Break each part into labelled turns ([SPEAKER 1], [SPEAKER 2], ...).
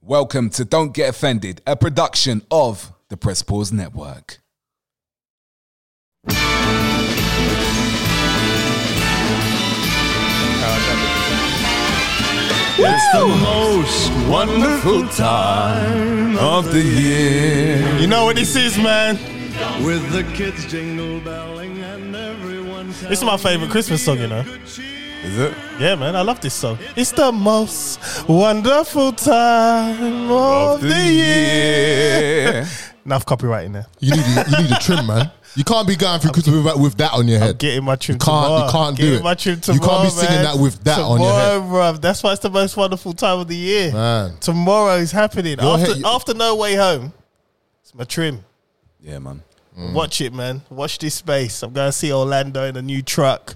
[SPEAKER 1] Welcome to Don't Get Offended, a production of the Press Pause Network.
[SPEAKER 2] It's the most wonderful time
[SPEAKER 1] Of the year.
[SPEAKER 2] You know what this is, man?
[SPEAKER 3] With the kids jingle belling and everyone.
[SPEAKER 2] This is my favorite Christmas song, you know.
[SPEAKER 1] Is it?
[SPEAKER 2] Yeah, man, I love this song. It's the most wonderful time of, the, year.
[SPEAKER 1] year.
[SPEAKER 2] Enough copyright in there.
[SPEAKER 4] You need to, you need to trim, man. You can't be going through Christmas without with that on your head.
[SPEAKER 2] Getting my tune
[SPEAKER 4] You can't- you
[SPEAKER 2] tomorrow.
[SPEAKER 4] can't do
[SPEAKER 2] Getting
[SPEAKER 4] it.
[SPEAKER 2] my tune
[SPEAKER 4] You can't be
[SPEAKER 2] tomorrow,
[SPEAKER 4] singing
[SPEAKER 2] man.
[SPEAKER 4] that with that
[SPEAKER 2] tomorrow,
[SPEAKER 4] on your head.
[SPEAKER 2] bruv. That's why it's the most wonderful time of the year.
[SPEAKER 4] Man.
[SPEAKER 2] Tomorrow is happening.
[SPEAKER 4] Your
[SPEAKER 2] After,
[SPEAKER 4] head-
[SPEAKER 2] after No Way Home, it's my trim.
[SPEAKER 1] Yeah, man.
[SPEAKER 4] Mm.
[SPEAKER 2] Watch it, man. Watch this space. I'm going to see Orlando in a new truck.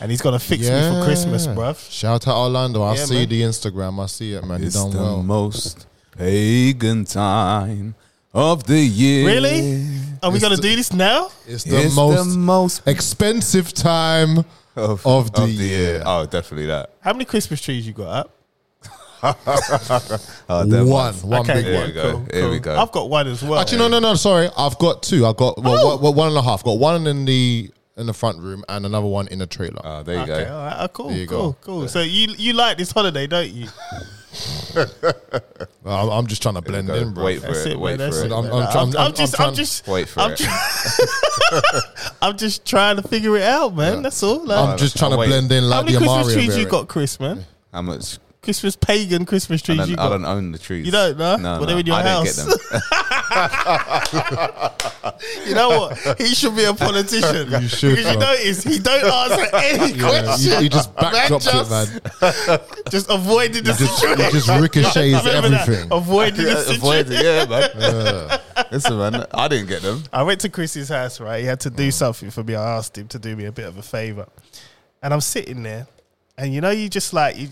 [SPEAKER 2] And he's going to fix me for Christmas, bruv.
[SPEAKER 4] Shout out Orlando. I
[SPEAKER 2] Yeah,
[SPEAKER 4] see
[SPEAKER 2] man.
[SPEAKER 4] the Instagram. I see it, man.
[SPEAKER 1] It's
[SPEAKER 4] you done
[SPEAKER 1] the
[SPEAKER 4] well.
[SPEAKER 1] most pagan time of the year.
[SPEAKER 2] Really? Are we
[SPEAKER 4] It's
[SPEAKER 2] going to
[SPEAKER 4] the-
[SPEAKER 2] do this now?
[SPEAKER 4] It's the
[SPEAKER 1] It's
[SPEAKER 4] most
[SPEAKER 1] the most
[SPEAKER 4] expensive time of, the, year.
[SPEAKER 1] Oh, definitely that.
[SPEAKER 2] How many Christmas trees you got up?
[SPEAKER 1] Oh,
[SPEAKER 4] One,
[SPEAKER 1] definitely.
[SPEAKER 4] one big
[SPEAKER 2] cool,
[SPEAKER 1] Here
[SPEAKER 4] one.
[SPEAKER 1] we go.
[SPEAKER 2] cool,
[SPEAKER 1] Here we
[SPEAKER 2] cool.
[SPEAKER 1] go.
[SPEAKER 2] I've got one as well.
[SPEAKER 4] Actually, no, no, no. Sorry, I've got two. I've got well,
[SPEAKER 1] Oh.
[SPEAKER 4] one- well, one and a half. Got one in the in the front room and another one in the trailer.
[SPEAKER 1] Oh, there you
[SPEAKER 2] Okay,
[SPEAKER 1] go.
[SPEAKER 2] all right, ah, cool,
[SPEAKER 4] There you
[SPEAKER 2] cool,
[SPEAKER 4] go.
[SPEAKER 2] cool. So you you like this holiday, don't you?
[SPEAKER 4] I'm, I'm just trying to blend
[SPEAKER 1] Go.
[SPEAKER 4] in, bro.
[SPEAKER 1] Wait for
[SPEAKER 2] That's
[SPEAKER 1] it.
[SPEAKER 2] it,
[SPEAKER 1] Wait
[SPEAKER 2] man, that's
[SPEAKER 1] for
[SPEAKER 2] it.
[SPEAKER 1] it.
[SPEAKER 4] I'm, I'm,
[SPEAKER 2] I'm,
[SPEAKER 4] trying-
[SPEAKER 2] I'm
[SPEAKER 4] I'm
[SPEAKER 2] just, I'm
[SPEAKER 4] trying-
[SPEAKER 2] just,
[SPEAKER 1] Wait for
[SPEAKER 2] I'm,
[SPEAKER 1] it.
[SPEAKER 2] tr- I'm just trying to figure it out, man. That's all. Like,
[SPEAKER 4] I'm just trying to
[SPEAKER 1] I'll wait.
[SPEAKER 4] blend in
[SPEAKER 2] how
[SPEAKER 4] like the
[SPEAKER 2] many Christmas
[SPEAKER 4] Amari.
[SPEAKER 2] trees you
[SPEAKER 4] variant.
[SPEAKER 2] got, Chris? Man,
[SPEAKER 1] How much?
[SPEAKER 2] Christmas pagan Christmas
[SPEAKER 1] I
[SPEAKER 2] trees you
[SPEAKER 1] don't, I
[SPEAKER 2] got.
[SPEAKER 1] don't own the trees.
[SPEAKER 2] You don't, no?
[SPEAKER 1] No,
[SPEAKER 2] Well, they're
[SPEAKER 1] no,
[SPEAKER 2] in your
[SPEAKER 1] I
[SPEAKER 2] house.
[SPEAKER 1] don't get them.
[SPEAKER 2] You know what? He should be a politician.
[SPEAKER 4] You should,
[SPEAKER 2] because you
[SPEAKER 4] bro.
[SPEAKER 2] notice he don't answer any
[SPEAKER 4] Yeah,
[SPEAKER 2] question.
[SPEAKER 4] you, you just backdropped
[SPEAKER 2] just-
[SPEAKER 4] it, man.
[SPEAKER 2] Just avoiding the
[SPEAKER 4] Just,
[SPEAKER 2] situation.
[SPEAKER 4] it just ricochets
[SPEAKER 2] Remember that?
[SPEAKER 4] everything.
[SPEAKER 2] Avoiding the
[SPEAKER 1] Yeah,
[SPEAKER 2] situation.
[SPEAKER 1] avoid it. Yeah, man. Listen, man. I didn't get them.
[SPEAKER 2] I went to Chris's house, right? He had to
[SPEAKER 4] Mm.
[SPEAKER 2] do something for me. I asked him to do me a bit of a favor. And I'm sitting there, and you know, you just like, you,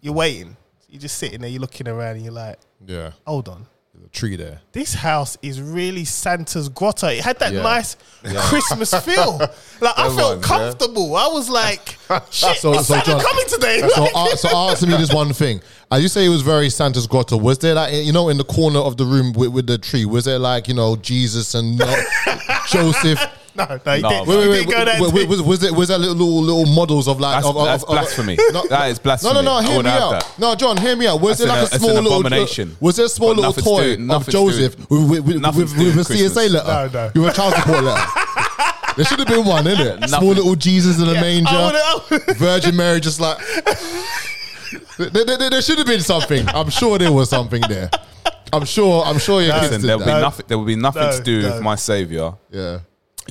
[SPEAKER 2] you're waiting. You're just sitting there, you're looking around, and you're like,
[SPEAKER 4] Yeah,
[SPEAKER 2] hold on.
[SPEAKER 4] the tree there.
[SPEAKER 2] This house is really Santa's grotto. It had that
[SPEAKER 4] Yeah.
[SPEAKER 2] nice Christmas feel. Like,
[SPEAKER 1] That
[SPEAKER 2] I
[SPEAKER 1] one,
[SPEAKER 2] felt
[SPEAKER 1] yeah.
[SPEAKER 2] comfortable. I was like, shit,
[SPEAKER 4] So-
[SPEAKER 2] is
[SPEAKER 4] so,
[SPEAKER 2] Santa
[SPEAKER 4] John-
[SPEAKER 2] coming today?
[SPEAKER 4] So,
[SPEAKER 2] Like-
[SPEAKER 4] uh, so answer me this one thing. As you say, it was very Santa's grotto. Was there like you know in the corner of the room with, with the tree? Was there like you know Jesus and no- Joseph?
[SPEAKER 2] no, no, he
[SPEAKER 1] No, Oh,
[SPEAKER 2] didn't,
[SPEAKER 1] man.
[SPEAKER 2] he didn't go that
[SPEAKER 4] wait, wait,
[SPEAKER 2] deep.
[SPEAKER 4] was, was there was there little little, little models of like
[SPEAKER 1] That's,
[SPEAKER 4] of, of-
[SPEAKER 1] that's
[SPEAKER 4] of- of-
[SPEAKER 1] blasphemy.
[SPEAKER 4] No,
[SPEAKER 1] that is
[SPEAKER 4] no,
[SPEAKER 1] blasphemy.
[SPEAKER 4] no, no,
[SPEAKER 1] I
[SPEAKER 4] hear
[SPEAKER 1] wouldn't have
[SPEAKER 4] me out.
[SPEAKER 1] that.
[SPEAKER 4] No, John, hear me out.
[SPEAKER 1] That's
[SPEAKER 4] Was there
[SPEAKER 1] an-
[SPEAKER 4] like a
[SPEAKER 1] that's
[SPEAKER 4] small
[SPEAKER 1] an abomination.
[SPEAKER 4] little? Was there a small
[SPEAKER 1] Got
[SPEAKER 4] little
[SPEAKER 1] nothing to
[SPEAKER 4] toy
[SPEAKER 1] do-
[SPEAKER 4] of
[SPEAKER 1] nothing to do with-
[SPEAKER 4] Joseph with with, with,
[SPEAKER 1] nothing to
[SPEAKER 4] with,
[SPEAKER 1] do
[SPEAKER 4] with a
[SPEAKER 1] with
[SPEAKER 4] CSA
[SPEAKER 1] Christmas.
[SPEAKER 4] letter?
[SPEAKER 2] No, no.
[SPEAKER 4] With a child support letter. There should have been one, innit? Small
[SPEAKER 1] Nothing.
[SPEAKER 4] little Jesus in a manger.
[SPEAKER 2] I would've- I would've-
[SPEAKER 4] Virgin Mary just like. there, there- there- there should have been something. I'm sure there was something there. I'm sure. I'm sure your
[SPEAKER 1] Listen,
[SPEAKER 4] kids
[SPEAKER 1] there
[SPEAKER 4] did
[SPEAKER 1] will be
[SPEAKER 4] that.
[SPEAKER 1] nothing. There will be nothing
[SPEAKER 2] No,
[SPEAKER 1] to do
[SPEAKER 2] no.
[SPEAKER 1] with my savior.
[SPEAKER 4] yeah.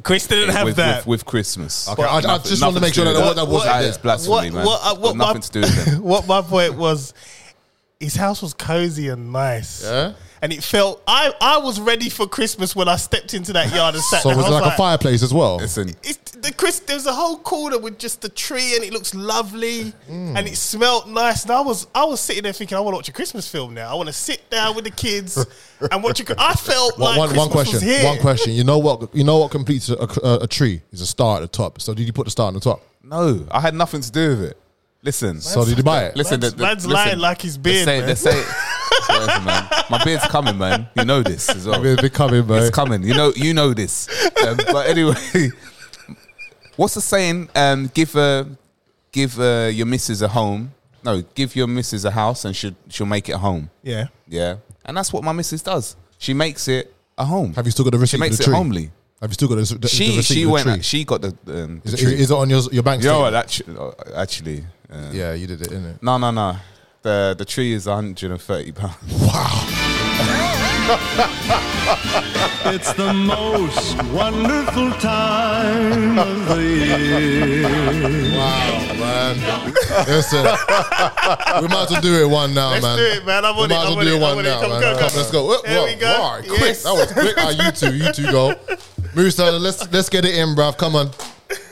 [SPEAKER 2] Chris didn't have
[SPEAKER 1] with,
[SPEAKER 2] that.
[SPEAKER 1] With, with Christmas.
[SPEAKER 4] Okay, I- I just wanted to make sure that that wasn't
[SPEAKER 1] That
[SPEAKER 4] there.
[SPEAKER 1] is blasphemy,
[SPEAKER 2] What-
[SPEAKER 1] man.
[SPEAKER 2] what- uh,
[SPEAKER 1] Got
[SPEAKER 2] what
[SPEAKER 1] nothing
[SPEAKER 2] my-
[SPEAKER 1] to do with them.
[SPEAKER 2] what my point was, his house was cozy and nice.
[SPEAKER 4] Yeah?
[SPEAKER 2] And it felt I, I was ready for Christmas when I stepped into that yard and sat.
[SPEAKER 4] So
[SPEAKER 2] there.
[SPEAKER 4] was
[SPEAKER 2] I
[SPEAKER 4] it like, a
[SPEAKER 2] like,
[SPEAKER 4] fireplace as well?
[SPEAKER 1] Listen,
[SPEAKER 2] It's, the Chris, there's a whole corner with just the tree and it looks lovely
[SPEAKER 4] Mm.
[SPEAKER 2] and it smelt nice. And I was I was sitting there thinking I want to watch a Christmas film now. I want to sit down with the kids and watch. A, I felt like
[SPEAKER 4] One- one, one
[SPEAKER 2] Christmas was
[SPEAKER 4] question.
[SPEAKER 2] here.
[SPEAKER 4] One question. You know what? You know what completes a, a, a tree is a star at the top. So did you put the star on the top?
[SPEAKER 1] no, I had nothing to do with it. Listen,
[SPEAKER 4] So did you buy it?
[SPEAKER 1] listen.
[SPEAKER 2] Man's-
[SPEAKER 1] the- the-
[SPEAKER 2] man's
[SPEAKER 1] listen,
[SPEAKER 2] lying like his beard,
[SPEAKER 1] They say,
[SPEAKER 2] man.
[SPEAKER 1] they say Listen, man, my beard's coming, man. You know this as well.
[SPEAKER 4] They're coming, bro.
[SPEAKER 1] It's coming. You know, you know this. Um, but anyway, what's the saying? Um, give uh, give uh, your missus a home. No, give your missus a house, and she she'll make it a home.
[SPEAKER 2] Yeah.
[SPEAKER 1] Yeah, and that's what my missus does. She makes it a home.
[SPEAKER 4] Have you still got the
[SPEAKER 1] she
[SPEAKER 4] receipt? of
[SPEAKER 1] makes
[SPEAKER 4] the
[SPEAKER 1] it
[SPEAKER 4] tree?
[SPEAKER 1] homely.
[SPEAKER 4] Have you still got the, the, the
[SPEAKER 1] She
[SPEAKER 4] receipt?
[SPEAKER 1] she
[SPEAKER 4] of the
[SPEAKER 1] went.
[SPEAKER 4] Tree?
[SPEAKER 1] She got the, um, the
[SPEAKER 4] Is, it-
[SPEAKER 1] tree.
[SPEAKER 4] is it on your your bank?
[SPEAKER 1] you know
[SPEAKER 4] statement?
[SPEAKER 1] what? Actually, actually uh,
[SPEAKER 4] Yeah, you did it, innit?
[SPEAKER 1] no, no, no. The the tree is 130 pounds.
[SPEAKER 3] It's the most wonderful time of the year.
[SPEAKER 4] Wow, man. Listen, we might as well do it one now,
[SPEAKER 2] Let's
[SPEAKER 4] man.
[SPEAKER 2] do it, man. I'm
[SPEAKER 4] We
[SPEAKER 2] on it.
[SPEAKER 4] might as
[SPEAKER 2] I'm
[SPEAKER 4] well
[SPEAKER 2] on
[SPEAKER 4] do
[SPEAKER 2] it.
[SPEAKER 4] it
[SPEAKER 2] I'm
[SPEAKER 4] one
[SPEAKER 2] on it.
[SPEAKER 4] now,
[SPEAKER 2] Come,
[SPEAKER 4] man.
[SPEAKER 2] go,
[SPEAKER 4] Come,
[SPEAKER 2] go.
[SPEAKER 4] let's go. Whoa,
[SPEAKER 2] There we
[SPEAKER 4] whoa,
[SPEAKER 2] go.
[SPEAKER 4] all right, quick.
[SPEAKER 2] Yes.
[SPEAKER 4] That was quick. All right, you two, you two go. Musa, let's let's get it in, bruv. Come on,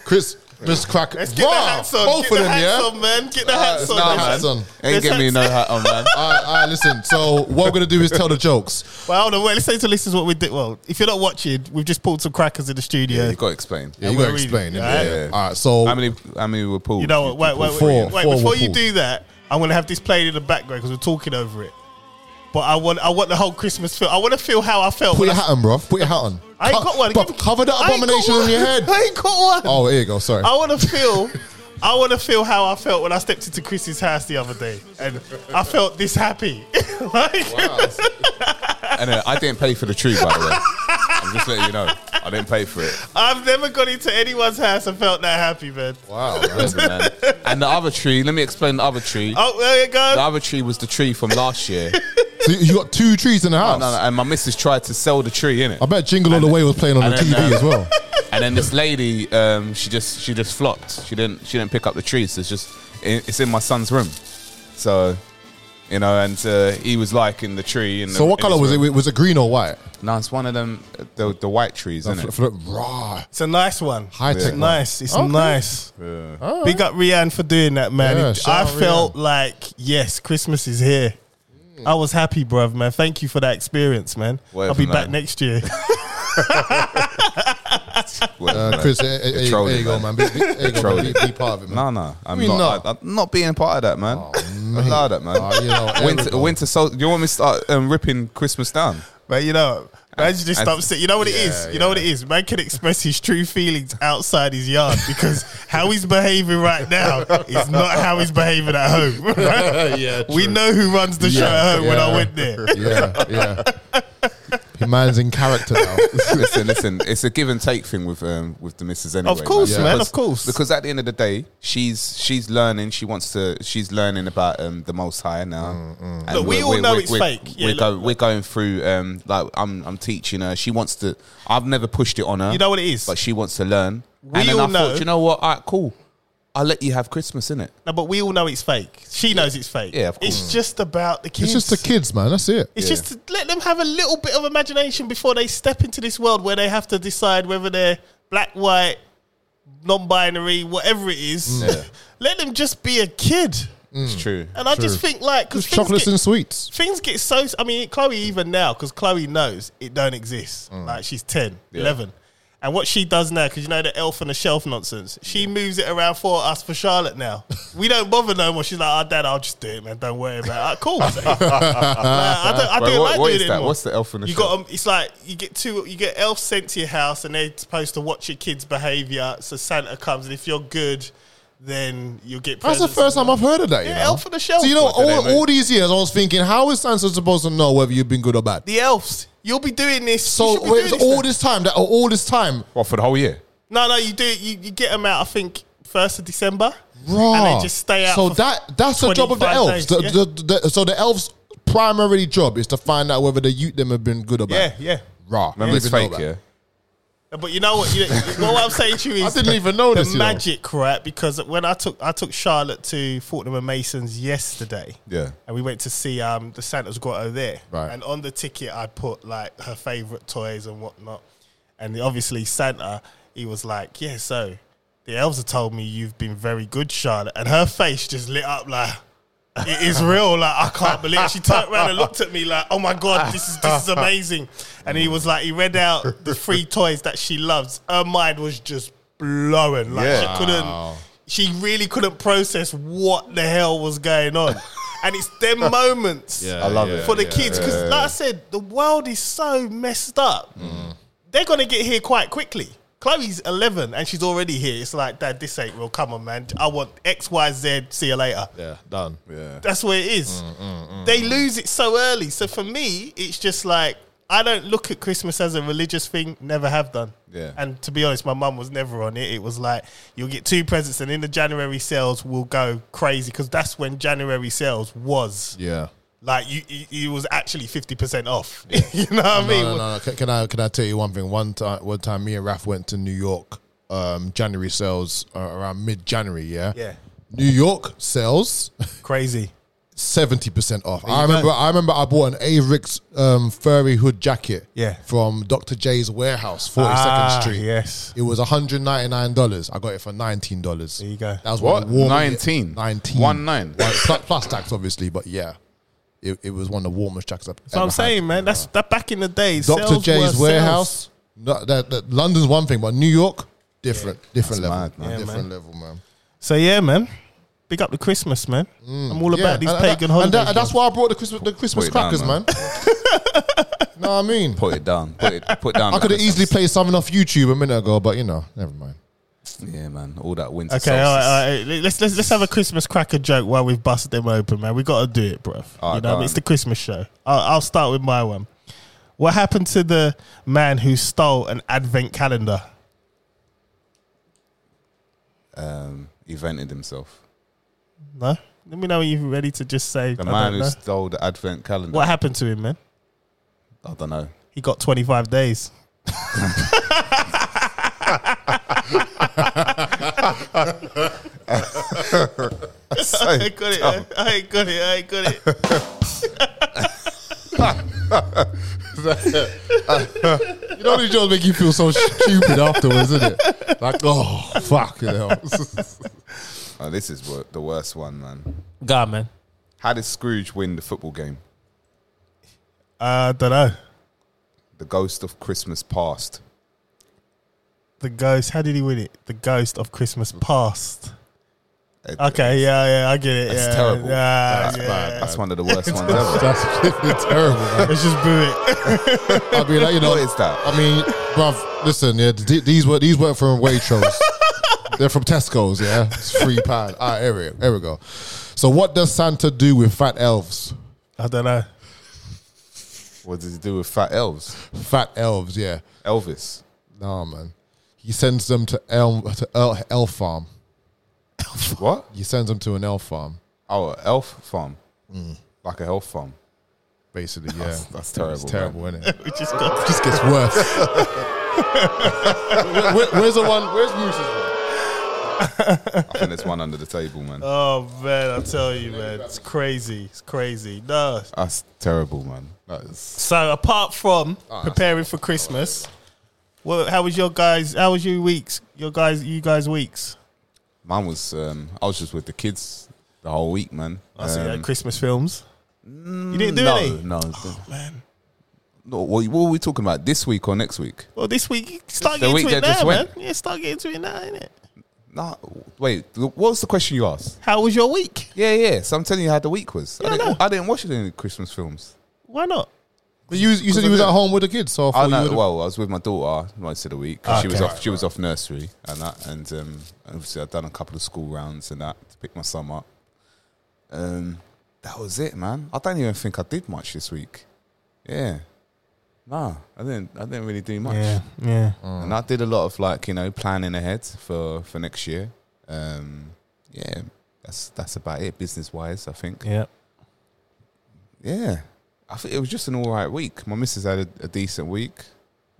[SPEAKER 4] Chris, Miss Crack.
[SPEAKER 2] Let's get the hats on.
[SPEAKER 4] Both
[SPEAKER 2] get
[SPEAKER 4] of
[SPEAKER 2] the
[SPEAKER 4] them,
[SPEAKER 2] hats
[SPEAKER 4] yeah.
[SPEAKER 2] on, man. Get the hats on.
[SPEAKER 4] nah,
[SPEAKER 2] man.
[SPEAKER 4] hats on.
[SPEAKER 1] Ain't
[SPEAKER 2] There's
[SPEAKER 1] give me no hat on, man.
[SPEAKER 4] All right, all right, listen. So what we're gonna do is tell the jokes.
[SPEAKER 2] Well, hold on, wait, let's say to listeners what we did. Well, if you're not watching, we've just pulled some crackers in the studio.
[SPEAKER 1] You got to explain.
[SPEAKER 4] Yeah, you
[SPEAKER 2] we're
[SPEAKER 4] gotta
[SPEAKER 2] reading,
[SPEAKER 4] explain. innit?
[SPEAKER 2] right?
[SPEAKER 4] Yeah. All right, so
[SPEAKER 1] How many? How many were pulled?
[SPEAKER 2] you know what? Wait, wait, wait.
[SPEAKER 4] Four,
[SPEAKER 2] wait
[SPEAKER 4] four
[SPEAKER 2] before
[SPEAKER 4] were
[SPEAKER 2] you
[SPEAKER 4] pulled.
[SPEAKER 2] do that, I'm going to have this played in the background because we're talking over it. But I want, I want the whole Christmas feel. I want to feel how I felt.
[SPEAKER 4] Put
[SPEAKER 2] when
[SPEAKER 4] your hat on, bro. Put your hat on.
[SPEAKER 2] I, I ain't
[SPEAKER 4] Co-
[SPEAKER 2] got one.
[SPEAKER 4] Bruv,
[SPEAKER 2] Give me-
[SPEAKER 4] cover that
[SPEAKER 2] I ain't got
[SPEAKER 4] abomination
[SPEAKER 2] one.
[SPEAKER 4] on your head.
[SPEAKER 2] I ain't got one.
[SPEAKER 4] Oh, here you go. Sorry.
[SPEAKER 2] I want to feel. I want to feel how I felt when I stepped into Chris's house the other day, and I felt this happy. like,
[SPEAKER 1] And uh, I didn't pay for the tree, by the way. I'm just letting you know. I didn't pay for it.
[SPEAKER 2] I've never gone into anyone's house and felt that happy, man.
[SPEAKER 4] Wow.
[SPEAKER 1] Listen, man. And the other tree, let me explain the other tree.
[SPEAKER 2] Oh, there you
[SPEAKER 1] The
[SPEAKER 2] go.
[SPEAKER 1] other tree was the tree from last year.
[SPEAKER 4] so you got two trees in the house.
[SPEAKER 1] No, no, and my missus tried to sell the tree, innit?
[SPEAKER 4] I bet Jingle All the Way was playing on
[SPEAKER 1] and
[SPEAKER 4] the
[SPEAKER 1] then,
[SPEAKER 4] TV
[SPEAKER 1] um,
[SPEAKER 4] as well.
[SPEAKER 1] And then this lady, um, she just she just flopped. She didn't she didn't pick up the tree. So it's just it, it's in my son's room. So, you know, and uh, he was liking the tree. In the,
[SPEAKER 4] So what
[SPEAKER 1] in
[SPEAKER 4] color
[SPEAKER 1] his
[SPEAKER 4] was it?
[SPEAKER 1] room.
[SPEAKER 4] Was it green or white? Uh,
[SPEAKER 1] No, it's one of them uh, the the white trees, isn't it?
[SPEAKER 4] Fl- fl- Raw,
[SPEAKER 2] It's a nice one.
[SPEAKER 4] high tech. one.
[SPEAKER 2] Nice. It's
[SPEAKER 4] Okay. Oh.
[SPEAKER 2] nice. Big up Rianne for doing that, man.
[SPEAKER 4] Yeah,
[SPEAKER 2] It-
[SPEAKER 4] shout
[SPEAKER 2] I
[SPEAKER 4] out
[SPEAKER 2] felt like, yes, Christmas is here.
[SPEAKER 4] Mm.
[SPEAKER 2] I was happy, bruv, man. Thank you for that experience, man.
[SPEAKER 1] Word,
[SPEAKER 2] I'll be
[SPEAKER 1] man.
[SPEAKER 2] back next year.
[SPEAKER 1] Well,
[SPEAKER 4] Uh,
[SPEAKER 1] no.
[SPEAKER 4] Chris, eh, eh, eh,
[SPEAKER 1] trolling,
[SPEAKER 4] there you go, man. Be, be, there you go, man.
[SPEAKER 1] trolling.
[SPEAKER 4] Be, be part of it, man.
[SPEAKER 1] No, no, I'm
[SPEAKER 4] mean
[SPEAKER 1] not.
[SPEAKER 4] not?
[SPEAKER 1] I, am not being part of that, man. I love that, man.
[SPEAKER 4] Oh, you know, there we
[SPEAKER 1] winter,
[SPEAKER 4] go.
[SPEAKER 1] winter. So, do you want me to start um, ripping Christmas down?
[SPEAKER 2] But you know, man, you just
[SPEAKER 1] and-
[SPEAKER 2] upset. You know what it is. You know what it is. Man can express his true feelings outside his yard because how he's behaving right now is not how he's behaving at home.
[SPEAKER 4] Yeah,
[SPEAKER 2] we know who runs the show
[SPEAKER 4] Yeah,
[SPEAKER 2] at home when I
[SPEAKER 4] yeah.
[SPEAKER 2] went there.
[SPEAKER 4] Yeah, yeah. He man's in character now.
[SPEAKER 1] listen, listen. It's a give and take thing with um, with the missus anyway.
[SPEAKER 2] Of course,
[SPEAKER 4] man,
[SPEAKER 2] of course.
[SPEAKER 1] Because at the end of the day, she's she's learning. She wants to. She's learning about um, the Most High now.
[SPEAKER 4] Mm,
[SPEAKER 1] And
[SPEAKER 2] Look, we
[SPEAKER 1] we're-
[SPEAKER 2] all
[SPEAKER 1] we're-
[SPEAKER 2] know
[SPEAKER 1] we're-
[SPEAKER 2] it's
[SPEAKER 1] we're-
[SPEAKER 2] fake. Yeah,
[SPEAKER 1] we're,
[SPEAKER 2] look,
[SPEAKER 1] go- we're going through. Um, like I'm I'm teaching her. She wants to. I've never pushed it on her.
[SPEAKER 2] You know what it is?
[SPEAKER 1] But she wants to learn.
[SPEAKER 2] We
[SPEAKER 1] and then
[SPEAKER 2] all
[SPEAKER 1] I
[SPEAKER 2] know-
[SPEAKER 1] Thought, "Do you know what? All right, cool. I'll let you have Christmas in it.
[SPEAKER 4] Mm.
[SPEAKER 2] No, but we all know it's fake. She knows it's fake.
[SPEAKER 1] Yeah, of course.
[SPEAKER 2] It's just about the
[SPEAKER 4] It's
[SPEAKER 2] kids.
[SPEAKER 4] just the kids, man. That's it.
[SPEAKER 2] It's
[SPEAKER 1] Yeah.
[SPEAKER 2] just to let them have a little bit of imagination before they step into this world where they have to decide whether they're black, white, non-binary, whatever it is.
[SPEAKER 1] Yeah.
[SPEAKER 2] let them just be a kid.
[SPEAKER 1] It's true.
[SPEAKER 2] And I just think like because
[SPEAKER 4] It's chocolates
[SPEAKER 2] get,
[SPEAKER 4] and sweets.
[SPEAKER 2] things get so. I mean, Chloe even now because Chloe knows it don't exist.
[SPEAKER 4] Mm.
[SPEAKER 2] Like she's 10, 11. and what she does now because you know the elf on the shelf nonsense. She moves it around for us for Charlotte now. we don't bother no more. She's like, "Our dad, I'll just do it, man. Don't worry about it." Cool. Like, I don't, I
[SPEAKER 1] Wait,
[SPEAKER 2] don't
[SPEAKER 1] what-
[SPEAKER 2] like
[SPEAKER 1] what
[SPEAKER 2] doing
[SPEAKER 1] is
[SPEAKER 2] it
[SPEAKER 1] that?
[SPEAKER 2] anymore.
[SPEAKER 1] What's the elf on the
[SPEAKER 2] You
[SPEAKER 1] shelf?
[SPEAKER 2] got um, it's like you get two you get elves sent to your house and they're supposed to watch your kids' behavior. So Santa comes and if you're good, then you'll get.
[SPEAKER 4] That's the
[SPEAKER 2] presents.
[SPEAKER 4] first time I've heard of that. you
[SPEAKER 2] Yeah,
[SPEAKER 4] know?
[SPEAKER 2] elf on the shelf.
[SPEAKER 4] So you know,
[SPEAKER 1] What do they
[SPEAKER 4] all,
[SPEAKER 1] mean?
[SPEAKER 4] all these years, I was thinking, how is Sansa supposed to know whether you've been good or bad?
[SPEAKER 2] The elves, you'll be doing this. you
[SPEAKER 4] So
[SPEAKER 2] should be
[SPEAKER 4] wait,
[SPEAKER 2] doing
[SPEAKER 4] so
[SPEAKER 2] this
[SPEAKER 4] all
[SPEAKER 2] now.
[SPEAKER 4] this time, that all this time,
[SPEAKER 1] Well, for the whole year.
[SPEAKER 2] No, no, you do. You, you get them out. I think first of December,
[SPEAKER 4] raw.
[SPEAKER 2] and they just stay out.
[SPEAKER 4] So
[SPEAKER 2] for-
[SPEAKER 4] that that's the job of the
[SPEAKER 2] 25
[SPEAKER 4] elves.
[SPEAKER 2] days,
[SPEAKER 4] The-
[SPEAKER 2] yeah.
[SPEAKER 4] the- the- so the elves' primary job is to find out whether the youth them have been good or
[SPEAKER 2] yeah,
[SPEAKER 4] bad.
[SPEAKER 2] yeah.
[SPEAKER 4] Raw.
[SPEAKER 1] Remember,
[SPEAKER 4] I
[SPEAKER 1] it's
[SPEAKER 4] didn't
[SPEAKER 1] fake.
[SPEAKER 4] even know that.
[SPEAKER 1] Yeah.
[SPEAKER 2] But you know what? You, you know what I'm saying to you
[SPEAKER 4] I
[SPEAKER 2] is
[SPEAKER 4] didn't even know
[SPEAKER 2] the
[SPEAKER 4] this. you know.
[SPEAKER 2] magic, right? Because when I took I took Charlotte to Fortnum and Mason's yesterday,
[SPEAKER 1] Yeah.
[SPEAKER 2] and we went to see um the Santa's Grotto there.
[SPEAKER 4] Right.
[SPEAKER 2] And on the ticket, I put like her favorite toys and whatnot. And the- obviously Santa, he was like, "Yeah, so the elves have told me you've been very good, Charlotte." And her face just lit up like. It is real, like I can't believe it." she turned around and looked at me like, "Oh my god, this is this is amazing!" And he was like, he read out the three toys that she loves. Her mind was just blowing, like
[SPEAKER 1] Yeah.
[SPEAKER 2] she couldn't she really couldn't process what the hell was going on. and it's them moments
[SPEAKER 1] I love it.
[SPEAKER 2] for the kids. Because, like I said, the world is so messed up.
[SPEAKER 1] Mm.
[SPEAKER 2] They're going to get here quite quickly. Chloe's 11 and she's already here. It's like, Dad, this ain't real. Come on, man. I want X, Y, Z. See you later.
[SPEAKER 4] Yeah, done.
[SPEAKER 1] Yeah.
[SPEAKER 2] That's what it is.
[SPEAKER 4] Mm,
[SPEAKER 2] They lose it so early. So for me, it's just like I don't look at Christmas as a religious thing. Never have done.
[SPEAKER 1] Yeah.
[SPEAKER 2] And to be honest, my mum was never on it. It was like you'll get two presents, and in the January sales will go crazy because that's when January sales was
[SPEAKER 4] Yeah.
[SPEAKER 2] like you. you- It was actually fifty percent off. you know what I mean?
[SPEAKER 4] No, no, no, no. Can, can I can I tell you one thing? One time, one time, me and Raf went to New York. Um, January sales uh, around mid January. Yeah.
[SPEAKER 2] Yeah.
[SPEAKER 4] New York sales
[SPEAKER 2] Crazy.
[SPEAKER 4] seventy percent off. I remember. I remember. I bought an Avericks um, furry hood jacket.
[SPEAKER 2] Yeah.
[SPEAKER 4] From Dr. J's warehouse, Forty Second
[SPEAKER 2] Ah,
[SPEAKER 4] Street.
[SPEAKER 2] yes.
[SPEAKER 4] It was one hundred ninety nine dollars. I got it for nineteen dollars.
[SPEAKER 2] There you go.
[SPEAKER 4] That was one
[SPEAKER 1] What?
[SPEAKER 4] of the warmest-
[SPEAKER 1] Nineteen.
[SPEAKER 4] Nineteen.
[SPEAKER 1] One nine.
[SPEAKER 4] Well, plus, plus tax, obviously, but yeah, it, it was one of the warmest jackets I've
[SPEAKER 2] So I'm
[SPEAKER 4] ever had.
[SPEAKER 2] saying, man, that's that back in the day.
[SPEAKER 4] Dr.
[SPEAKER 2] sales were
[SPEAKER 4] J's
[SPEAKER 2] sales.
[SPEAKER 4] warehouse. No, that, that- London's one thing, but New York, different, different
[SPEAKER 1] That's mad,
[SPEAKER 4] level,
[SPEAKER 1] man.
[SPEAKER 2] man.
[SPEAKER 4] different level, man.
[SPEAKER 2] So yeah, man. big up the Christmas, man. I'm all about these
[SPEAKER 4] Mm. and- and-
[SPEAKER 2] pagan
[SPEAKER 4] and,
[SPEAKER 2] holidays.
[SPEAKER 4] that- and that's
[SPEAKER 2] man.
[SPEAKER 4] why I brought the Christmas, the Christmas
[SPEAKER 1] it down,
[SPEAKER 4] crackers, man.
[SPEAKER 1] man.
[SPEAKER 4] know what I mean?
[SPEAKER 1] Put it down. Put it. Put down.
[SPEAKER 4] I could have
[SPEAKER 1] that
[SPEAKER 4] easily played something off YouTube a minute ago, but you know, never mind.
[SPEAKER 1] Yeah, man. All that winter.
[SPEAKER 2] Okay, all right, all right. Let's, let's let's have a Christmas cracker joke while we've busted them open, man. We got to do it, bruv.
[SPEAKER 1] All right,
[SPEAKER 2] you
[SPEAKER 1] go
[SPEAKER 2] know,
[SPEAKER 1] on.
[SPEAKER 2] it's the Christmas show. I'll, I'll start with my one. What happened to the man who stole an advent calendar?
[SPEAKER 1] Um, he vented himself.
[SPEAKER 2] No, let me know when you're ready to just say.
[SPEAKER 1] The
[SPEAKER 2] I
[SPEAKER 1] man
[SPEAKER 2] don't
[SPEAKER 1] who
[SPEAKER 2] know.
[SPEAKER 1] stole the advent calendar.
[SPEAKER 2] What happened to him, man?
[SPEAKER 1] I don't know.
[SPEAKER 2] He got 25 days. I got it. man. I got it. I got it.
[SPEAKER 4] You know, these jokes make you feel so stupid afterwards, isn't it? Like, oh fuck, you know.
[SPEAKER 1] Oh, this is wor- the worst one, man.
[SPEAKER 2] God, man.
[SPEAKER 1] How did Scrooge win the football game?
[SPEAKER 2] Uh, I don't know.
[SPEAKER 1] The ghost of Christmas past.
[SPEAKER 2] The ghost. How did he win it? The ghost of Christmas past.
[SPEAKER 1] It-
[SPEAKER 2] Okay, yeah, yeah, I get it.
[SPEAKER 1] It's
[SPEAKER 2] yeah,
[SPEAKER 1] terrible.
[SPEAKER 2] Yeah,
[SPEAKER 1] That's
[SPEAKER 2] yeah.
[SPEAKER 1] bad. That's one of the worst ones ever.
[SPEAKER 4] That's terrible. Man.
[SPEAKER 2] Let's just boo it.
[SPEAKER 4] I mean, like, you know,
[SPEAKER 1] What is that?
[SPEAKER 4] I mean, bruv, listen, yeah, th- these were these weren't from Waitrose. They're from Tesco's, yeah. It's free pound. All right, here we, here we go. So, what does Santa do with fat elves?
[SPEAKER 2] I don't know.
[SPEAKER 1] What does it do with fat elves?
[SPEAKER 4] Fat elves, yeah.
[SPEAKER 1] Elvis.
[SPEAKER 4] Nah, man. He sends them to Elm to El, Elf Farm.
[SPEAKER 1] What?
[SPEAKER 4] He sends them to an elf farm,
[SPEAKER 1] Oh, a elf farm.
[SPEAKER 2] Mm.
[SPEAKER 1] Like a health farm.
[SPEAKER 4] basically. Yeah, that's,
[SPEAKER 1] terrible,
[SPEAKER 4] It's terrible, isn't it?
[SPEAKER 2] We just got.
[SPEAKER 4] Just gets worse. Where- where- where's the one? Where's Moose's one?
[SPEAKER 1] I think there's one under the table, man.
[SPEAKER 2] Oh man, I tell you, man, it's crazy. It's crazy. No.
[SPEAKER 1] That's terrible, man. That is
[SPEAKER 2] So apart from
[SPEAKER 1] Oh,
[SPEAKER 2] preparing for Christmas, well, how was your guys? How was your weeks? Your guys, you guys' weeks.
[SPEAKER 1] mine was. Um, I was just with the kids the whole week, man.
[SPEAKER 2] I see
[SPEAKER 1] Um,
[SPEAKER 2] uh, Christmas films. You didn't do
[SPEAKER 1] no,
[SPEAKER 4] eh?
[SPEAKER 2] any.
[SPEAKER 1] no, man. No, what, what were we talking about this week or next week?
[SPEAKER 2] Well, this week you start
[SPEAKER 1] The
[SPEAKER 2] getting
[SPEAKER 1] week
[SPEAKER 2] to it
[SPEAKER 1] that just
[SPEAKER 2] now, man.
[SPEAKER 1] went.
[SPEAKER 2] Yeah, start getting to it now, innit?
[SPEAKER 1] No, wait. What was the question you asked?
[SPEAKER 2] How was your week?
[SPEAKER 1] Yeah, yeah. So I'm telling you how the week was. I, didn't,
[SPEAKER 2] no.
[SPEAKER 1] I didn't watch any Christmas films.
[SPEAKER 2] Why not?
[SPEAKER 4] But you, you said you was at home with the kids, so I thought
[SPEAKER 1] I
[SPEAKER 4] you
[SPEAKER 1] know.
[SPEAKER 4] would've-
[SPEAKER 1] Oh, Well, I was with my daughter most of the week. 'cause She was
[SPEAKER 2] Okay.
[SPEAKER 1] off. She was off nursery and that. And um, obviously, I've done a couple of school rounds and that to pick my son up. Um, that was it, man. I don't even think I did much this week. Yeah, nah, I didn't. I didn't really do much.
[SPEAKER 2] yeah.
[SPEAKER 1] And I did a lot of like you know planning ahead for for next year. Um, yeah, that's that's about it business wise. I think.
[SPEAKER 2] Yeah.
[SPEAKER 1] Yeah, I think it was just an all right week. My missus had a, a decent week,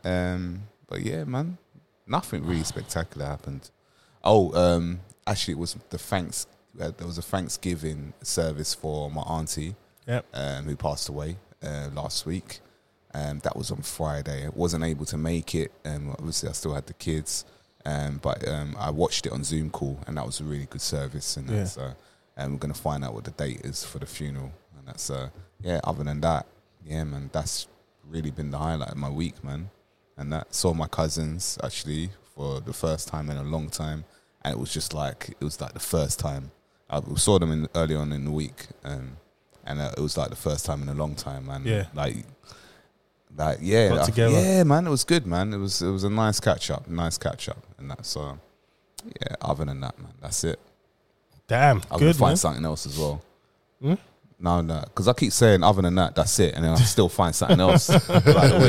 [SPEAKER 1] um, but yeah, man, nothing really spectacular happened. Oh, um, actually, it was the thanks. Uh, there was a Thanksgiving service for my auntie,
[SPEAKER 2] Yep.
[SPEAKER 1] um, who passed away uh, last week. Um, that was on Friday. I wasn't able to make it. Um, obviously, I still had the kids, um, but um, I watched it on Zoom call, and that was a really good service. And that,
[SPEAKER 2] Yeah.
[SPEAKER 1] so, and we're gonna find out what the date is for the funeral. And that's uh, yeah. Other than that, yeah, man, that's really been the highlight of my week, man. And that saw my cousins actually for the first time in a long time, and it was just like it was like the first time I saw them in, early on in the week, um, and uh, it was like the first time in a long time, man.
[SPEAKER 2] Yeah.
[SPEAKER 1] like like yeah,
[SPEAKER 2] Got
[SPEAKER 1] I-
[SPEAKER 2] together.
[SPEAKER 1] yeah, man, it was good, man. It was it was a nice catch up, nice catch up, and that. So yeah, other than that, man, that's it.
[SPEAKER 2] Damn.
[SPEAKER 1] I'm gonna
[SPEAKER 2] good
[SPEAKER 1] find
[SPEAKER 2] man. Hmm?
[SPEAKER 1] something else as well. No, no, because I keep saying other than that, that's it, and then I still find something else like the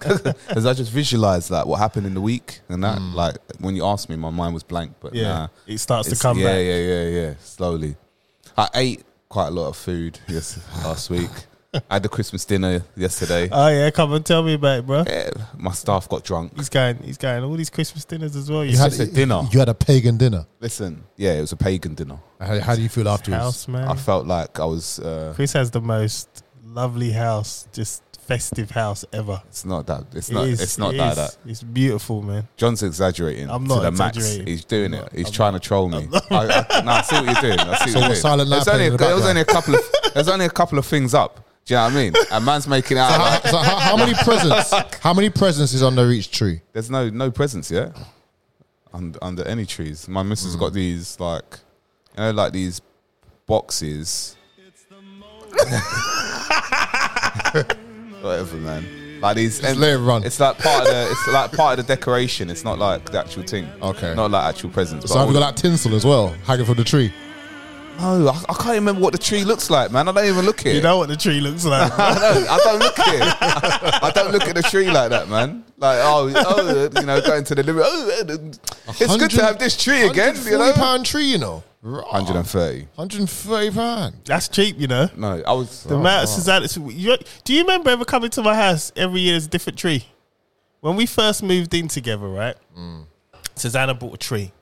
[SPEAKER 1] week. Because I just visualize like what happened in the week and that. Like when you asked me, my mind was blank, but
[SPEAKER 2] Hmm. Yeah.
[SPEAKER 1] nah,
[SPEAKER 2] It starts to
[SPEAKER 1] it's-
[SPEAKER 2] come
[SPEAKER 1] yeah,
[SPEAKER 2] back.
[SPEAKER 1] Yeah, yeah, yeah, Slowly. I ate quite a lot of food yes last week. I had the Christmas dinner yesterday.
[SPEAKER 2] Oh yeah, come and tell me about it, bro.
[SPEAKER 1] Yeah, my staff got drunk.
[SPEAKER 2] He's going. He's going. All these Christmas dinners as well. You
[SPEAKER 4] you
[SPEAKER 2] had
[SPEAKER 1] had- just a dinner.
[SPEAKER 4] You had a pagan dinner.
[SPEAKER 1] Listen, yeah, it was a pagan dinner.
[SPEAKER 4] How, how do you feel afterwards?
[SPEAKER 2] house, man.
[SPEAKER 1] I felt like I was. Uh,
[SPEAKER 2] Uh, Chris has the most lovely house, just festive house ever.
[SPEAKER 1] it's not that. It's
[SPEAKER 2] It
[SPEAKER 1] not.
[SPEAKER 2] is,
[SPEAKER 1] it's not
[SPEAKER 2] it
[SPEAKER 1] like
[SPEAKER 2] is.
[SPEAKER 1] that.
[SPEAKER 2] It's beautiful, man.
[SPEAKER 1] John's exaggerating
[SPEAKER 2] I'm
[SPEAKER 1] to
[SPEAKER 2] not
[SPEAKER 1] the
[SPEAKER 2] exaggerating.
[SPEAKER 1] max. He's doing
[SPEAKER 2] I'm
[SPEAKER 1] it.
[SPEAKER 2] not-
[SPEAKER 1] He's trying to troll me. I, I, no, I see what you're doing. I see
[SPEAKER 4] So
[SPEAKER 1] what you're
[SPEAKER 4] what's Silent
[SPEAKER 1] doing.
[SPEAKER 4] Night
[SPEAKER 1] There's only,
[SPEAKER 4] playing in the
[SPEAKER 1] there was only a couple of there's only a couple of things up. Do you know what I mean? And man's making it out.
[SPEAKER 4] So how,
[SPEAKER 1] like-
[SPEAKER 4] so how, how many presents? How many presents is under each tree?
[SPEAKER 1] there's
[SPEAKER 4] Mm.
[SPEAKER 1] no no presents yet under, under any trees. My missus got these like you know, like these boxes. Whatever, man. Like these, and
[SPEAKER 4] let it run.
[SPEAKER 1] It's like part of the, it's like part of the decoration. It's not like the actual thing.
[SPEAKER 4] Okay.
[SPEAKER 1] Not like actual presents.
[SPEAKER 4] So
[SPEAKER 1] but
[SPEAKER 4] I've
[SPEAKER 1] all
[SPEAKER 4] got that tinsel as well, hanging from the tree.
[SPEAKER 1] No, Oh, I, I can't remember what the tree looks like, man. I don't even look at it.
[SPEAKER 2] You know what the tree looks like.
[SPEAKER 1] I don't, I don't look at it. I, don't look at the tree like that, man. Like, oh, oh you know, going to the living. Oh, uh, it's good to have this tree again, you know.
[SPEAKER 4] pound tree, you know.
[SPEAKER 1] Hundred and thirty.
[SPEAKER 4] 130 pound.
[SPEAKER 2] That's cheap, you know.
[SPEAKER 1] No, I was.
[SPEAKER 2] The amount of Susanna's- you- do you remember ever coming to my house every year? There's a different tree. When we first moved in together, right? Susanna bought a tree.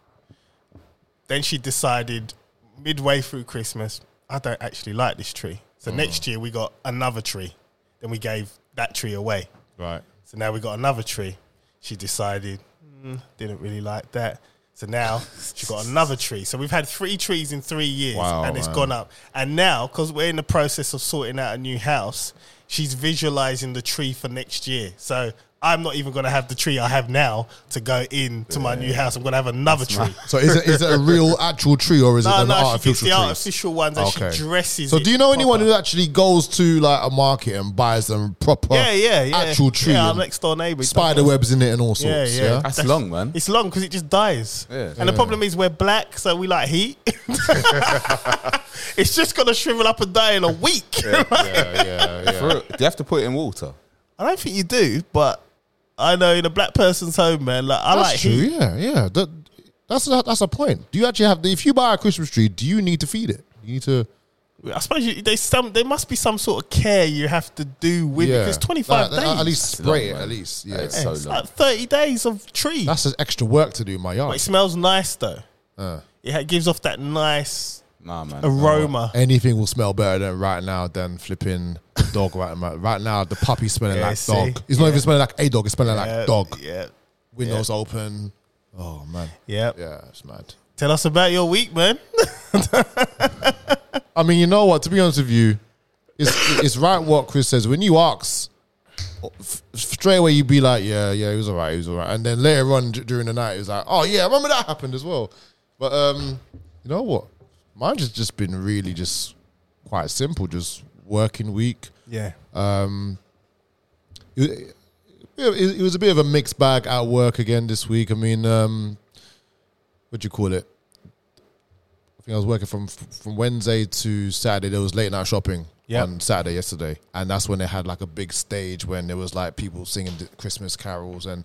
[SPEAKER 2] Then she decided midway through Christmas, I don't actually like this tree. So next year we got another tree. Then we gave that tree away.
[SPEAKER 4] Right.
[SPEAKER 2] So now we got another tree. She decided mm, didn't really like that. So now she got another tree. So we've had three trees in three years,
[SPEAKER 4] Wow,
[SPEAKER 2] and it's
[SPEAKER 4] man.
[SPEAKER 2] gone up. And now, because we're in the process of sorting out a new house, she's visualizing the tree for next year. So I'm not even going to have the tree I have now to go into my new house. I'm going to have another tree.
[SPEAKER 4] So is it, is it a real actual tree or is it
[SPEAKER 2] No,
[SPEAKER 4] an
[SPEAKER 2] no, she gets
[SPEAKER 4] artificial
[SPEAKER 2] the
[SPEAKER 4] tree?
[SPEAKER 2] artificial ones, and
[SPEAKER 4] Okay.
[SPEAKER 2] she dresses.
[SPEAKER 4] So
[SPEAKER 2] it
[SPEAKER 4] do you know anyone
[SPEAKER 2] proper.
[SPEAKER 4] who actually goes to like a market and buys them proper
[SPEAKER 2] Yeah, yeah, yeah.
[SPEAKER 4] actual tree?
[SPEAKER 2] Yeah, our
[SPEAKER 4] and
[SPEAKER 2] next door neighbor.
[SPEAKER 4] spider webs in it and all
[SPEAKER 2] Yeah,
[SPEAKER 4] sorts. Yeah.
[SPEAKER 2] yeah.
[SPEAKER 1] That's long, man.
[SPEAKER 2] It's long because it just dies.
[SPEAKER 1] Yeah.
[SPEAKER 2] And the problem is we're black, so we like heat. it's just gonna shrivel up and die in a week.
[SPEAKER 4] yeah, yeah, yeah.
[SPEAKER 1] For real, do you have to put it in water?
[SPEAKER 2] I don't think you do, but I know in a black person's home, man. Like I
[SPEAKER 4] That's
[SPEAKER 2] like
[SPEAKER 4] true.
[SPEAKER 2] heat.
[SPEAKER 4] Yeah, yeah. That, that's a, that's a point. Do you actually have the, if you buy a Christmas tree, do you need to feed it? You need to.
[SPEAKER 2] I suppose you, there's some. There must be some sort of care you have to do with
[SPEAKER 4] yeah.
[SPEAKER 2] it. It's 25
[SPEAKER 4] Like,
[SPEAKER 2] days.
[SPEAKER 4] At least spray
[SPEAKER 1] long,
[SPEAKER 4] it. At
[SPEAKER 1] man.
[SPEAKER 4] least.
[SPEAKER 1] Yeah,
[SPEAKER 4] Yeah.
[SPEAKER 1] it's so
[SPEAKER 2] it's
[SPEAKER 1] long.
[SPEAKER 2] like 30 days of tree.
[SPEAKER 4] That's just extra work to do in my
[SPEAKER 2] but it
[SPEAKER 4] yard.
[SPEAKER 2] smells nice though.
[SPEAKER 4] Uh.
[SPEAKER 2] It ha- gives off that nice
[SPEAKER 1] Nah, man.
[SPEAKER 2] aroma.
[SPEAKER 4] Anything will smell better than right now than flipping the dog right now. Right now, the puppy smelling
[SPEAKER 2] Yeah,
[SPEAKER 4] like
[SPEAKER 2] see?
[SPEAKER 4] dog. He's not even smelling like a dog. It's smelling
[SPEAKER 2] Yeah,
[SPEAKER 4] like dog.
[SPEAKER 2] Yeah.
[SPEAKER 4] Windows open. Oh man.
[SPEAKER 2] Yeah.
[SPEAKER 4] Yeah, it's mad.
[SPEAKER 2] Tell us about your week, man.
[SPEAKER 4] I mean, you know what? To be honest with you, it's it's right what Chris says. When you ask f- straight away, you'd be like, "Yeah, yeah, it was all right, it was all right." And then later on d- during the night, it was like, "Oh yeah, I remember that happened as well." But um, you know what? Mine has just been really just quite simple, just working week.
[SPEAKER 2] Yeah.
[SPEAKER 4] It, it, it was a bit of a mixed bag at work again this week. I mean, um, what do you call it? I think I was working from from Wednesday to Saturday. There was late night shopping
[SPEAKER 2] Yep.
[SPEAKER 4] on Saturday yesterday, and that's when they had like a big stage when there was like people singing the Christmas carols and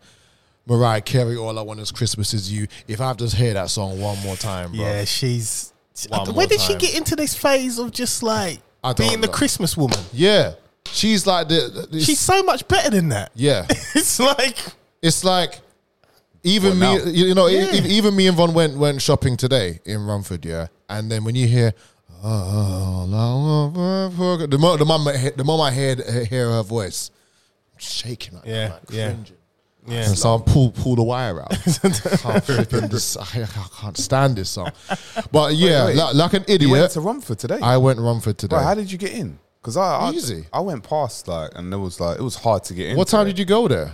[SPEAKER 4] Mariah Carey. All I want is Christmas is you. If I have to hear that song one more time, bro.
[SPEAKER 2] Yeah, she's.
[SPEAKER 4] One more
[SPEAKER 2] Where did she
[SPEAKER 4] time.
[SPEAKER 2] get into this phase of just like
[SPEAKER 4] I don't
[SPEAKER 2] being the
[SPEAKER 4] know.
[SPEAKER 2] Christmas woman?
[SPEAKER 4] yeah, she's like the, the-
[SPEAKER 2] She's so much better than that.
[SPEAKER 4] yeah.
[SPEAKER 2] It's like
[SPEAKER 4] It's like even
[SPEAKER 1] Well, now.
[SPEAKER 4] me, you know, e-
[SPEAKER 2] Yeah.
[SPEAKER 4] e- even me and Von went went shopping today in Rumford, yeah. And then when you hear, oh, the moment the moment I hear- the moment I hear hear her voice, I'm shaking like
[SPEAKER 2] Yeah,
[SPEAKER 4] that, like
[SPEAKER 2] yeah.
[SPEAKER 4] cringing.
[SPEAKER 2] yeah,
[SPEAKER 4] And so I pull pull the wire out. I can't, flipping this- I, I can't stand this song. But yeah,
[SPEAKER 1] wait.
[SPEAKER 4] Like, like an
[SPEAKER 1] You went
[SPEAKER 4] idiot,
[SPEAKER 1] to Romford today.
[SPEAKER 4] I went Rumford today.
[SPEAKER 1] Bro, how did you get in? Because I, I
[SPEAKER 4] Easy.
[SPEAKER 1] I went past like, and it was like it was hard to get in.
[SPEAKER 4] what time did you go there?
[SPEAKER 1] you?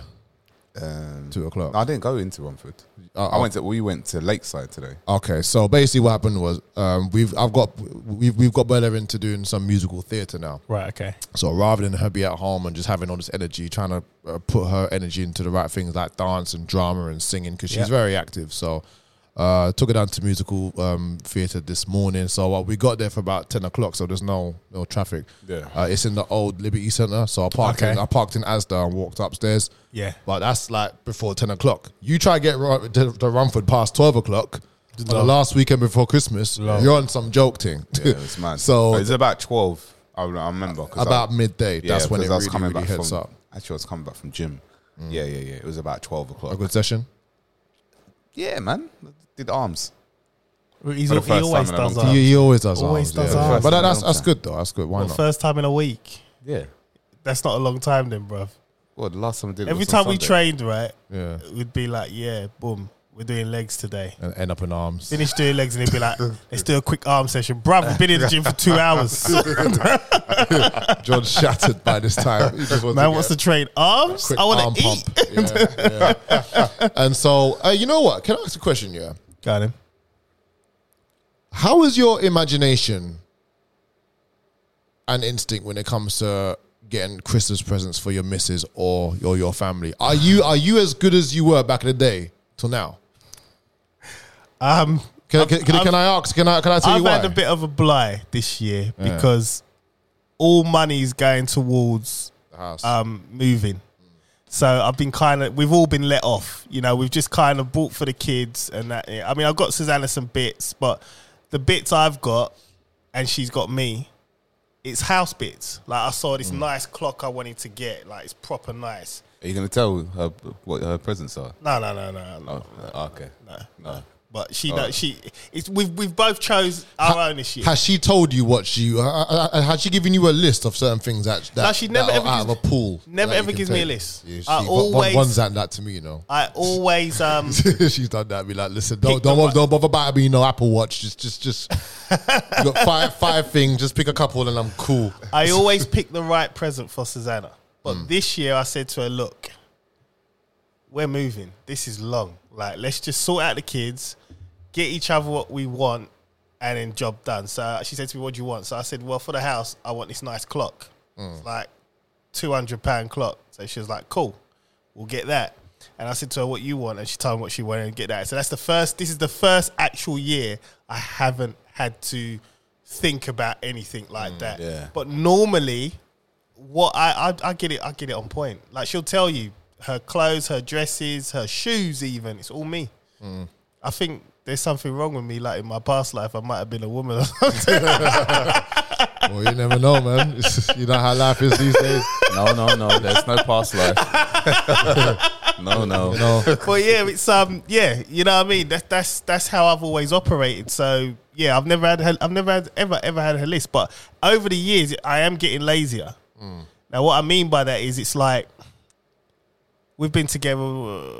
[SPEAKER 1] Um,
[SPEAKER 4] Two o'clock.
[SPEAKER 1] no, I didn't go into Romford.
[SPEAKER 4] Oh,
[SPEAKER 1] I went to. We went to Lakeside today.
[SPEAKER 4] Okay, so basically what happened was um, we've I've got we've we've got Bella into doing some musical theatre now.
[SPEAKER 2] right. Okay,
[SPEAKER 4] So rather than her be at home and just having all this energy, trying to uh, put her energy into the right things like dance and drama and singing because she's
[SPEAKER 2] Yeah.
[SPEAKER 4] very active. So uh, took her down to musical um, theatre this morning. So uh, we got there for about ten o'clock. So there's no no traffic.
[SPEAKER 1] Yeah.
[SPEAKER 4] uh, it's in the old Liberty Centre. So I parked
[SPEAKER 2] Okay.
[SPEAKER 4] in, I parked in Asda and walked upstairs.
[SPEAKER 2] Yeah.
[SPEAKER 4] but that's like before ten o'clock. You try to get Ru- to, to Rumford past twelve o'clock. on The last weekend before Christmas, you're on some joke thing.
[SPEAKER 1] Yeah, it's mad.
[SPEAKER 4] So
[SPEAKER 1] it was about twelve. I, I remember 'cause I-
[SPEAKER 4] about midday, that's when it
[SPEAKER 1] 'cause
[SPEAKER 4] really, really
[SPEAKER 1] back
[SPEAKER 4] heads
[SPEAKER 1] from,
[SPEAKER 4] up.
[SPEAKER 1] Actually, I was coming back from gym. Yeah, yeah, yeah. It was about twelve o'clock.
[SPEAKER 4] A good session.
[SPEAKER 1] Yeah, man. Did arms.
[SPEAKER 2] he's,
[SPEAKER 1] For the
[SPEAKER 2] he
[SPEAKER 1] first
[SPEAKER 2] always
[SPEAKER 1] time in a
[SPEAKER 2] does
[SPEAKER 1] long
[SPEAKER 2] that.
[SPEAKER 1] time.
[SPEAKER 4] He, he always does
[SPEAKER 2] Always
[SPEAKER 4] arms,
[SPEAKER 2] does
[SPEAKER 4] yeah.
[SPEAKER 2] arms.
[SPEAKER 4] But that, that's
[SPEAKER 1] First
[SPEAKER 4] that's
[SPEAKER 1] time.
[SPEAKER 4] good though. That's good. Why
[SPEAKER 2] Well,
[SPEAKER 4] not?
[SPEAKER 2] First time in a week.
[SPEAKER 1] Yeah.
[SPEAKER 2] That's not a long time, then, bruv.
[SPEAKER 1] Well, the last time I did it
[SPEAKER 2] Every
[SPEAKER 1] was on
[SPEAKER 2] time we
[SPEAKER 1] Sunday.
[SPEAKER 2] trained, right,
[SPEAKER 4] Yeah,
[SPEAKER 2] we'd be like, yeah, boom, we're doing legs today.
[SPEAKER 4] and end up in arms.
[SPEAKER 2] Finish doing legs, and he'd be like, let's do a quick arm session, bruv. We've been in the gym for two hours.
[SPEAKER 4] John shattered by this time. He just wants
[SPEAKER 2] Man
[SPEAKER 4] to
[SPEAKER 2] wants
[SPEAKER 4] get
[SPEAKER 2] to train arms.
[SPEAKER 4] quick
[SPEAKER 2] I
[SPEAKER 4] arm
[SPEAKER 2] want to eat.
[SPEAKER 4] pump. Yeah, yeah. and so uh, you know what? Can I ask a question? Yeah.
[SPEAKER 2] Got him.
[SPEAKER 4] How is your imagination and instinct when it comes to getting Christmas presents for your missus or your your family? Are you are you as good as you were back in the day till now?
[SPEAKER 2] Um,
[SPEAKER 4] Can, can, can,
[SPEAKER 2] I've-
[SPEAKER 4] can I ask? Can I can I tell
[SPEAKER 2] I've
[SPEAKER 4] you why?
[SPEAKER 2] had a bit of a blight this year because all money is going towards
[SPEAKER 4] The house.
[SPEAKER 2] um, moving. So I've been kind of, we've all been let off. You know, we've just kind of bought for the kids and that. yeah. I mean, I've got Susanna some bits, but the bits I've got and she's got me, it's house bits. Like I saw
[SPEAKER 4] Mm.
[SPEAKER 2] this nice clock I wanted to get, like it's proper nice.
[SPEAKER 1] Are you going to tell her what her presents are?
[SPEAKER 2] No, no, no, no, no.
[SPEAKER 1] Oh, okay.
[SPEAKER 2] No.
[SPEAKER 1] No.
[SPEAKER 2] But
[SPEAKER 4] Oh.
[SPEAKER 2] she, knows she, it's we've we've both chose our own ownership.
[SPEAKER 4] Has she told you what she? uh, Uh, uh, has she given you a list of certain things that that,
[SPEAKER 2] No, she never
[SPEAKER 4] that are
[SPEAKER 2] ever
[SPEAKER 4] out
[SPEAKER 2] gives-
[SPEAKER 4] of a pool?
[SPEAKER 2] never
[SPEAKER 4] that you
[SPEAKER 2] ever
[SPEAKER 4] can
[SPEAKER 2] gives me
[SPEAKER 4] take?
[SPEAKER 2] a list.
[SPEAKER 4] Yeah, she
[SPEAKER 2] I
[SPEAKER 4] got-
[SPEAKER 2] always-
[SPEAKER 4] one's at that to me, you know.
[SPEAKER 2] I always um
[SPEAKER 4] She's done that. Be like, listen, don't
[SPEAKER 2] Pick
[SPEAKER 4] don't,
[SPEAKER 2] the
[SPEAKER 4] bother,
[SPEAKER 2] one-
[SPEAKER 4] don't bother buying me no Apple Watch. Just just just you got five five things. Just pick a couple and I'm cool.
[SPEAKER 2] I always pick the right present for Susanna. But this year I said to her, look, we're moving. This is long. Like, let's just sort out the kids, get each other what we want, and then job done. So she said to me, what do you want? So I said, well, for the house, I want this nice clock. It's like £200 clock. So she was like, cool, we'll get that. And I said to her, what you want? And she told me what she wanted and get that. So that's the first, this is the first actual year I haven't had to think about anything like that.
[SPEAKER 1] yeah.
[SPEAKER 2] But normally, what I, I I get it I get it on point. Like she'll tell you her clothes, her dresses, her shoes, even it's all me. I think there's something wrong with me. Like in my past life, I might have been a woman. or something.
[SPEAKER 4] well, you never know, man. It's just- you know how life is these days.
[SPEAKER 1] No, no, no. There's no past life. no, no.
[SPEAKER 4] You know,
[SPEAKER 2] but yeah, it's um yeah, you know what I mean. That's that's that's how I've always operated. So yeah, I've never had her, I've never had ever ever had her list. But over the years, I am getting lazier. Now what I mean by that is it's like we've been together uh,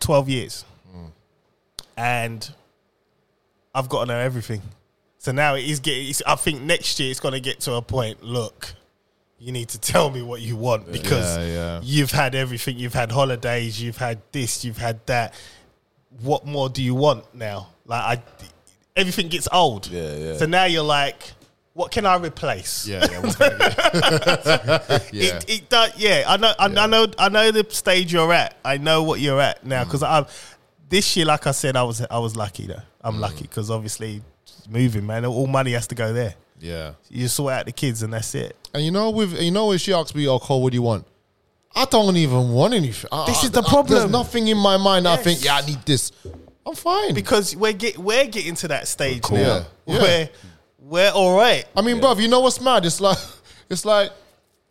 [SPEAKER 2] twelve years, and I've got to know everything. So now it is getting. It's, I think next year it's going to get to a point. Look, you need to tell me what you want because
[SPEAKER 4] Yeah, yeah.
[SPEAKER 2] you've had everything. You've had holidays. You've had this. You've had that. What more do you want now? Like I, everything gets old.
[SPEAKER 1] Yeah, yeah.
[SPEAKER 2] So now you're like, what can I replace?
[SPEAKER 4] yeah, yeah, what's gonna get- yeah.
[SPEAKER 2] It, it does. Yeah, I know. I, I know. I know the stage you're at. I know what you're at now because I'm this year. Like I said, I was I was lucky though. I'm lucky because obviously moving man, all money has to go there.
[SPEAKER 4] yeah.
[SPEAKER 2] You just sort out the kids and that's it.
[SPEAKER 4] And you know, with you know, when she asks me, "Oh, Cole, what do you want?" I don't even want anything. I-
[SPEAKER 2] This
[SPEAKER 4] I-
[SPEAKER 2] is the
[SPEAKER 4] I- there's
[SPEAKER 2] problem.
[SPEAKER 4] nothing in my mind. I
[SPEAKER 2] Yes.
[SPEAKER 4] think, yeah, I need this. I'm fine.
[SPEAKER 2] Because we're get we're getting to that stage now
[SPEAKER 4] Yeah, yeah.
[SPEAKER 2] where we're all right.
[SPEAKER 4] I mean, bruv, you know what's mad? It's like, it's like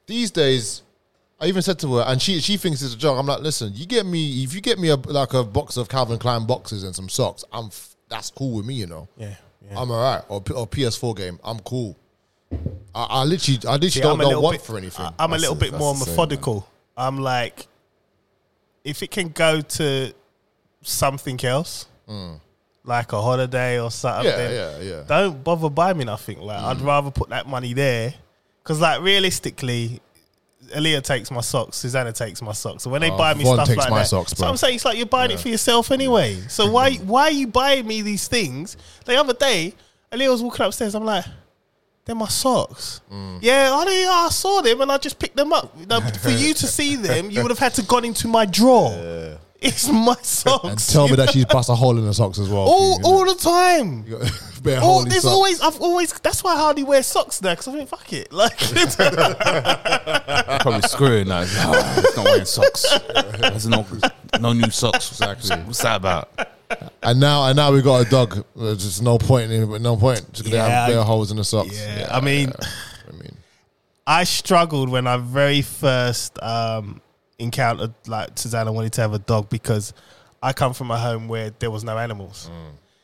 [SPEAKER 4] these days. I even said to her, and she she thinks it's a joke. I'm like, listen, you get me if you get me a like a box of Calvin Klein boxes and some socks. I'm f- that's cool with me, you know.
[SPEAKER 2] Yeah, yeah.
[SPEAKER 4] I'm alright. Or, P- or PS4 game, I'm cool. I, I literally, I literally
[SPEAKER 2] See,
[SPEAKER 4] don't,
[SPEAKER 2] I'm a
[SPEAKER 4] don't
[SPEAKER 2] little
[SPEAKER 4] want
[SPEAKER 2] bit-
[SPEAKER 4] for anything.
[SPEAKER 2] I, am a
[SPEAKER 1] That's
[SPEAKER 2] little
[SPEAKER 1] the-
[SPEAKER 2] bit
[SPEAKER 1] that's
[SPEAKER 2] more
[SPEAKER 1] the same, man.
[SPEAKER 2] methodical. I'm like, if it can go to something else, like a holiday or something,
[SPEAKER 4] Yeah,
[SPEAKER 2] then
[SPEAKER 4] yeah, yeah.
[SPEAKER 2] don't bother buying me nothing. Like, I'd
[SPEAKER 4] Mm.
[SPEAKER 2] rather put that money there because, like, realistically. Aaliyah takes my socks. Susanna takes my socks. So when they
[SPEAKER 4] Oh,
[SPEAKER 2] buy me
[SPEAKER 4] Vaughn
[SPEAKER 2] stuff
[SPEAKER 4] takes
[SPEAKER 2] like
[SPEAKER 4] my
[SPEAKER 2] that,
[SPEAKER 4] socks,
[SPEAKER 2] so
[SPEAKER 4] bro.
[SPEAKER 2] I'm saying it's like you're buying it for yourself anyway. So why why are you buying me these things? The other day, Aaliyah was walking upstairs. I'm like, they're my socks.
[SPEAKER 4] Mm.
[SPEAKER 2] Yeah, I, didn't- I saw them and I just picked them up. Now, for you to see them, you would have had to gone into my drawer. It's my socks.
[SPEAKER 4] and tell me that she's bust a hole in the socks as well.
[SPEAKER 2] all,
[SPEAKER 4] you know.
[SPEAKER 2] all the time.
[SPEAKER 4] Bare
[SPEAKER 2] All,
[SPEAKER 4] hole in
[SPEAKER 2] there's
[SPEAKER 4] socks.
[SPEAKER 2] always I've always that's why I hardly wear socks now because I think fuck it like I
[SPEAKER 1] Probably screwing now. Oh, it's not wearing socks. There's no, no new socks. Exactly. What's that about?
[SPEAKER 4] And now, and now we got a dog. There's just no point in it. No point. Just gonna have
[SPEAKER 2] Yeah.
[SPEAKER 4] bare holes in the socks.
[SPEAKER 2] Yeah, I mean-
[SPEAKER 4] I mean,
[SPEAKER 2] I struggled when I very first um, encountered like Susanna wanted to have a dog because I come from a home where there was no animals,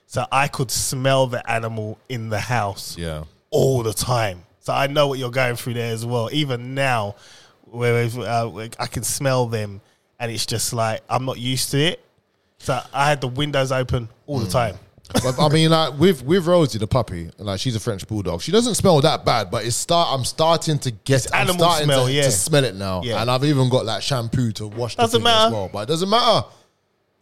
[SPEAKER 2] so I could smell the animal in the house.
[SPEAKER 4] yeah.
[SPEAKER 2] all the time. So I know what you're going through there as well. Even now, where uh, where I can smell them, and it's just like I'm not used to it. So I had the windows open all the time.
[SPEAKER 4] But, I mean, like with with Rosie the puppy, like she's a French bulldog. She doesn't smell that bad, but it's start. I'm starting to get. I'm
[SPEAKER 2] animal
[SPEAKER 4] starting
[SPEAKER 2] smell,
[SPEAKER 4] to,
[SPEAKER 2] yeah.
[SPEAKER 4] to smell it now,
[SPEAKER 2] Yeah.
[SPEAKER 4] and I've even got like shampoo to wash. The
[SPEAKER 2] Doesn't
[SPEAKER 4] thing
[SPEAKER 2] matter.
[SPEAKER 4] as well, but it doesn't matter.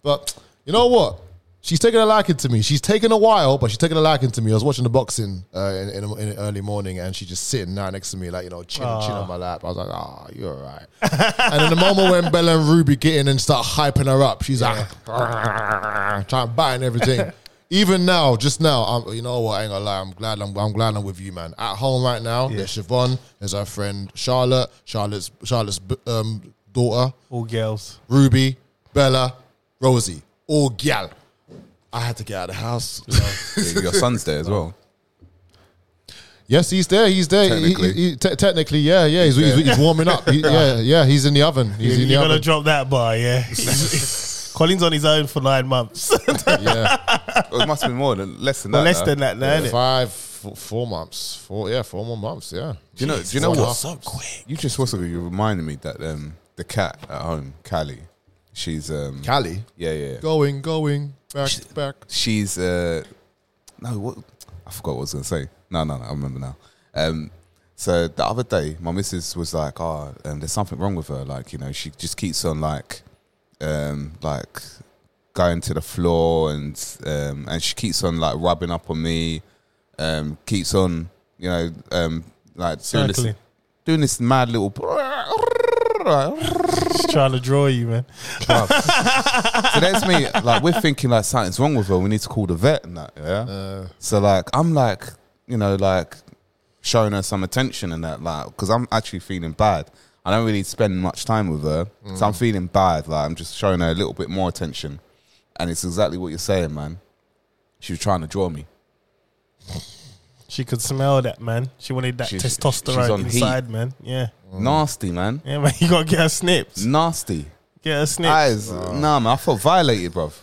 [SPEAKER 4] But you know what? She's taken a liking to me. She's taken a while, but she's taken a liking to me. I was watching the boxing uh, in, in, in the early morning, and she just sitting now next to me, like you know, chin chin on my lap. I was like, "Ah, you're all right." and then the moment when Bella and Ruby get in and start hyping her up, she's like, trying to bite and everything. Even now, just now, I'm, you know what? I ain't gonna lie. I'm glad. I'm, I'm glad I'm with you, man. At home right now, there's Siobhan, there's our friend Charlotte, Charlotte's Charlotte's um, daughter.
[SPEAKER 2] All girls.
[SPEAKER 4] Ruby, Bella, Rosie, all gal. I had to get out of the house.
[SPEAKER 1] Your son's there as well.
[SPEAKER 4] yes, he's there. He's there. He-
[SPEAKER 1] Technically.
[SPEAKER 4] he- he- te- technically, yeah, yeah. He's, he's, he's warming up. He- yeah, yeah. He's in the oven. He's in the
[SPEAKER 2] You're gonna
[SPEAKER 4] oven.
[SPEAKER 2] drop that bar, yeah. Colin's on his own for nine months.
[SPEAKER 4] yeah,
[SPEAKER 1] Well, it must be more than less than that.
[SPEAKER 2] Less
[SPEAKER 1] though.
[SPEAKER 2] than that now, innit?
[SPEAKER 4] five, four, four months. Four, yeah, four more months. Yeah.
[SPEAKER 1] Do you know? Do you know
[SPEAKER 4] Four and a
[SPEAKER 1] what?
[SPEAKER 4] half months.
[SPEAKER 1] You just also you reminded me that um, the cat at home, Callie, she's um,
[SPEAKER 4] Cali
[SPEAKER 1] yeah, yeah, yeah.
[SPEAKER 4] going, going back, back.
[SPEAKER 1] she's uh, no, what I forgot what I was gonna say. No, no, no, I remember now. Um, so the other day, my missus was like, "Oh, um, there's something wrong with her. Like, you know, she just keeps on like, um, like going to the floor and um, and she keeps on like rubbing up on me, um, keeps on, you know, um, like doing this,
[SPEAKER 2] Circling.
[SPEAKER 1] doing this mad little."
[SPEAKER 2] She's trying to draw you, man.
[SPEAKER 1] So that's me. Like we're thinking like something's wrong with her. We need to call the vet and that. Yeah. so like I'm like you know like showing her some attention and that like because I'm actually feeling bad. I don't really spend much time with her, so I'm feeling bad. Like I'm just showing her a little bit more attention, and it's exactly what you're saying, man. She was trying to draw me.
[SPEAKER 2] She could smell that, man. She wanted that
[SPEAKER 1] She's- she's
[SPEAKER 2] testosterone
[SPEAKER 1] on
[SPEAKER 2] inside, man. Yeah.
[SPEAKER 1] Nasty, man.
[SPEAKER 2] Yeah, man, you gotta get her snips.
[SPEAKER 1] Nasty.
[SPEAKER 2] Get her snips.
[SPEAKER 1] Guys, nah, man. I felt violated, bruv.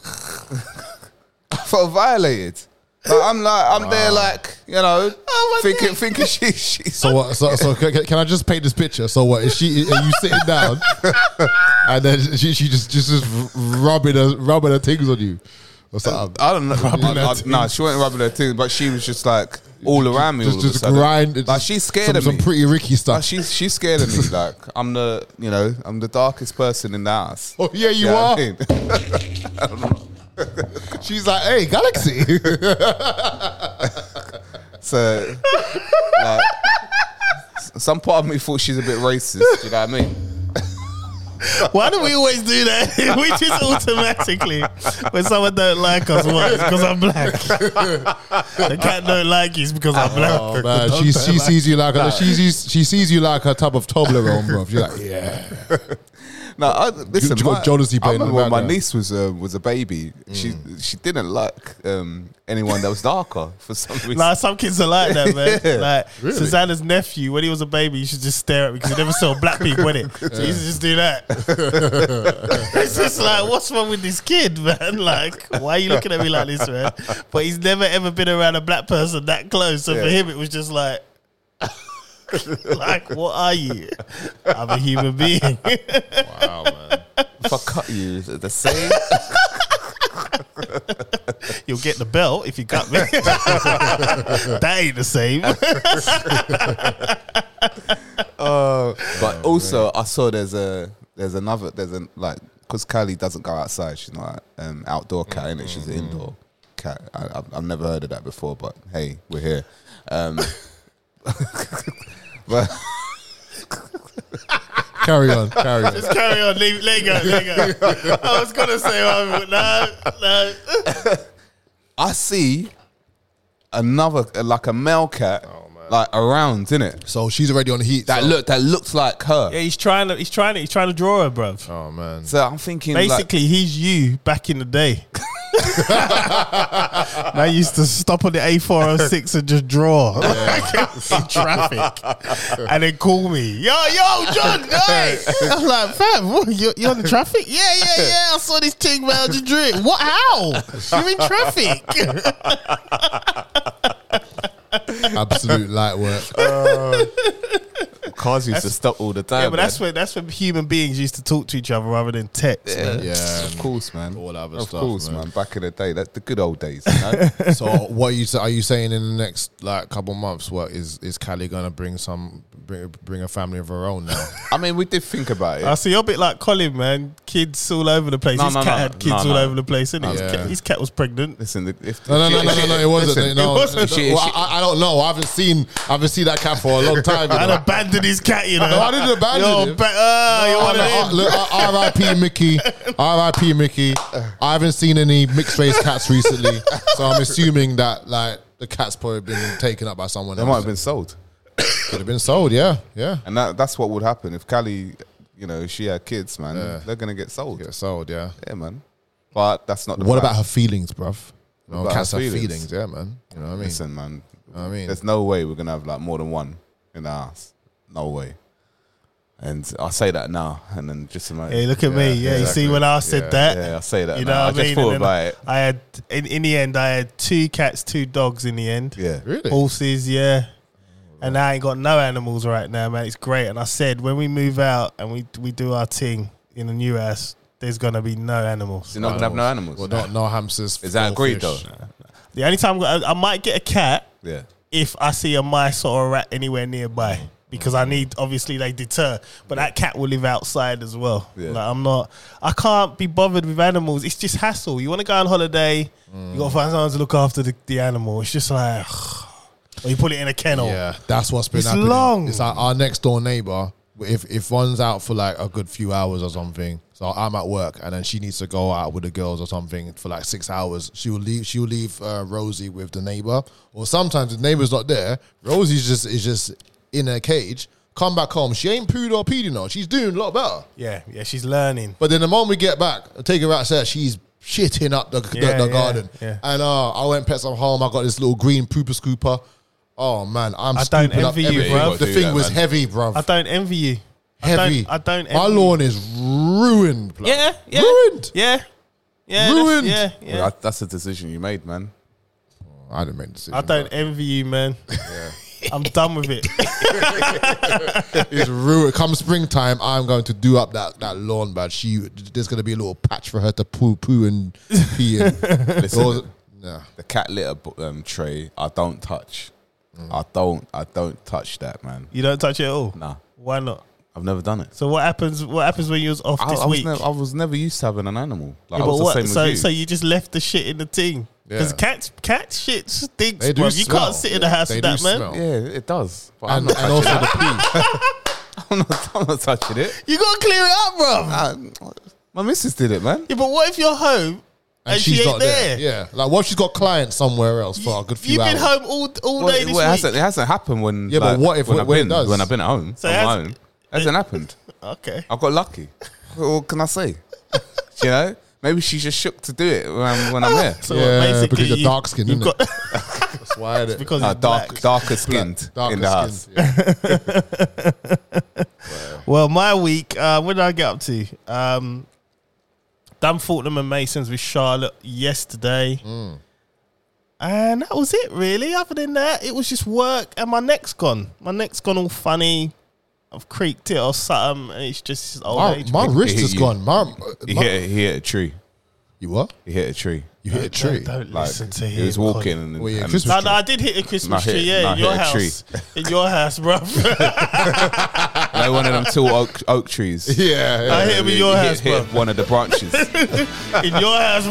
[SPEAKER 1] I felt violated. Like, I'm like, I'm there, like you know, thinking, thinking she, she's
[SPEAKER 4] Oh So what? So, so can, can I just paint this picture? So what? Is she? Are you sitting down? and then she, she just just just rubbing her rubbing her things on you, or something.
[SPEAKER 1] I don't know. I-
[SPEAKER 4] her
[SPEAKER 1] I-
[SPEAKER 4] teeth.
[SPEAKER 1] Nah, she wasn't rubbing her teeth, but she was just like all around me.
[SPEAKER 4] just,
[SPEAKER 1] all of a
[SPEAKER 4] just
[SPEAKER 1] sudden.
[SPEAKER 4] grind. it
[SPEAKER 1] Like
[SPEAKER 4] just-
[SPEAKER 1] she's scared
[SPEAKER 4] some,
[SPEAKER 1] of
[SPEAKER 4] some
[SPEAKER 1] me.
[SPEAKER 4] pretty Ricky
[SPEAKER 1] like,
[SPEAKER 4] stuff.
[SPEAKER 1] she's she's scared of me. Like I'm the you know I'm the darkest person in the house.
[SPEAKER 4] oh yeah, you
[SPEAKER 1] Yeah,
[SPEAKER 4] are.
[SPEAKER 1] I mean,
[SPEAKER 4] She's like, hey, Galaxy.
[SPEAKER 1] so like, s- some part of me thought she's a bit racist. You know what I mean?
[SPEAKER 2] Why do we always do that? we just automatically when someone don't like us, what? It's because I'm black. the cat don't like you, it's because I'm black.
[SPEAKER 4] oh man, she she sees you like her, she sees she sees you like her tub of Toblerone, bro. You're like, yeah.
[SPEAKER 1] No, I, listen.
[SPEAKER 4] you got
[SPEAKER 1] my-
[SPEAKER 4] jealousy
[SPEAKER 1] I
[SPEAKER 4] playing in the
[SPEAKER 1] remember when my
[SPEAKER 4] background. Mm.
[SPEAKER 1] niece was uh, was a baby. She she didn't like um, anyone that was darker for some reason.
[SPEAKER 2] Nah, some kids are like that, man.
[SPEAKER 1] Yeah.
[SPEAKER 2] Like Susanna's nephew, when he was a baby, you should just stare at me because he never saw black people in it. So he used to just do that. it's just like, what's wrong with this kid, man? Like, why are you looking at me like this, man? But he's never ever been around a black person that close. So for
[SPEAKER 1] Yeah.
[SPEAKER 2] him, it was just like. like, what are you? I'm a human being.
[SPEAKER 4] Wow, man.
[SPEAKER 1] if I cut you, is it the same?
[SPEAKER 2] You'll get the belt if you cut me. that ain't the same.
[SPEAKER 1] But
[SPEAKER 4] Oh,
[SPEAKER 1] also, I saw there's a there's another there's a like because Kylie doesn't go outside. She's not um, outdoor cat, innit? She's an
[SPEAKER 4] Mm.
[SPEAKER 1] indoor cat. I, I've, I've never heard of that before, but hey, we're here. Um, but
[SPEAKER 4] Carry on, carry on.
[SPEAKER 2] Just carry on. Leave, let it go. Let it go. I was gonna say one, but no, no.
[SPEAKER 1] I see another like a male cat like around, innit?
[SPEAKER 4] So she's already on heat.
[SPEAKER 1] That
[SPEAKER 4] Oh, so-
[SPEAKER 1] look that looks like her.
[SPEAKER 2] Yeah, he's trying to. He's trying to. He's trying to draw her, bruv.
[SPEAKER 4] Oh man.
[SPEAKER 1] So I'm thinking like,
[SPEAKER 2] Basically, he's you back in the day. I used to stop on the A406 and just draw in traffic, and then call me, yo, yo, John, guys. I'm like, fam, what, you, you on the traffic? Yeah, yeah, yeah. I saw this thing, man. I just drew it. What? How? You in traffic?
[SPEAKER 4] Absolute light work.
[SPEAKER 1] cars used to stop all the time.
[SPEAKER 2] Yeah, but that's
[SPEAKER 1] man.
[SPEAKER 2] when that's when human beings used to talk to each other rather than text. man.
[SPEAKER 4] Yeah.
[SPEAKER 1] Of course, man.
[SPEAKER 4] All other
[SPEAKER 1] of
[SPEAKER 4] stuff,
[SPEAKER 1] course,
[SPEAKER 4] man.
[SPEAKER 1] man. Back in the day, that's the good old days. You know?
[SPEAKER 4] So what are you are you saying in the next like couple months? What is is Callie gonna bring some bring bring a family of her own now?
[SPEAKER 1] I mean, we did think about it.
[SPEAKER 2] I see you're a bit like Colin, man. kids all over the place.
[SPEAKER 1] No,
[SPEAKER 2] his
[SPEAKER 1] no,
[SPEAKER 2] cat
[SPEAKER 1] no,
[SPEAKER 2] had
[SPEAKER 1] no,
[SPEAKER 2] kids
[SPEAKER 1] no.
[SPEAKER 2] all over the place, didn't
[SPEAKER 4] Yeah.
[SPEAKER 2] his, cat, his cat was pregnant.
[SPEAKER 1] Listen, if
[SPEAKER 4] No, no, no, no, no, no, it wasn't.
[SPEAKER 1] Listen,
[SPEAKER 4] no,
[SPEAKER 2] it wasn't.
[SPEAKER 4] no,
[SPEAKER 1] She-
[SPEAKER 4] well,
[SPEAKER 1] she-
[SPEAKER 4] I, I don't know. I haven't seen. I haven't seen that cat for a long time. you
[SPEAKER 2] I'd
[SPEAKER 4] know.
[SPEAKER 2] abandoned his cat, you know.
[SPEAKER 4] No, I didn't abandon
[SPEAKER 2] Yo,
[SPEAKER 4] him.
[SPEAKER 2] Ba- ah, you're one of them.
[SPEAKER 4] Uh, look, uh, R.I.P. Mickey. R.I.P. Mickey. I haven't seen any mixed race cats recently, so I'm assuming that like the cat's probably been taken up by someone
[SPEAKER 1] they
[SPEAKER 4] else.
[SPEAKER 1] might have been sold,
[SPEAKER 4] Could have been sold. Yeah, yeah.
[SPEAKER 1] and that, that's what would happen if Callie, you know, she had kids, man. They're gonna get sold.
[SPEAKER 4] Get sold. Yeah.
[SPEAKER 1] Yeah, man. But that's not. The
[SPEAKER 4] What
[SPEAKER 1] fact.
[SPEAKER 4] about her feelings, bruv? You know,
[SPEAKER 1] about
[SPEAKER 4] cats
[SPEAKER 1] her
[SPEAKER 4] have
[SPEAKER 1] feelings?
[SPEAKER 4] feelings. Yeah, man. You know what I mean?
[SPEAKER 1] Listen, man.
[SPEAKER 4] know what I mean?
[SPEAKER 1] There's no way we're gonna have like more than one in our house. No way. And I say that now, and then just imagine.
[SPEAKER 2] Hey, look at me. Yeah, you see when I said
[SPEAKER 4] Yeah,
[SPEAKER 2] that.
[SPEAKER 1] Yeah, I say that.
[SPEAKER 2] You know
[SPEAKER 1] now. I
[SPEAKER 2] what I
[SPEAKER 1] just
[SPEAKER 2] mean?
[SPEAKER 1] thought
[SPEAKER 2] And
[SPEAKER 1] about
[SPEAKER 2] then
[SPEAKER 1] it.
[SPEAKER 2] I had in, in the end I had two cats, two dogs in the end.
[SPEAKER 1] Yeah,
[SPEAKER 4] Really?
[SPEAKER 2] Horses, yeah. And I ain't got no animals right now, man. It's great. And I said when we move out and we we do our thing in the new house, there's gonna be no animals.
[SPEAKER 1] You're not gonna have no animals.
[SPEAKER 4] Well, not no hamsters.
[SPEAKER 1] Is that
[SPEAKER 4] or
[SPEAKER 1] agreed
[SPEAKER 4] fish.
[SPEAKER 1] though?
[SPEAKER 2] The only time I, I might get a cat
[SPEAKER 1] Yeah.
[SPEAKER 2] if I see a mice or a rat anywhere nearby. Because I need, obviously, they deter, but that cat will live outside as well.
[SPEAKER 1] Yeah.
[SPEAKER 2] Like I'm not, I can't be bothered with animals. It's just hassle. You want to go on holiday, you got to find someone to look after the, the animal. It's just like, or you put it in a kennel.
[SPEAKER 4] Yeah, that's what's been
[SPEAKER 2] It's
[SPEAKER 4] happening.
[SPEAKER 2] long.
[SPEAKER 4] It's like our next door neighbor. If if one's out for like a good few hours or something, so I'm at work and then she needs to go out with the girls or something for like six hours. She will leave. She will leave uh, Rosie with the neighbor, or sometimes the neighbor's not there. Rosie's just is just in her cage. Come back home. She ain't pooed or peed, you know. She's doing a lot better.
[SPEAKER 2] yeah, yeah. She's learning.
[SPEAKER 4] But then the moment we get back, I take her outside, she's shitting up the, the,
[SPEAKER 2] Yeah,
[SPEAKER 4] the
[SPEAKER 2] yeah,
[SPEAKER 4] garden.
[SPEAKER 2] yeah.
[SPEAKER 4] And uh, I went pet some home. I got this little green pooper scooper. Oh man, I'm
[SPEAKER 2] I don't
[SPEAKER 4] scooping up
[SPEAKER 2] envy you, bruv.
[SPEAKER 4] everything.
[SPEAKER 1] You
[SPEAKER 4] The
[SPEAKER 1] gotta do
[SPEAKER 4] thing
[SPEAKER 1] that,
[SPEAKER 4] was
[SPEAKER 1] man.
[SPEAKER 4] heavy, bruv.
[SPEAKER 2] I don't envy you.
[SPEAKER 4] heavy.
[SPEAKER 2] I don't. I don't
[SPEAKER 4] My
[SPEAKER 2] envy
[SPEAKER 4] lawn is ruined. Bruv.
[SPEAKER 2] You. Yeah, yeah,
[SPEAKER 4] ruined.
[SPEAKER 2] Yeah, yeah, that's-
[SPEAKER 4] Ruined.
[SPEAKER 2] Yeah, yeah.
[SPEAKER 1] Well, that- that's a decision you made, man.
[SPEAKER 4] I didn't make the decision.
[SPEAKER 2] I don't envy you, man. I'm done with it.
[SPEAKER 4] It's ruined. Come springtime, I'm going to do up that, that lawn, but she there's going to be a little patch for her to poo poo and pee. And
[SPEAKER 1] Listen,
[SPEAKER 4] nah.
[SPEAKER 1] the cat litter bo- um, tray, I don't touch.
[SPEAKER 2] Mm.
[SPEAKER 1] I don't. I don't touch that, man.
[SPEAKER 2] You don't touch it at all.
[SPEAKER 1] Nah,
[SPEAKER 2] Why not?
[SPEAKER 1] I've never done it.
[SPEAKER 2] So what happens? What happens when you was off
[SPEAKER 1] I,
[SPEAKER 2] this
[SPEAKER 1] I was
[SPEAKER 2] week?
[SPEAKER 1] never, I was never used to having an animal. Like,
[SPEAKER 2] Yeah,
[SPEAKER 1] I was
[SPEAKER 2] but
[SPEAKER 1] the
[SPEAKER 2] what-
[SPEAKER 1] same
[SPEAKER 2] so
[SPEAKER 1] as you.
[SPEAKER 2] so you just left the shit in the thing because
[SPEAKER 4] Yeah.
[SPEAKER 2] cat cat shit stinks.
[SPEAKER 4] They do
[SPEAKER 2] bruv. You
[SPEAKER 4] smell.
[SPEAKER 2] can't sit in the house
[SPEAKER 4] They
[SPEAKER 2] with
[SPEAKER 4] do
[SPEAKER 2] that man.
[SPEAKER 4] smell.
[SPEAKER 1] yeah, it does. But I'm,
[SPEAKER 4] And,
[SPEAKER 1] not,
[SPEAKER 4] and also the poo.
[SPEAKER 1] I'm, not, I'm not touching it.
[SPEAKER 2] You gotta clear it up, bro.
[SPEAKER 1] I, my missus did it, man.
[SPEAKER 2] Yeah, but what if you're home and, she ain't there?
[SPEAKER 4] Yeah, like what if she's got clients somewhere else for a good few
[SPEAKER 2] You've
[SPEAKER 4] hours?
[SPEAKER 2] been home all all
[SPEAKER 1] Well,
[SPEAKER 2] day
[SPEAKER 1] it,
[SPEAKER 2] this
[SPEAKER 1] well, it
[SPEAKER 2] week.
[SPEAKER 1] hasn't, it hasn't happened when.
[SPEAKER 4] Yeah, but
[SPEAKER 1] like,
[SPEAKER 4] what if-
[SPEAKER 1] when
[SPEAKER 4] what-
[SPEAKER 1] I've
[SPEAKER 4] when it
[SPEAKER 1] been
[SPEAKER 4] does?
[SPEAKER 1] when I've been at home?
[SPEAKER 2] So
[SPEAKER 1] on my
[SPEAKER 2] that's-
[SPEAKER 1] own. Hasn't happened.
[SPEAKER 2] Okay.
[SPEAKER 1] I got lucky. what can I say? Do you know, maybe she's just shook to do it when I'm, when I'm there.
[SPEAKER 2] So
[SPEAKER 4] Yeah,
[SPEAKER 2] basically
[SPEAKER 4] because you're
[SPEAKER 2] you-
[SPEAKER 4] dark skinned,
[SPEAKER 2] you've
[SPEAKER 4] innit?
[SPEAKER 2] got
[SPEAKER 4] That's why it
[SPEAKER 2] because
[SPEAKER 1] Uh,
[SPEAKER 2] it's
[SPEAKER 1] dark,
[SPEAKER 2] black.
[SPEAKER 1] darker skinned in the house.
[SPEAKER 2] Well, my week, uh, what did I get up to? Um, done Fortnum and Masons with Charlotte yesterday.
[SPEAKER 1] Hmm.
[SPEAKER 2] And that was it, really. Other than that, it was just work and my neck's gone. My neck's gone all funny. I've creaked it or something, and it's just old
[SPEAKER 1] Oh,
[SPEAKER 4] My,
[SPEAKER 2] age.
[SPEAKER 4] my
[SPEAKER 1] It
[SPEAKER 4] wrist
[SPEAKER 1] hit
[SPEAKER 4] is
[SPEAKER 1] you.
[SPEAKER 4] gone. My,
[SPEAKER 1] He
[SPEAKER 4] my-
[SPEAKER 1] hit, he hit a tree.
[SPEAKER 4] you what?
[SPEAKER 1] He hit a tree.
[SPEAKER 4] You hit a tree.
[SPEAKER 2] Don't
[SPEAKER 1] Like
[SPEAKER 2] listen to
[SPEAKER 1] he
[SPEAKER 2] him.
[SPEAKER 1] was walking and,
[SPEAKER 4] Well, yeah,
[SPEAKER 1] and
[SPEAKER 4] Christmas
[SPEAKER 2] No, no, I did hit a Christmas
[SPEAKER 1] Nah, hit-
[SPEAKER 2] tree, yeah,
[SPEAKER 1] nah,
[SPEAKER 2] in your
[SPEAKER 1] hit a
[SPEAKER 2] house. In your house, bro.
[SPEAKER 1] like one of them two oak, oak trees.
[SPEAKER 4] Yeah, yeah.
[SPEAKER 2] I hit him in your
[SPEAKER 1] He
[SPEAKER 2] house, bro.
[SPEAKER 1] hit one of the branches.
[SPEAKER 2] In your house,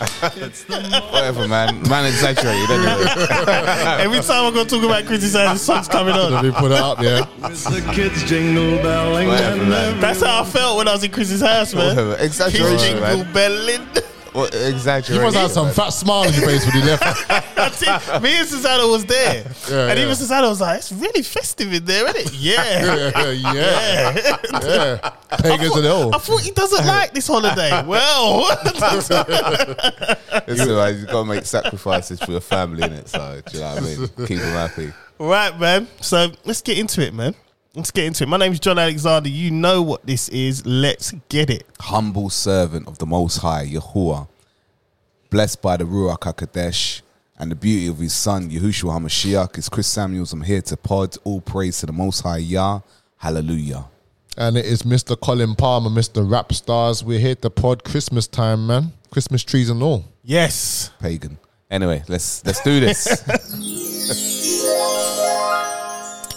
[SPEAKER 2] bro.
[SPEAKER 1] Whatever, man. Man exaggerated anyway.
[SPEAKER 2] Every time I go talk about criticizing, songs coming on.
[SPEAKER 4] Let me put it up. Yeah,
[SPEAKER 3] With the kids jingle belling
[SPEAKER 1] Whatever,
[SPEAKER 3] and
[SPEAKER 1] man.
[SPEAKER 3] every
[SPEAKER 2] That's how I felt when I was in Chris's house, man.
[SPEAKER 1] Whatever.
[SPEAKER 2] Kids
[SPEAKER 1] Exaggeration,
[SPEAKER 2] jingle
[SPEAKER 1] man.
[SPEAKER 2] belling.
[SPEAKER 1] What,
[SPEAKER 4] you
[SPEAKER 1] exaggeration.
[SPEAKER 4] must have some
[SPEAKER 1] man.
[SPEAKER 4] fat smile on your face when you left.
[SPEAKER 2] That's it. Me and Susanna was there,
[SPEAKER 4] Yeah,
[SPEAKER 2] and even
[SPEAKER 4] yeah.
[SPEAKER 2] Susanna was like, "It's really festive in there, isn't it?" Yeah.
[SPEAKER 4] yeah, yeah, yeah. Pagans and
[SPEAKER 2] I
[SPEAKER 4] all.
[SPEAKER 2] thought he doesn't like this holiday. Well,
[SPEAKER 1] It's all right. You've got to make sacrifices for your family, innit? So, do you know what I mean? Keep them happy.
[SPEAKER 2] right, man. So let's get into it, man. Let's get into it. My name's John Alexander. You know what this is. Let's get it.
[SPEAKER 1] humble servant of the Most High, Yahuwah, blessed by the Ruach HaKodesh and the beauty of his son, Yahushua HaMashiach, is Chris Samuels. I'm here to pod all praise to the Most High, Yah. Hallelujah.
[SPEAKER 4] And it is Mr. Colin Palmer, Mr. Rap Stars. We're here to pod Christmas time, man. Christmas trees and all.
[SPEAKER 2] Yes.
[SPEAKER 1] Pagan. Anyway, let's let's do this.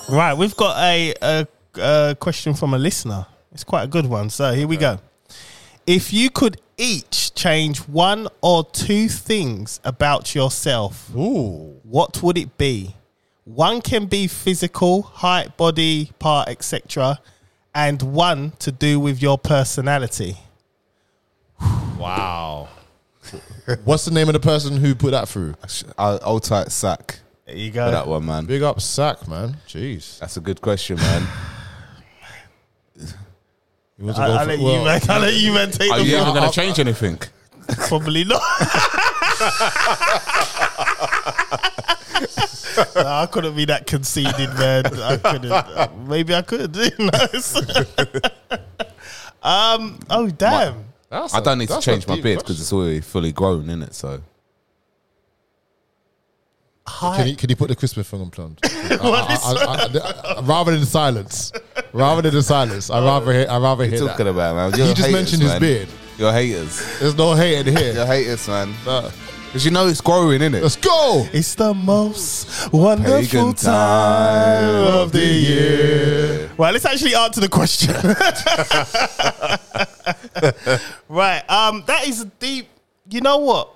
[SPEAKER 2] Right, we've got a, a uh, question from a listener. It's quite a good one. So here we go. If you could each change one or two things about yourself,
[SPEAKER 4] Ooh.
[SPEAKER 2] what would it be? One can be physical, height, body part, etc., and one to do with your personality.
[SPEAKER 4] Wow. What's the name of the person who put that through?
[SPEAKER 1] I'll, old tight sack
[SPEAKER 2] There you
[SPEAKER 1] for
[SPEAKER 2] go.
[SPEAKER 1] that one, man.
[SPEAKER 4] Big up Sack, man. Jeez.
[SPEAKER 1] That's a good question, man.
[SPEAKER 4] He wants to go
[SPEAKER 2] I, I
[SPEAKER 4] for-
[SPEAKER 2] let
[SPEAKER 4] well, uh,
[SPEAKER 2] you, man. I let you, man. Take
[SPEAKER 1] Are
[SPEAKER 2] the
[SPEAKER 1] you ever
[SPEAKER 2] yeah,
[SPEAKER 1] going to change anything?
[SPEAKER 2] probably not. No, I couldn't be that conceited, man. I couldn't. Maybe I could. you know. um. Oh damn.
[SPEAKER 4] that's
[SPEAKER 1] I
[SPEAKER 4] a-
[SPEAKER 1] don't need to
[SPEAKER 4] that's
[SPEAKER 1] change
[SPEAKER 4] a
[SPEAKER 1] my
[SPEAKER 4] deep
[SPEAKER 1] beard
[SPEAKER 4] question.
[SPEAKER 1] because it's already fully grown, isn't it? So
[SPEAKER 4] Can you, can you put the Christmas thing on plant?
[SPEAKER 2] What is-
[SPEAKER 4] rather than the silence. Rather than the silence. I rather hear, I rather hear that.
[SPEAKER 1] talking about man,
[SPEAKER 4] You just mentioned his beard.
[SPEAKER 1] You're haters.
[SPEAKER 4] There's no hate in here.
[SPEAKER 1] You're haters, man. Because you know it's growing, isn't it?
[SPEAKER 4] Let's go.
[SPEAKER 2] It's the most wonderful
[SPEAKER 1] Pagan time
[SPEAKER 2] time of the year.
[SPEAKER 1] year.
[SPEAKER 2] Right, let's actually answer the question. right, um, that is a deep. You know what?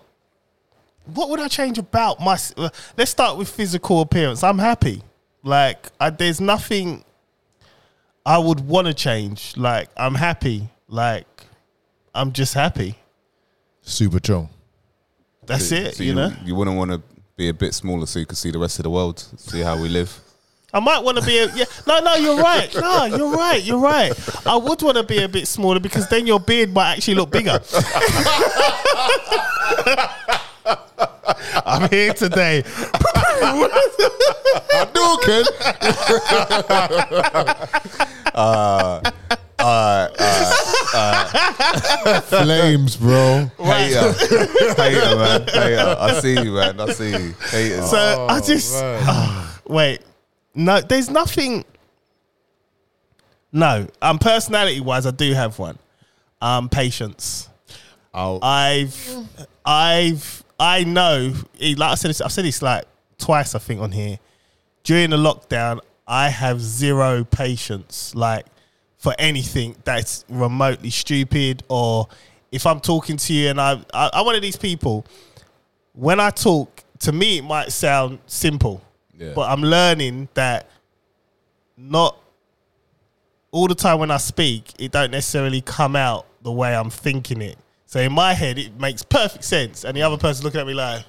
[SPEAKER 2] What would I change about my? Let's start with physical appearance. I'm happy. Like, I, there's nothing I would want to change. Like, I'm happy. Like, I'm just happy.
[SPEAKER 4] Super Chong.
[SPEAKER 2] That's it.
[SPEAKER 1] So
[SPEAKER 2] you know.
[SPEAKER 1] you wouldn't want to be a bit smaller so you could see the rest of the world, see how we live.
[SPEAKER 2] I might want to be a yeah. No, no, you're right. No, you're right. You're right. I would want to be a bit smaller because then your beard might actually look bigger. I'm here today.
[SPEAKER 4] I do, kid.
[SPEAKER 1] Uh, uh.
[SPEAKER 4] Flames, bro.
[SPEAKER 1] Hater, hater, man, hater. I see you, man. I see you, haters.
[SPEAKER 2] So I just ah, wait. No, there's nothing. No, um, personality wise, I do have one. Um, patience.
[SPEAKER 4] I'll-
[SPEAKER 1] Oh,
[SPEAKER 2] I've, I've, I know. eh, Like I said, this- I've said this like twice. I think on here during the lockdown, I have zero patience. Like for anything that's remotely stupid, or if I'm talking to you and I, I, I'm one of these people. When I talk, to me it might sound simple,
[SPEAKER 1] Yeah.
[SPEAKER 2] but I'm learning that not all the time when I speak, it don't necessarily come out the way I'm thinking it. So in my head, it makes perfect sense, and the other person looking at me like,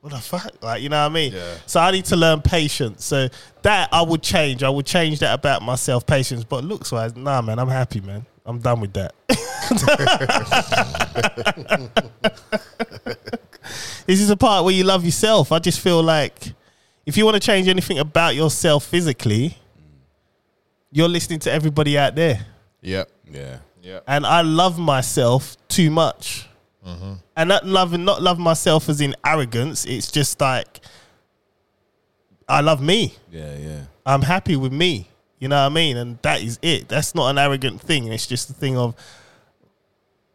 [SPEAKER 2] "What the fuck?" Like, you know what I mean?
[SPEAKER 4] Yeah.
[SPEAKER 2] So I need to learn patience. So that I would change. I would change that about myself, patience. But looks wise, nah, man, I'm happy, man. I'm done with that. this is a part where you love yourself. I just feel like if you want to change anything about yourself physically, you're listening to everybody out there.
[SPEAKER 4] Yep.
[SPEAKER 1] yeah,
[SPEAKER 4] Yep.
[SPEAKER 2] And I love myself too much.
[SPEAKER 1] Mm-hmm.
[SPEAKER 2] And that loving, not love myself as in arrogance, it's just like, I love me.
[SPEAKER 1] yeah, yeah.
[SPEAKER 2] I'm happy with me. You know what I mean? And that is it. That's not an arrogant thing. It's just the thing of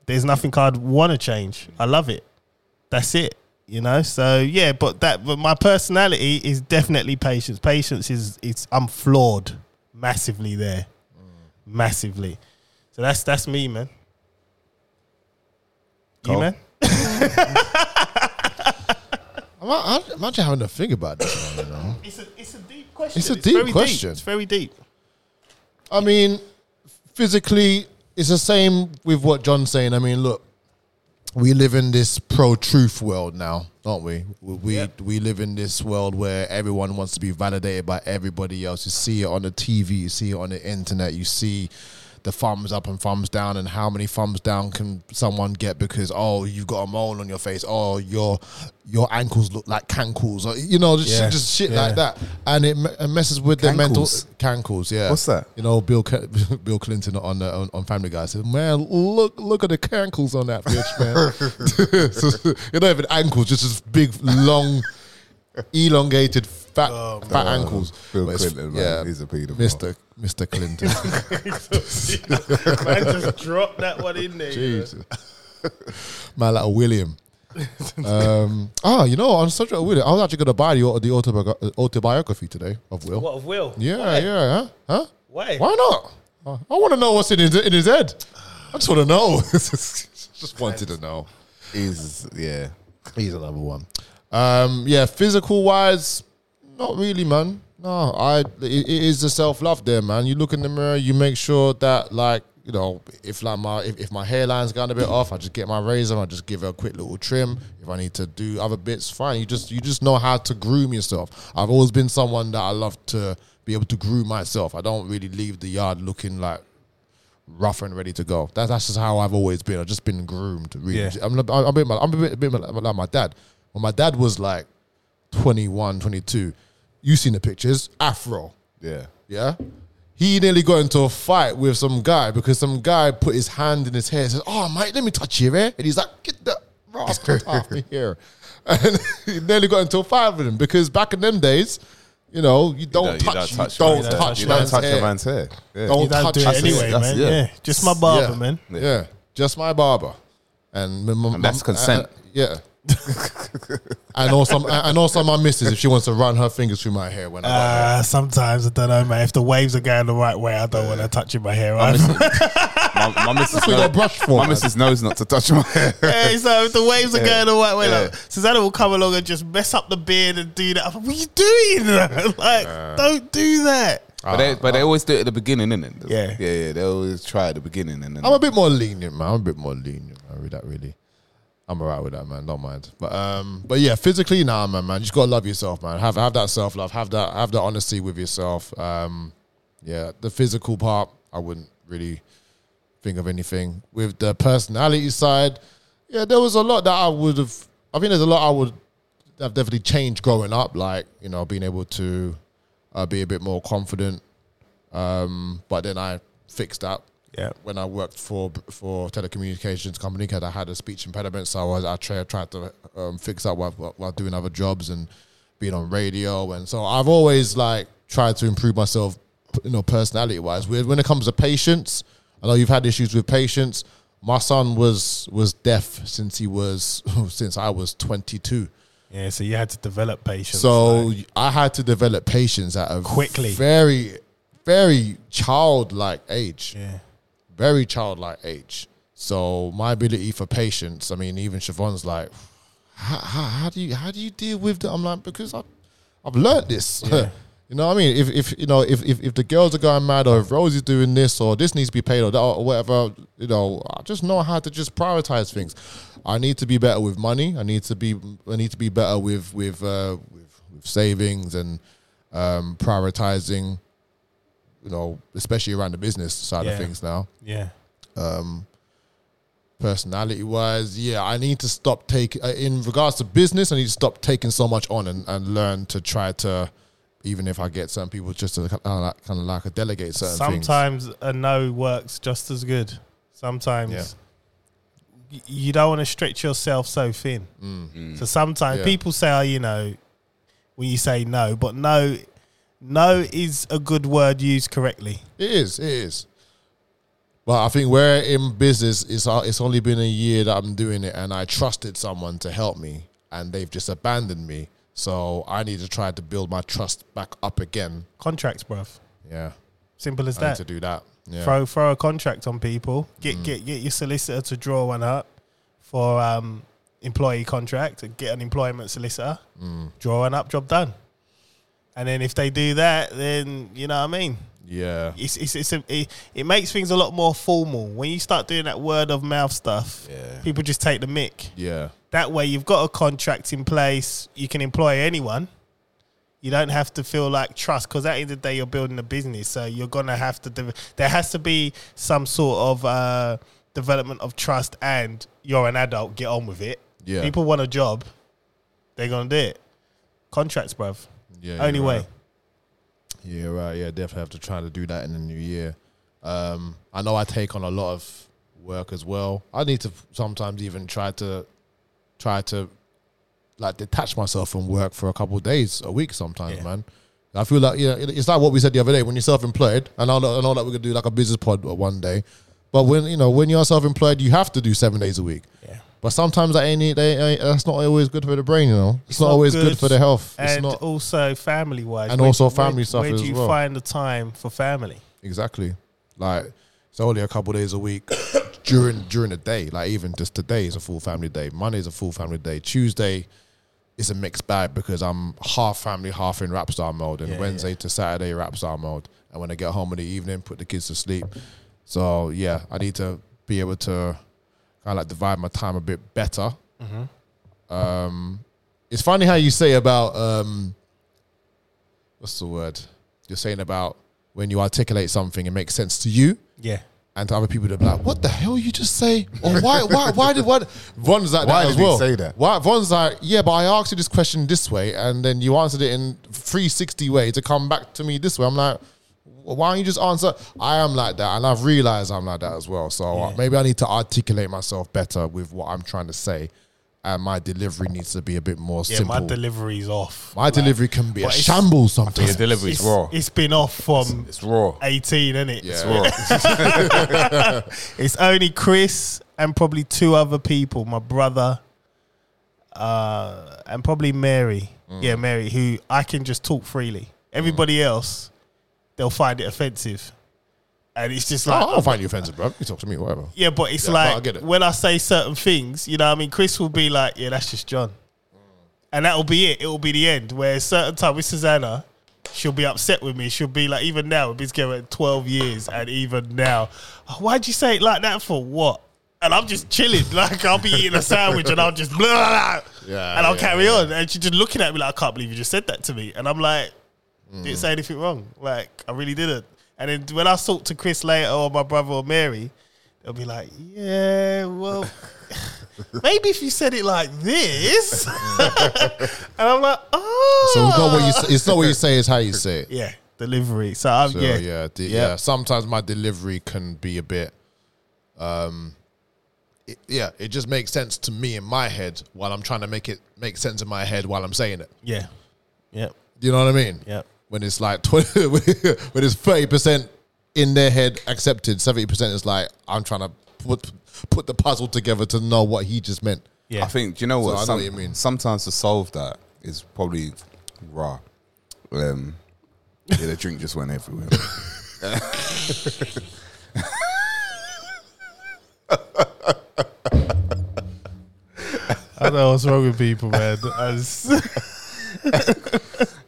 [SPEAKER 2] there's nothing I'd want to change. I love it. That's it. You know? So yeah, but that but my personality is definitely patience. Patience is it's I'm flawed massively there.
[SPEAKER 1] Mm.
[SPEAKER 2] Massively. So that's that's me, man. You
[SPEAKER 1] Cool.
[SPEAKER 2] man?
[SPEAKER 4] Imagine having to think about this. Man, you know?
[SPEAKER 2] It's a it's a deep question.
[SPEAKER 4] It's a deep
[SPEAKER 2] very
[SPEAKER 4] question.
[SPEAKER 2] It's very deep.
[SPEAKER 4] I mean, physically, it's the same with what John's saying. I mean, look, we live in this pro truth world now, don't we? We we, we live in this world where everyone wants to be validated by everybody else. You see it on the TV, you see it on the internet, you see the thumbs up and thumbs down, and how many thumbs down can someone get because oh you've got a mole on your face, oh your your ankles look like cankles, or you know just,
[SPEAKER 2] Yeah.
[SPEAKER 4] just shit
[SPEAKER 2] Yeah.
[SPEAKER 4] like that, and it, me- it messes with their mental
[SPEAKER 1] Cankles?
[SPEAKER 4] cankles. Yeah,
[SPEAKER 1] What's that?
[SPEAKER 4] You know Bill Ca- Bill Clinton on, uh, on on Family Guy said, "Man, look look at the cankles on that bitch, man." so, you're not even ankles, just this big, long, elongated, fat, fat ankles.
[SPEAKER 1] Oh, Bill
[SPEAKER 4] But it's-
[SPEAKER 1] Clinton, man, he's a pedophile.
[SPEAKER 4] Mister Mister Clinton.
[SPEAKER 2] Man just drop that one in there. you know.
[SPEAKER 4] Jesus. My little William. um, ah, you know, on such a William, I was actually going to buy the, au- the autobi- autobiography today of Will.
[SPEAKER 2] What of Will?
[SPEAKER 4] Yeah, yeah, huh? Huh?
[SPEAKER 2] Why?
[SPEAKER 4] Why not? I want to know what's in his, in his head. I just want to know. just wanted to know.
[SPEAKER 1] Is yeah.
[SPEAKER 4] He's another one. Um, yeah, physical wise, not really, man. No, I. It, it is the self love there, man. You look in the mirror, you make sure that like you know if like my if, if my hairline's gone a bit off, I just get my razor, and I just give her a quick little trim. If I need to do other bits, fine. You just you just know how to groom yourself. I've always been someone that I love to be able to groom myself. I don't really leave the yard looking like rough and ready to go. That's that's just how I've always been. I've just been groomed. Really,
[SPEAKER 1] Yeah.
[SPEAKER 4] I'm, I'm, I'm, a bit, I'm a bit, a bit like my dad. When my dad was like 21, 22, you seen the pictures, afro,
[SPEAKER 1] Yeah.
[SPEAKER 4] yeah. He nearly got into a fight with some guy because some guy put his hand in his hair and says, "Oh, mate, let me touch your hair," and he's like, "Get that rascal off me here!" And he nearly got into a fight with him because back in them days, you know, you don't,
[SPEAKER 1] you
[SPEAKER 4] touch, you
[SPEAKER 1] touch
[SPEAKER 4] don't
[SPEAKER 1] man's hair.
[SPEAKER 4] touch,
[SPEAKER 1] You don't
[SPEAKER 4] man's
[SPEAKER 1] touch
[SPEAKER 4] hair.
[SPEAKER 1] a man's hair. Yeah.
[SPEAKER 4] Don't
[SPEAKER 2] You don't
[SPEAKER 4] touch
[SPEAKER 2] do it
[SPEAKER 4] man's hair.
[SPEAKER 2] anyway,
[SPEAKER 1] that's-
[SPEAKER 2] man.
[SPEAKER 1] yeah.
[SPEAKER 2] Yeah. just my barber,
[SPEAKER 4] yeah.
[SPEAKER 2] man.
[SPEAKER 4] Yeah. just my barber, and, m- m-
[SPEAKER 1] And that's
[SPEAKER 4] m-
[SPEAKER 1] consent.
[SPEAKER 4] and- uh, yeah, I know some. I I know some of my missus if she wants to run her fingers through my hair when I. got hair.
[SPEAKER 2] Uh, sometimes I don't know, man. If the waves are going the right way, I don't want to touch in my hair. Right?
[SPEAKER 1] My, my missus
[SPEAKER 4] That's what you
[SPEAKER 1] know-
[SPEAKER 4] got brushed for.
[SPEAKER 1] my
[SPEAKER 4] man.
[SPEAKER 1] missus knows not to touch my hair.
[SPEAKER 2] Hey, so if the waves are going the right way, like,
[SPEAKER 1] Yeah.
[SPEAKER 2] Susanna will come along and just mess up the beard and do that. I'm like, what are you doing? like, don't do that.
[SPEAKER 1] But, they, but they always do it at the beginning, innit?
[SPEAKER 2] Yeah.
[SPEAKER 1] yeah, yeah. They always try at the beginning, and then
[SPEAKER 4] I'm a bit more lenient, man. I'm a bit more lenient. I read that really. I'm alright with that, man. Don't mind. But um, but yeah, physically, nah, man, man. You just gotta love yourself, man. Have have that self love. Have that have that honesty with yourself. Um, yeah, the physical part, I wouldn't really think of anything. With the personality side, yeah, there was a lot that I would have. I think there's a lot I would have definitely changed growing up. Like you know, being able to uh, be a bit more confident. Um, but then I fixed that
[SPEAKER 2] Yeah.
[SPEAKER 4] when I worked for for telecommunications company because I had a speech impediment, so I was I tried, tried to um, fix that while, while while doing other jobs and being on radio, and so I've always like tried to improve myself, you know, personality wise. With when it comes to patience, I know you've had issues with patience. My son was was deaf since he was since I was twenty two.
[SPEAKER 2] Yeah, so you had to develop patience.
[SPEAKER 4] So
[SPEAKER 2] like,
[SPEAKER 4] I had to develop patience at a
[SPEAKER 2] Quickly.
[SPEAKER 4] very, very childlike age
[SPEAKER 2] yeah.
[SPEAKER 4] very childlike age. So my ability for patience, I mean, even Siobhan's like, how, how, how do you how do you deal with that? I'm like, because I, I've learned this. you know what I mean? If if you know if, if if the girls are going mad or if Rosie's doing this or this needs to be paid or that or whatever, you know, I just know how to just prioritize things. I need to be better with money. I need to be I need to be better with with uh, with, with savings and um, prioritizing. You know, especially around the business side
[SPEAKER 2] Yeah.
[SPEAKER 4] of things now
[SPEAKER 2] Yeah.
[SPEAKER 4] personality wise, yeah, I need to stop taking uh, in regards to business. I need to stop taking so much on and, and learn to try to, even if I get some people just to kind of like, kind of like delegate certain things.
[SPEAKER 2] Sometimes a no works just as good. Sometimes
[SPEAKER 4] Yeah.
[SPEAKER 2] y- you don't want to stretch yourself so thin. So sometimes
[SPEAKER 4] Mm. Yeah.
[SPEAKER 2] people say, oh, you know, when you say no, but no, no is a good word used correctly.
[SPEAKER 4] It is, it is. But I think where in business it's uh, it's only been a year that I'm doing it, and I trusted someone to help me, and they've just abandoned me. So I need to try to build my trust back up again.
[SPEAKER 2] Contracts, bruv.
[SPEAKER 4] Yeah,
[SPEAKER 2] Simple as
[SPEAKER 4] I need
[SPEAKER 2] that.
[SPEAKER 4] to do that. Yeah. Mm.
[SPEAKER 2] Throw throw a contract on people. Get get get your solicitor to draw one up for um employee contract. Get an employment solicitor.
[SPEAKER 4] Mm.
[SPEAKER 2] Draw one up. Job done. And then if they do that, then you know what I mean.
[SPEAKER 4] yeah,
[SPEAKER 2] It's it's, it's a, it, it makes things a lot more formal when you start doing that word of mouth stuff.
[SPEAKER 4] Yeah.
[SPEAKER 2] People just take the mick.
[SPEAKER 4] yeah,
[SPEAKER 2] That way, you've got a contract in place. You can employ anyone. You don't have to feel like trust because at the end of the day, you're building a business. So you're going to have to, de- there has to be some sort of uh, development of trust and you're an adult, get on with it.
[SPEAKER 4] Yeah.
[SPEAKER 2] People want a job, they're going to do it. Contracts, bruv.
[SPEAKER 4] yeah.
[SPEAKER 2] Only
[SPEAKER 4] you're
[SPEAKER 2] way.
[SPEAKER 4] right. Yeah, right. Yeah, definitely have to try to do that in the new year. Um, I know I take on a lot of work as well. I need to sometimes even try to try to like detach myself from work for a couple of days a week sometimes,
[SPEAKER 2] Yeah.
[SPEAKER 4] man. I feel like yeah, it's like what we said the other day when you're self-employed, and I know, I know that we're gonna do like a business pod one day, but when you know when you're self-employed, you have to do seven days a week.
[SPEAKER 2] Yeah.
[SPEAKER 4] But sometimes that ain't, it- that ain't that's not always good for the brain, you know. It's, not,
[SPEAKER 2] not
[SPEAKER 4] always good,
[SPEAKER 2] good,
[SPEAKER 4] for the health. It's
[SPEAKER 2] And
[SPEAKER 4] not
[SPEAKER 2] also family wise.
[SPEAKER 4] And also family stuff
[SPEAKER 2] where
[SPEAKER 4] as
[SPEAKER 2] do you
[SPEAKER 4] well.
[SPEAKER 2] find the time for family?
[SPEAKER 4] Exactly. Like it's only a couple days a week during during the day. Like even just today is a full family day. Monday's a full family day. Tuesday is a mixed bag because I'm half family, half in rap star mode. And
[SPEAKER 2] Yeah,
[SPEAKER 4] Wednesday to Saturday rap star mode. And when I get home in the evening, put the kids to sleep. So yeah, I need to be able to kind of like divide my time a bit better.
[SPEAKER 2] Mm-hmm.
[SPEAKER 4] Um, it's funny how you say about um, what's the word? You're saying about when you articulate something, it makes sense to you
[SPEAKER 2] Yeah.
[SPEAKER 4] and to other people. They're like, "What the hell you just say?" Or why? Why? Why did what? Von's like
[SPEAKER 5] Why
[SPEAKER 4] that as
[SPEAKER 5] did he
[SPEAKER 4] well.
[SPEAKER 5] say that?
[SPEAKER 4] Why? Von's like, "Yeah, but I asked you this question this way, and then you answered it in 360 way to come back to me this way." I'm like. Why don't you just answer? I am like that, and I've realized I'm like that as well. So uh, maybe I need to articulate myself better with what I'm trying to say, and my delivery needs to be a bit more
[SPEAKER 2] Yeah,
[SPEAKER 4] simple.
[SPEAKER 2] my delivery's off.
[SPEAKER 4] My delivery can be a
[SPEAKER 2] But it's-
[SPEAKER 4] shambles
[SPEAKER 5] Your
[SPEAKER 4] sometimes.
[SPEAKER 5] delivery's
[SPEAKER 2] It's,
[SPEAKER 5] raw.
[SPEAKER 2] it's been off from
[SPEAKER 5] It's raw.
[SPEAKER 2] 18, isn't it?
[SPEAKER 4] Yeah.
[SPEAKER 5] It's raw.
[SPEAKER 2] It's only Chris and probably two other people, my brother, uh, and probably Mary.
[SPEAKER 5] Mm.
[SPEAKER 2] Yeah, Mary, who I can just talk freely. Everybody else, they'll find it offensive. And it's just
[SPEAKER 4] I
[SPEAKER 2] like,
[SPEAKER 4] don't find you offensive, bro. You talk to me, whatever.
[SPEAKER 2] yeah, but it's
[SPEAKER 4] Yeah, no, I
[SPEAKER 2] like
[SPEAKER 4] get it.
[SPEAKER 2] when I say certain things, you know what I mean? Chris will be like, yeah, that's just John. And that'll be it. It'll be the end. Where a certain time with Susanna, she'll be upset with me. She'll be like, even now, we've been together 12 years, and even now, "Oh, why'd you say it like that for what? And I'm just chilling. Like, I'll be eating a sandwich and I'll just blah, blah, blah.
[SPEAKER 4] Yeah,
[SPEAKER 2] and I'll
[SPEAKER 4] yeah,
[SPEAKER 2] carry
[SPEAKER 4] yeah.
[SPEAKER 2] on. And she's just looking at me like, I can't believe you just said that to me. And I'm like,
[SPEAKER 4] Mm.
[SPEAKER 2] didn't say anything wrong. Like I really didn't. And then when I talk to Chris later or my brother or Mary, they'll be like, "Yeah, well, maybe if you said it like this," and I'm like, "Oh."
[SPEAKER 4] So it's not what you. Say, it's not what you say. It's how you say it.
[SPEAKER 2] Yeah, delivery. So I'm
[SPEAKER 4] So
[SPEAKER 2] yeah,
[SPEAKER 4] yeah, yeah, the- yeah. Sometimes my delivery can be a bit. Um, it- yeah, it just makes sense to me in my head while I'm trying to make it make sense in my head while I'm saying it.
[SPEAKER 2] yeah, yeah,
[SPEAKER 4] You know what I mean?
[SPEAKER 2] yeah.
[SPEAKER 4] When it's like 20, when it's thirty percent in their head accepted, seventy percent is like I'm trying to put put the puzzle together to know what he just meant.
[SPEAKER 2] Yeah.
[SPEAKER 1] I think, do you know what?
[SPEAKER 4] I know
[SPEAKER 1] Some-
[SPEAKER 4] what you mean.
[SPEAKER 1] Sometimes to solve that is probably raw. Um, yeah, the drink just went everywhere.
[SPEAKER 2] I don't know what's wrong with people, man. I just-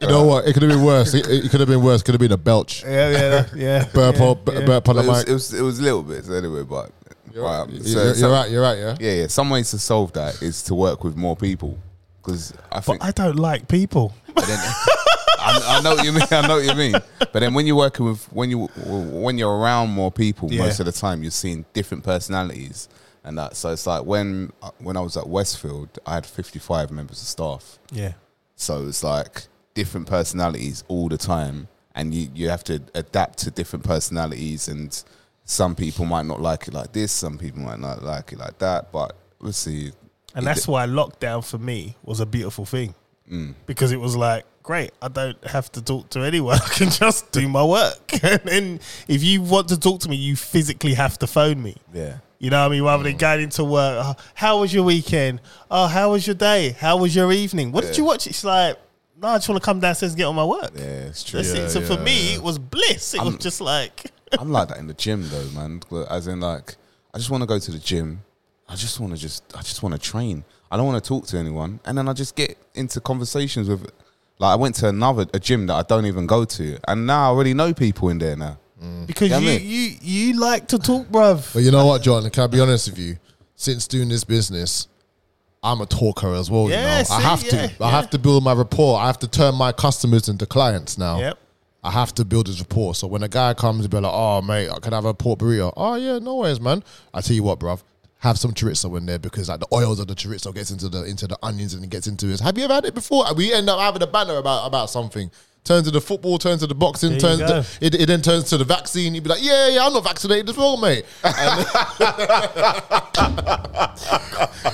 [SPEAKER 4] You know what? It could have been worse. It, it could have been worse. Could have been a belch.
[SPEAKER 2] yeah, yeah, yeah.
[SPEAKER 4] Burp, on-
[SPEAKER 2] yeah.
[SPEAKER 4] burp on the
[SPEAKER 1] it, was,
[SPEAKER 4] mic.
[SPEAKER 1] it was it was little bits anyway, but but, um,
[SPEAKER 4] You're,
[SPEAKER 1] so-
[SPEAKER 4] you're
[SPEAKER 1] so-
[SPEAKER 4] right. You're right. Yeah.
[SPEAKER 1] Yeah, yeah. Some ways to solve that is to work with more people because I think
[SPEAKER 2] But I don't like people.
[SPEAKER 1] But then, I, I know what you mean. I know what you mean. But then when you're working with when you when you're around more people,
[SPEAKER 2] Yeah.
[SPEAKER 1] most of the time you're seeing different personalities and that. So it's like when uh, when I was at Westfield, I had 55 members of staff.
[SPEAKER 2] Yeah,
[SPEAKER 1] So it's like different personalities all the time, and you you have to adapt to different personalities. And some people might not like it like this. Some people might not like it like that. But obviously,
[SPEAKER 2] and that's why lockdown for me was a beautiful thing because it was like great i don't have to talk to anyone i can just do my work and then if you want to talk to me you physically have to phone me
[SPEAKER 1] yeah.
[SPEAKER 2] you know what i mean rather than going into work oh, how was your weekend oh how was your day how was your evening what did you watch it's like no i just want to come downstairs and get on my work
[SPEAKER 1] Yeah, it's true.
[SPEAKER 2] That's
[SPEAKER 4] Yeah,
[SPEAKER 2] it. so
[SPEAKER 4] yeah,
[SPEAKER 2] for me it was bliss it was just like
[SPEAKER 1] I'm like that in the gym though, man. As in, like, I just want to go to the gym. I just want to just, I just want to train. I don't want to talk to anyone, and then I just get into conversations with. Like, I went to another a gym that I don't even go to, and now I already know people in there now.
[SPEAKER 2] because
[SPEAKER 1] Yeah, I
[SPEAKER 2] you,
[SPEAKER 1] mean-
[SPEAKER 2] you you like to talk bruv
[SPEAKER 4] But you know what, John? Can I be honest with you? Since doing this business, I'm a talker as well.
[SPEAKER 2] Yeah,
[SPEAKER 4] you know, I
[SPEAKER 2] see,
[SPEAKER 4] have to.
[SPEAKER 2] yeah,
[SPEAKER 4] I have to build my rapport. I have to turn my customers into clients now.
[SPEAKER 2] Yep.
[SPEAKER 4] I have to build his rapport. So when a guy comes and be like, "Oh, mate, I can have a pork burrito." Oh yeah, no worries, man. I tell you what, bruv. Have some chorizo in there because like the oils of the chorizo gets into the into the onions and it gets into his. Have you ever had it before? And We end up having a banner about about something. Turn to the football, turn to the boxing,
[SPEAKER 2] you
[SPEAKER 4] turn
[SPEAKER 2] go.
[SPEAKER 4] to, it, it then turns to the vaccine. You'd be like, yeah, yeah, I'm not vaccinated as well, mate.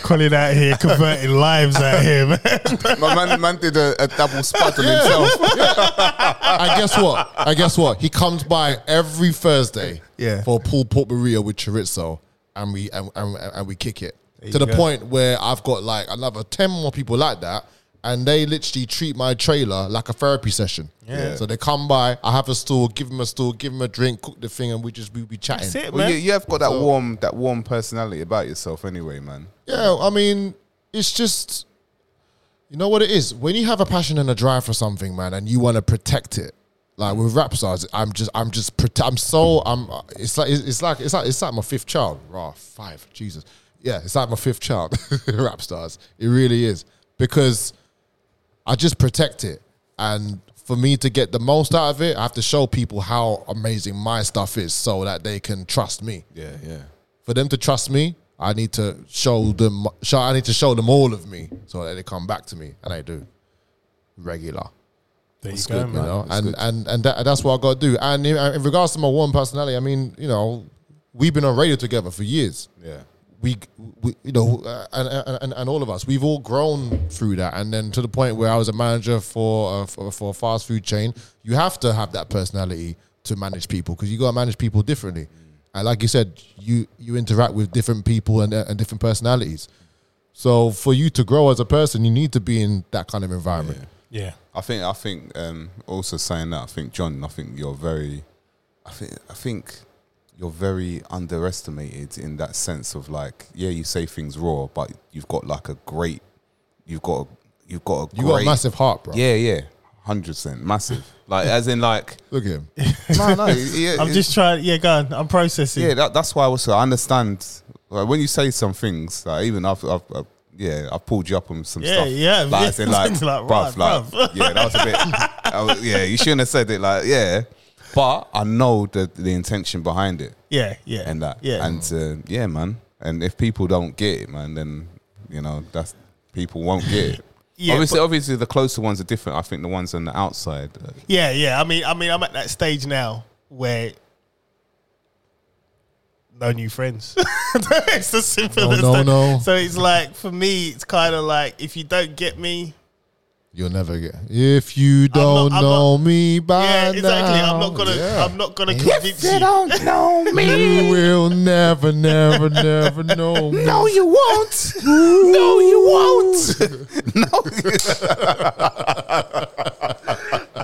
[SPEAKER 2] Colin out here converting lives out here man
[SPEAKER 1] My man, man did a, a double spot on himself.
[SPEAKER 4] I guess what? I guess what? He comes by every Thursday
[SPEAKER 2] Yeah.
[SPEAKER 4] for a pulled pork burrito with chorizo, and we and, and, and we kick it
[SPEAKER 2] you
[SPEAKER 4] to the
[SPEAKER 2] go.
[SPEAKER 4] point where I've got like another ten more people like that, and they literally treat my trailer like a therapy session.
[SPEAKER 1] Yeah.
[SPEAKER 4] So they come by, I have a stool, give them a stool, give them a drink, cook the thing, and we just we be chatting.
[SPEAKER 2] That's it,
[SPEAKER 1] Well, you,
[SPEAKER 2] man.
[SPEAKER 1] you have got that warm, that warm personality about yourself, anyway, man.
[SPEAKER 4] Yeah, I mean, it's just, you know what it is? When you have a passion and a drive for something, man, and you want to protect it, like with rap stars, I'm just, I'm just, prote- I'm so, I'm, it's like, it's like, it's like, it's like my fifth child. Rah, five, Jesus. Yeah, it's like my fifth child, rap stars. It really is. Because I just protect it. And for me to get the most out of it, I have to show people how amazing my stuff is so that they can trust me
[SPEAKER 1] Yeah, yeah.
[SPEAKER 4] for them to trust me, I need to show them. Show, I need to show them all of me so that they come back to me, and I do regular.
[SPEAKER 2] There you
[SPEAKER 4] It's
[SPEAKER 2] go,
[SPEAKER 4] good, you
[SPEAKER 2] man.
[SPEAKER 4] know, and, and and that, that's what I got to do. And in, in regards to my one personality, I mean, you know, we've been on radio together for years.
[SPEAKER 1] Yeah.
[SPEAKER 4] We, we you know, uh, and, and and all of us, we've all grown through that. And then to the point where I was a manager for uh, for, for a fast food chain, you have to have that personality to manage people because you got to manage people differently. And like you said, you you interact with different people and and different personalities. So for you to grow as a person, you need to be in that kind of environment.
[SPEAKER 2] Yeah.
[SPEAKER 1] I think I think um, also saying that I think John I think you're very I think I think you're very underestimated in that sense of like yeah you say things raw but you've got like a great you've got a, you've got a
[SPEAKER 4] You got
[SPEAKER 1] great
[SPEAKER 4] a massive heart, bro.
[SPEAKER 1] yeah yeah hundred percent massive like as in like
[SPEAKER 4] Look at him.
[SPEAKER 1] no no yeah,
[SPEAKER 2] I'm
[SPEAKER 1] it-
[SPEAKER 2] just trying. Yeah, go on. I'm processing.
[SPEAKER 1] yeah that, that's why I also I understand like, when you say some things like even I've, I've, I've yeah, I pulled you up on some
[SPEAKER 2] Yeah,
[SPEAKER 1] stuff.
[SPEAKER 2] yeah,
[SPEAKER 1] like,
[SPEAKER 2] yeah.
[SPEAKER 1] I said, like,
[SPEAKER 2] Like,
[SPEAKER 1] bruv,
[SPEAKER 2] right,
[SPEAKER 1] like,
[SPEAKER 2] bruv.
[SPEAKER 1] yeah, that was a bit. I was- yeah, you shouldn't have said it. Like, yeah, but I know the the intention behind it
[SPEAKER 2] Yeah. Yeah.
[SPEAKER 1] and that.
[SPEAKER 2] Yeah.
[SPEAKER 1] and uh, yeah, man. And if people don't get it, man, then you know that's people won't get it.
[SPEAKER 2] Yeah,
[SPEAKER 1] obviously, obviously, the closer ones are different. I think the ones on the outside. uh,
[SPEAKER 2] Yeah, yeah. I mean, I mean, I'm at that stage now where no new friends. it's as simple
[SPEAKER 4] No,
[SPEAKER 2] as
[SPEAKER 4] no,
[SPEAKER 2] that.
[SPEAKER 4] no.
[SPEAKER 2] So it's like for me, it's kind of like if you don't get me,
[SPEAKER 4] You'll never get. If you
[SPEAKER 2] I'm
[SPEAKER 4] don't
[SPEAKER 2] not-
[SPEAKER 4] know me by
[SPEAKER 2] yeah, exactly. I'm not
[SPEAKER 4] now,
[SPEAKER 2] gonna,
[SPEAKER 4] yeah.
[SPEAKER 2] I'm not gonna convince you.
[SPEAKER 1] don't know
[SPEAKER 4] You will never, never, never know. me.
[SPEAKER 1] you won't. No, you won't. no.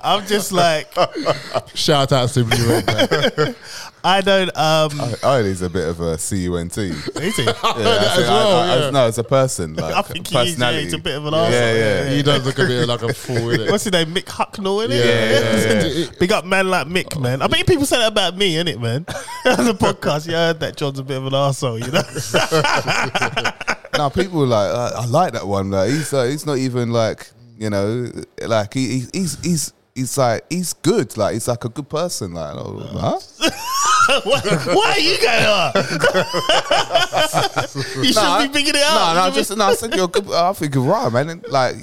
[SPEAKER 2] I'm just like
[SPEAKER 4] Shout out to Blue Red. man.
[SPEAKER 2] I don't. Um,
[SPEAKER 1] I is a bit of a cunt.
[SPEAKER 2] is it?
[SPEAKER 1] Yeah, I
[SPEAKER 4] as
[SPEAKER 1] think I-
[SPEAKER 4] well,
[SPEAKER 1] I- I-
[SPEAKER 4] yeah.
[SPEAKER 1] no, as a person, like
[SPEAKER 2] I think he is, yeah,
[SPEAKER 1] personality.
[SPEAKER 2] he's a bit of an
[SPEAKER 1] yeah,
[SPEAKER 2] arsehole,
[SPEAKER 1] yeah, yeah,
[SPEAKER 4] He does look a bit like a fool, innit?
[SPEAKER 2] What's his name? Mick Hucknall, innit?
[SPEAKER 1] Yeah, yeah,
[SPEAKER 4] yeah.
[SPEAKER 2] Big up man like Mick, man. I bet people say that about me, innit, man? On the podcast, yeah, I heard that John's a bit of an arsehole, you know?
[SPEAKER 1] Now people are like, I, I like that one. Like he's like, he's not even like you know, like he, he- he's he's he's like he's good. Like he's like a good person. Like oh, huh?
[SPEAKER 2] Why why are you going on? you
[SPEAKER 1] Nah,
[SPEAKER 2] shouldn't be picking it
[SPEAKER 1] No,
[SPEAKER 2] up.
[SPEAKER 1] no, just no. I said you're good. I think you're right, man. And, like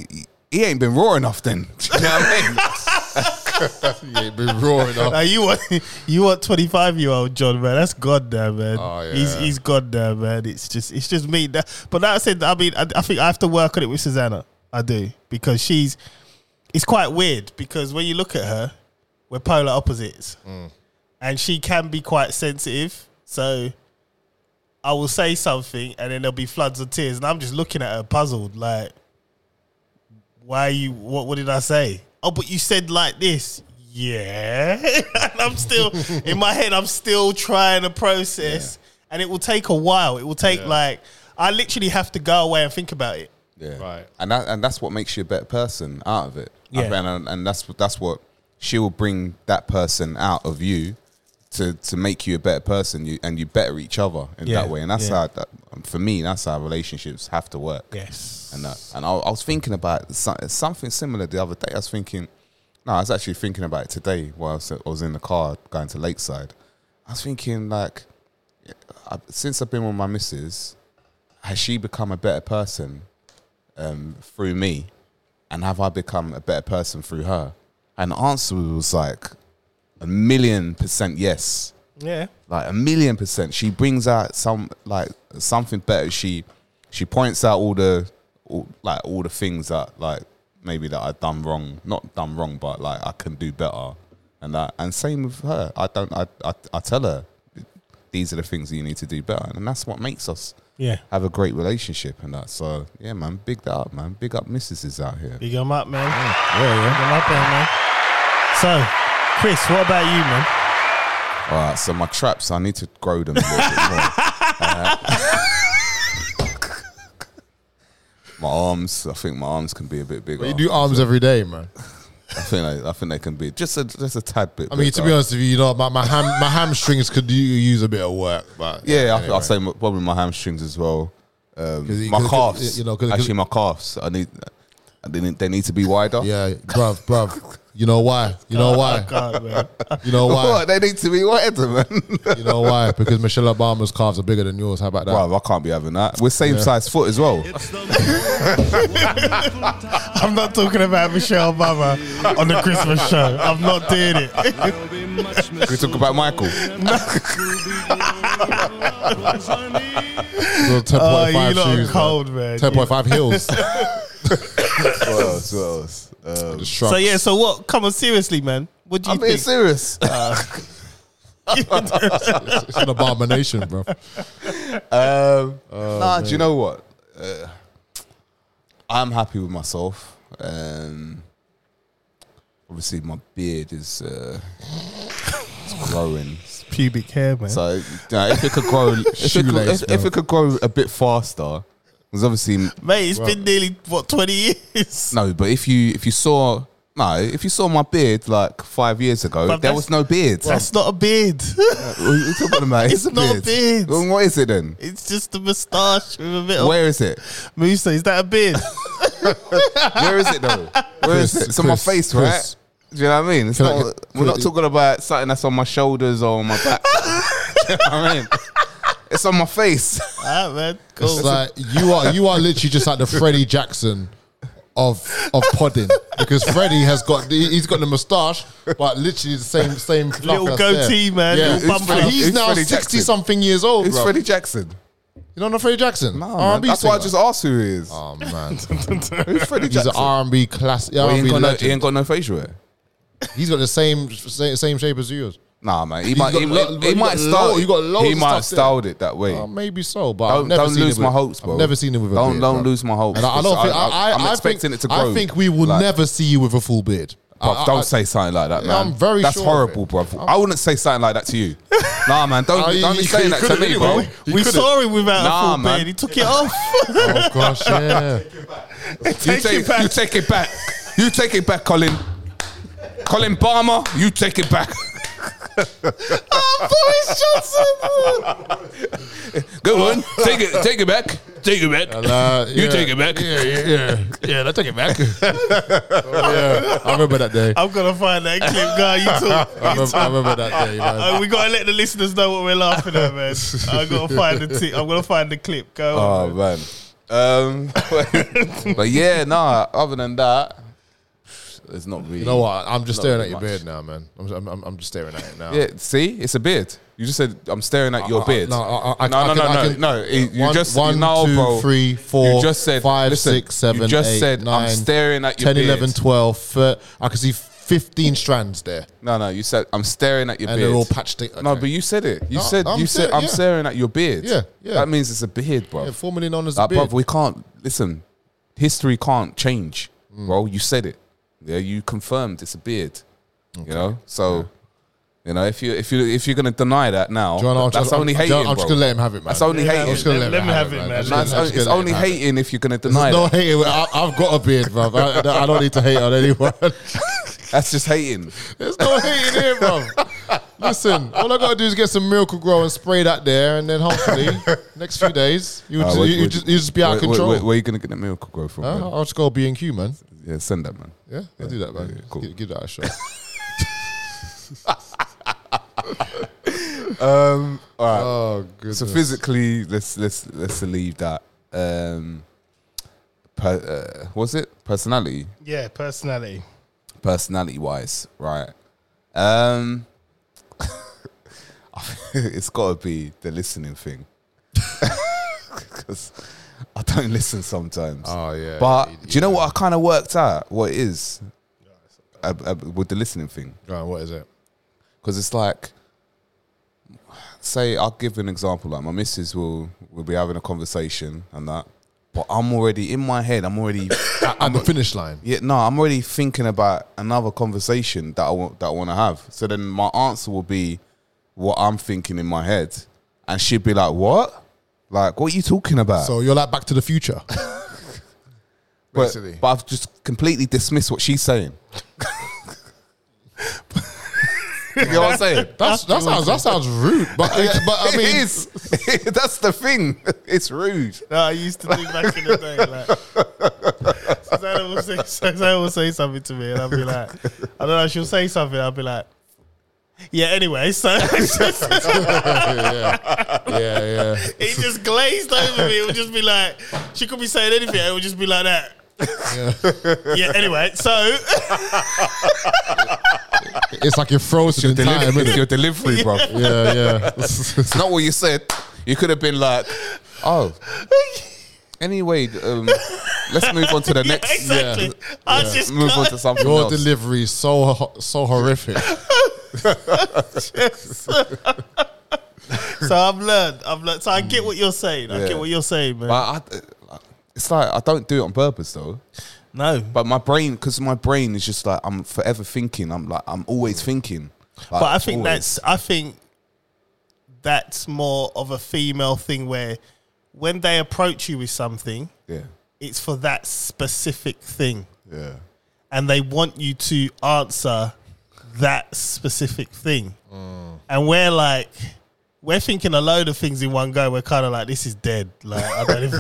[SPEAKER 1] he ain't been raw enough. Then you know what I mean?
[SPEAKER 4] He ain't been roaring
[SPEAKER 2] Nah,
[SPEAKER 4] up.
[SPEAKER 2] you want you want twenty five year old John man? That's God there, man.
[SPEAKER 4] Oh, yeah.
[SPEAKER 2] He's he's God there, man. It's just it's just me. That- But that said, I mean, I, I think I have to work on it with Susanna. I do because she's it's quite weird because when you look at her, we're polar opposites,
[SPEAKER 4] Mm.
[SPEAKER 2] and she can be quite sensitive. So I will say something, and then there'll be floods of tears, and I'm just looking at her puzzled, like, "Why are you? What? What did I say? Oh, but you said like this." Yeah, and I'm still in my head. I'm still trying to process, and it will take a while. It will take like I literally have to go away and think about it.
[SPEAKER 1] Yeah.
[SPEAKER 4] Right.
[SPEAKER 1] And that, and that's what makes you a better person out of it.
[SPEAKER 2] Yeah.
[SPEAKER 1] And, and that's what- that's what she will bring that person out of you to to make you a better person. You and you better each other in
[SPEAKER 2] Yeah.
[SPEAKER 1] that way. And that's
[SPEAKER 2] Yeah.
[SPEAKER 1] how that, for me that's how relationships have to work.
[SPEAKER 2] Yes,
[SPEAKER 1] And that, and I, I was thinking about so- something similar the other day. I was thinking, no, I was actually thinking about it today while I was, I was in the car going to Lakeside. I was thinking like, I, since I've been with my missus, has she become a better person um, through me, and have I become a better person through her? And the answer was like a million percent yes
[SPEAKER 2] yeah,
[SPEAKER 1] like a million percent. She brings out some like something better. She she points out all the all, like all the things that like maybe that I've done wrong, not done wrong, but like I can do better, and that and same with her. I don't I I, I tell her these are the things that you need to do better, and that's what makes us
[SPEAKER 2] Yeah.
[SPEAKER 1] have a great relationship and that. So yeah, man, big that up, man. Big up missuses out here.
[SPEAKER 2] Big 'em up, man.
[SPEAKER 4] Yeah,
[SPEAKER 2] Big 'em up, eh, man. So, Chris, what about you, man?
[SPEAKER 1] All right, so my traps, I need to grow them a little bit more. Uh, my arms, I think my arms can be a bit bigger.
[SPEAKER 4] But you do arms every day, man.
[SPEAKER 1] I think they, I think they can be just a just a tad bit.
[SPEAKER 4] I mean,
[SPEAKER 1] bigger.
[SPEAKER 4] to be honest with you, you know, my, my ham my hamstrings could u- use a bit of work, but
[SPEAKER 1] yeah, I, I'll say my, probably my hamstrings as well. Um,
[SPEAKER 4] 'Cause you-
[SPEAKER 1] my
[SPEAKER 4] 'cause- 'cause,
[SPEAKER 1] calves,
[SPEAKER 4] you know, 'cause- 'cause-
[SPEAKER 1] actually, my calves. I need, they need, they need to be wider.
[SPEAKER 4] yeah, bruv, bruv. You know why? You know Oh, why?
[SPEAKER 2] Oh, God, man.
[SPEAKER 4] You know why?
[SPEAKER 1] What? They need to be wider, man.
[SPEAKER 4] You know why? Because Michelle Obama's calves are bigger than yours. How about that?
[SPEAKER 1] Bro, I can't be having that. We're same size foot as well.
[SPEAKER 3] It's the most wonderful time.
[SPEAKER 2] I'm not talking about Michelle Obama on the Christmas show. I'm not doing it.
[SPEAKER 3] There'll be much
[SPEAKER 1] We talk about Michael.
[SPEAKER 4] Little
[SPEAKER 2] Oh,
[SPEAKER 4] 10.5
[SPEAKER 2] you lot are
[SPEAKER 4] shoes,
[SPEAKER 2] cold, man.
[SPEAKER 4] Ten point five heels.
[SPEAKER 1] What else? What else? Um,
[SPEAKER 2] So yeah, so what? Come on, seriously, man. What do you
[SPEAKER 1] I'm being
[SPEAKER 2] think?
[SPEAKER 1] serious.
[SPEAKER 4] it's an abomination, bro.
[SPEAKER 1] Um, nah, do you know what? Uh, I'm happy with myself. Um, obviously, my beard is uh, it's growing.
[SPEAKER 2] Pubic hair, man.
[SPEAKER 1] So nah, if it could grow, if, it could,
[SPEAKER 4] Shoelace,
[SPEAKER 1] if, if
[SPEAKER 4] bro.
[SPEAKER 1] it could grow a bit faster, because obviously
[SPEAKER 2] Mate, it's
[SPEAKER 4] Well-
[SPEAKER 2] been nearly what twenty years.
[SPEAKER 1] no. But if you if you saw no, if you saw my beard like five years ago,
[SPEAKER 2] But
[SPEAKER 1] there
[SPEAKER 2] that's-
[SPEAKER 1] was no beard.
[SPEAKER 2] That's not a beard.
[SPEAKER 1] what are you talking about?
[SPEAKER 2] It's not a beard.
[SPEAKER 1] Well, what is it then?
[SPEAKER 2] it's just a moustache with a bit of
[SPEAKER 1] Where is it?
[SPEAKER 2] Musa, is that a beard?
[SPEAKER 1] Where is it though? Where is
[SPEAKER 4] Chris,
[SPEAKER 1] it? It's on my
[SPEAKER 4] Chris,
[SPEAKER 1] face,
[SPEAKER 4] Chris.
[SPEAKER 1] right? Do you know what I mean? It's
[SPEAKER 4] Can I
[SPEAKER 1] not,
[SPEAKER 4] get-
[SPEAKER 1] we're not
[SPEAKER 4] Chris-
[SPEAKER 1] talking about something that's on my shoulders or on my back. Do you know what I mean? It's on my face.
[SPEAKER 2] All right, man. Cool.
[SPEAKER 4] It's like you are you are literally just like the Freddie Jackson of of podding because Freddie has got the, he's got the moustache, but literally the same same fluff
[SPEAKER 2] Little
[SPEAKER 4] that's there.
[SPEAKER 2] goatee, man.
[SPEAKER 4] Yeah,
[SPEAKER 2] Little bum
[SPEAKER 4] Freddie-
[SPEAKER 2] fluff.
[SPEAKER 4] he's
[SPEAKER 1] It's
[SPEAKER 4] now
[SPEAKER 1] Freddie Jackson.
[SPEAKER 4] sixty something years old.
[SPEAKER 1] It's
[SPEAKER 4] bro.
[SPEAKER 1] Freddie Jackson.
[SPEAKER 4] You don't know Freddie Jackson?
[SPEAKER 1] No, man.
[SPEAKER 4] R&B
[SPEAKER 1] That's why I
[SPEAKER 4] singer.
[SPEAKER 1] just asked who he is.
[SPEAKER 4] Oh man,
[SPEAKER 1] Who's Freddie
[SPEAKER 4] he's an
[SPEAKER 1] Jackson?
[SPEAKER 4] R and B classic.
[SPEAKER 1] Well, he, ain't
[SPEAKER 4] R&B
[SPEAKER 1] got no, he
[SPEAKER 4] legend.
[SPEAKER 1] ain't got no facial hair.
[SPEAKER 4] He's got the same same, same shape as yours.
[SPEAKER 1] Nah, man. He might.
[SPEAKER 4] got
[SPEAKER 1] He,
[SPEAKER 4] lo-
[SPEAKER 1] he
[SPEAKER 4] bro, you
[SPEAKER 1] might
[SPEAKER 4] got
[SPEAKER 1] have
[SPEAKER 4] lo-
[SPEAKER 1] styled.
[SPEAKER 4] you got loads
[SPEAKER 1] he
[SPEAKER 4] of
[SPEAKER 1] might have
[SPEAKER 4] stuff there.
[SPEAKER 1] styled it that way.
[SPEAKER 4] Uh, maybe so, but I've
[SPEAKER 1] don't
[SPEAKER 4] never
[SPEAKER 1] don't
[SPEAKER 4] seen it
[SPEAKER 1] lose
[SPEAKER 4] with-
[SPEAKER 1] my hopes, bro.
[SPEAKER 4] I've never seen him with a
[SPEAKER 1] Don't
[SPEAKER 4] beard,
[SPEAKER 1] don't
[SPEAKER 4] bro.
[SPEAKER 1] lose my hopes.
[SPEAKER 4] And I, I don't think I, I,
[SPEAKER 1] am
[SPEAKER 4] I
[SPEAKER 1] expecting
[SPEAKER 4] think,
[SPEAKER 1] it to grow.
[SPEAKER 4] I think we will
[SPEAKER 1] Like-
[SPEAKER 4] never see you with a full beard.
[SPEAKER 1] Bruv,
[SPEAKER 4] I- I-
[SPEAKER 1] don't
[SPEAKER 4] I-
[SPEAKER 1] say something like that,
[SPEAKER 4] Yeah,
[SPEAKER 1] man.
[SPEAKER 4] I'm very
[SPEAKER 1] That's
[SPEAKER 4] sure of
[SPEAKER 1] horrible,
[SPEAKER 4] it.
[SPEAKER 1] bro. I wouldn't say something like that to you. nah, man. Don't,
[SPEAKER 4] Oh, you-
[SPEAKER 1] don't be
[SPEAKER 4] you
[SPEAKER 1] saying that
[SPEAKER 4] could-
[SPEAKER 1] to
[SPEAKER 4] you
[SPEAKER 1] me,
[SPEAKER 4] could've
[SPEAKER 1] bro.
[SPEAKER 4] anyway.
[SPEAKER 2] we saw him without
[SPEAKER 1] Nah,
[SPEAKER 2] a full
[SPEAKER 1] man.
[SPEAKER 2] beard. He took it off.
[SPEAKER 4] Oh gosh, yeah.
[SPEAKER 1] You
[SPEAKER 2] Take
[SPEAKER 1] take,
[SPEAKER 2] it back.
[SPEAKER 1] you take it back. You take it back, Colin. Colin Palmer, you take it back.
[SPEAKER 2] oh, Boris Johnson.
[SPEAKER 1] Good one. Take it. Take it back. Take it back.
[SPEAKER 4] Uh,
[SPEAKER 1] You
[SPEAKER 4] yeah.
[SPEAKER 1] take it back.
[SPEAKER 4] Yeah, yeah, yeah. Yeah, I take it back. Oh, yeah, I remember that day.
[SPEAKER 2] I'm gonna find that clip, guy. You talk.
[SPEAKER 4] I remember, I remember that day, man.
[SPEAKER 2] Uh, we gotta let the listeners know what we're laughing at, man. I gotta find the t- I'm gonna find the clip. Go. on.
[SPEAKER 1] Oh man. Um, but yeah, nah. Other than that, it's not really.
[SPEAKER 4] You know what? I'm just
[SPEAKER 1] Not
[SPEAKER 4] staring
[SPEAKER 1] really
[SPEAKER 4] at your
[SPEAKER 1] much.
[SPEAKER 4] beard now, man. I'm, I'm, I'm- I'm just staring at it now.
[SPEAKER 1] Yeah, see, it's a beard. You just said I'm staring at your
[SPEAKER 4] I-
[SPEAKER 1] beard.
[SPEAKER 4] no, I- I-
[SPEAKER 1] no, no,
[SPEAKER 4] I can-
[SPEAKER 1] no,
[SPEAKER 4] I
[SPEAKER 1] no,
[SPEAKER 4] can-
[SPEAKER 1] no. It- You
[SPEAKER 4] One-
[SPEAKER 1] just
[SPEAKER 4] one,
[SPEAKER 1] no,
[SPEAKER 4] two,
[SPEAKER 1] bro.
[SPEAKER 4] three, four,
[SPEAKER 1] You just said
[SPEAKER 4] five,
[SPEAKER 1] listen,
[SPEAKER 4] six, seven,
[SPEAKER 1] You just
[SPEAKER 4] eight,
[SPEAKER 1] said
[SPEAKER 4] nine,
[SPEAKER 1] I'm staring at your
[SPEAKER 4] 10, 11,
[SPEAKER 1] beard.
[SPEAKER 4] 12. thir- I can see 15 strands there.
[SPEAKER 1] No, no, you said I'm staring at your
[SPEAKER 4] And
[SPEAKER 1] beard.
[SPEAKER 4] they're all patched it-
[SPEAKER 1] No,
[SPEAKER 4] okay.
[SPEAKER 1] but you said it. You
[SPEAKER 4] No,
[SPEAKER 1] said
[SPEAKER 4] I'm
[SPEAKER 1] you said
[SPEAKER 4] staring-
[SPEAKER 1] I'm
[SPEAKER 4] yeah.
[SPEAKER 1] staring at your beard.
[SPEAKER 4] Yeah, yeah.
[SPEAKER 1] That means it's a beard, bro.
[SPEAKER 4] Yeah, formerly known as
[SPEAKER 1] like,
[SPEAKER 4] a beard.
[SPEAKER 1] bruv, we can't listen. History can't change,
[SPEAKER 4] Mm.
[SPEAKER 1] bro. You said it. Yeah, you confirmed it's a beard. You know, so you know if you if you if you're gonna deny that now,
[SPEAKER 4] Do you wanna-
[SPEAKER 1] that's
[SPEAKER 4] I'm-
[SPEAKER 1] only
[SPEAKER 4] I'm-
[SPEAKER 1] hating.
[SPEAKER 4] I'm just
[SPEAKER 1] bro.
[SPEAKER 4] gonna let him have it, man.
[SPEAKER 1] That's only
[SPEAKER 2] Yeah,
[SPEAKER 1] hating.
[SPEAKER 4] I'm just gonna let,
[SPEAKER 2] Let
[SPEAKER 4] him
[SPEAKER 2] me
[SPEAKER 4] have
[SPEAKER 2] have
[SPEAKER 4] it,
[SPEAKER 2] it,
[SPEAKER 4] man.
[SPEAKER 2] man.
[SPEAKER 4] I'm just
[SPEAKER 1] No,
[SPEAKER 4] gonna-
[SPEAKER 1] it's
[SPEAKER 4] I'm
[SPEAKER 1] only,
[SPEAKER 4] just
[SPEAKER 1] it's
[SPEAKER 4] gonna let
[SPEAKER 1] only
[SPEAKER 4] him have it.
[SPEAKER 1] hating if you're gonna deny
[SPEAKER 4] There's no
[SPEAKER 1] that.
[SPEAKER 4] hating. I, I've got a beard, bro. I, I don't need to hate on anyone.
[SPEAKER 1] That's just hating.
[SPEAKER 4] There's no hating here, bro. Listen, all I gotta do is get some Miracle Grow and spray that there, and then hopefully next few days you
[SPEAKER 1] Uh,
[SPEAKER 4] just,
[SPEAKER 1] where-
[SPEAKER 4] you,
[SPEAKER 1] where-
[SPEAKER 4] just, you just be out of
[SPEAKER 1] where- where-
[SPEAKER 4] control.
[SPEAKER 1] Where, where you gonna get the miracle grow from?
[SPEAKER 4] Huh?
[SPEAKER 1] man?
[SPEAKER 4] I'll just go B and Q, man.
[SPEAKER 1] Yeah, send that man.
[SPEAKER 4] Yeah, I'll do that, man.
[SPEAKER 1] yeah, cool.
[SPEAKER 4] give, give that a shot.
[SPEAKER 1] Um, all right.
[SPEAKER 4] oh, good.
[SPEAKER 1] so physically, let's let's let's leave that. Um, per, uh, was it personality?
[SPEAKER 2] Yeah, personality.
[SPEAKER 1] Personality wise, right? Um, it's got to be the listening thing because I don't listen sometimes.
[SPEAKER 4] Oh yeah.
[SPEAKER 1] But
[SPEAKER 4] you-
[SPEAKER 1] do you know what I kind of worked out? What it is uh, uh, with the listening thing?
[SPEAKER 4] Go on, what is it?
[SPEAKER 1] Because it's like say I'll give an example. Like my missus will will be having a conversation and that, but I'm already in my head. I'm already
[SPEAKER 4] at, at the finish line.
[SPEAKER 1] yeah. No, I'm already thinking about another conversation that I want that I want to have. So then my answer will be what I'm thinking in my head, and she'd be like, "What? Like what are you talking about?"
[SPEAKER 4] So you're like Back to the Future.
[SPEAKER 1] but,
[SPEAKER 4] basically.
[SPEAKER 1] but I've just completely dismissed what she's saying. you know what I'm saying?
[SPEAKER 4] That's that sounds that sounds rude, but I, but I mean,
[SPEAKER 1] it is. That's the thing. It's rude.
[SPEAKER 2] No, I used to do back in the day. Like, Susanna will say, Susanna will say something to me, and I'll be like, I don't know. She'll say something, I'll be like, yeah. Anyway, so it
[SPEAKER 4] yeah, yeah, yeah,
[SPEAKER 2] just glazed over me. It would just be like she could be saying anything. It would just be like that. yeah. Anyway, so
[SPEAKER 4] it's like you're frozen in time.
[SPEAKER 1] Delivery,
[SPEAKER 4] innit?
[SPEAKER 1] your delivery, bro.
[SPEAKER 4] Yeah, yeah.
[SPEAKER 1] It's not what you said. You could have been like, oh. Anyway, um, let's move on to the
[SPEAKER 2] yeah,
[SPEAKER 1] next.
[SPEAKER 2] exactly. I just
[SPEAKER 1] Move on to something
[SPEAKER 4] Your
[SPEAKER 1] else.
[SPEAKER 4] delivery is so ho- so horrific.
[SPEAKER 2] so I've learned. I've learned. So I get what you're saying. I
[SPEAKER 1] Yeah.
[SPEAKER 2] get what you're saying, man.
[SPEAKER 1] But I, it's like I don't do it on purpose though.
[SPEAKER 2] no,
[SPEAKER 1] But my brain, because my brain is just like I'm forever thinking. I'm like I'm always thinking. Like,
[SPEAKER 2] But I think
[SPEAKER 1] always.
[SPEAKER 2] that's I think that's more of a female thing where when they approach you with something,
[SPEAKER 1] yeah,
[SPEAKER 2] it's for that specific thing.
[SPEAKER 1] yeah.
[SPEAKER 2] And they want you to answer that specific thing.
[SPEAKER 4] Mm.
[SPEAKER 2] And we're like we're thinking a load of things in one go. We're kind of like, this is dead. Like I don't even,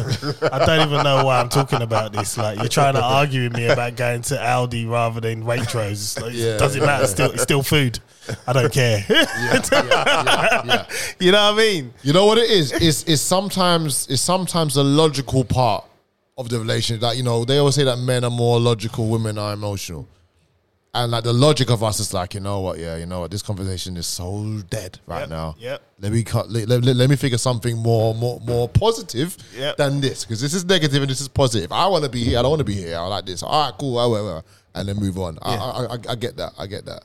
[SPEAKER 2] I don't even know why I'm talking about this. Like you're trying to argue with me about going to Aldi rather than Waitrose. Like,
[SPEAKER 4] Yeah.
[SPEAKER 2] Does it matter? Still, it's still food. I don't care.
[SPEAKER 4] yeah.
[SPEAKER 2] You know what I mean?
[SPEAKER 4] You know what it is? It's, it's sometimes it's sometimes the logical part of the relationship. Like you know, they always say that men are more logical, women are emotional, and like the logic of us is like, you know what? Yeah, you know what? This conversation is so dead right
[SPEAKER 2] Yep,
[SPEAKER 4] now.
[SPEAKER 2] yep.
[SPEAKER 4] Let me cut. Let, let, let me figure something more more more positive
[SPEAKER 2] Yep.
[SPEAKER 4] than this because this is negative and this is positive. I want to be here. I don't want to be here. I like this. All right, cool. I whatever, and then move on. I, I, I I get that. I get that.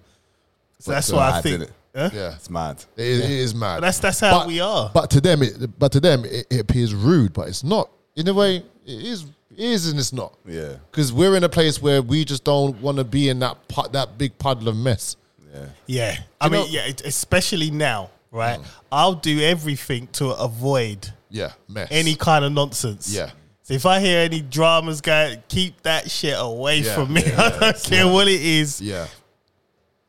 [SPEAKER 2] So that's
[SPEAKER 1] so
[SPEAKER 2] why I
[SPEAKER 1] I
[SPEAKER 2] think.
[SPEAKER 1] did it.
[SPEAKER 2] Huh?
[SPEAKER 4] Yeah.
[SPEAKER 1] It's mad.
[SPEAKER 4] It is, it is mad.
[SPEAKER 2] But that's- that's how
[SPEAKER 4] But-
[SPEAKER 2] we are.
[SPEAKER 4] But to them, it, but to them, it, it appears rude, but it's not. In a way, it is, it is and it's not.
[SPEAKER 1] Yeah.
[SPEAKER 4] Because we're in a place where we just don't want to be in that pu- that big puddle of mess.
[SPEAKER 1] Yeah,
[SPEAKER 2] Yeah. I
[SPEAKER 4] You
[SPEAKER 2] mean,
[SPEAKER 4] know- Mm.
[SPEAKER 2] yeah, it- especially now, right? I'll do everything to avoid
[SPEAKER 4] Yeah, mess.
[SPEAKER 2] any kind of nonsense.
[SPEAKER 4] Yeah.
[SPEAKER 2] So if I hear any dramas, guy, keep that shit away
[SPEAKER 4] Yeah,
[SPEAKER 2] from me. I don't care what it is.
[SPEAKER 4] Yeah,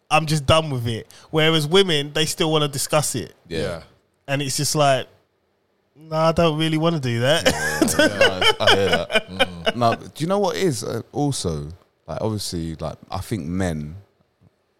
[SPEAKER 2] I'm just done with it. Whereas women, they still want to discuss it,
[SPEAKER 1] yeah.
[SPEAKER 4] yeah,
[SPEAKER 2] and it's just like, no, I don't really want to do that.
[SPEAKER 1] I, I hear that. No, but do you know what it is uh, also like? Obviously, like I think men,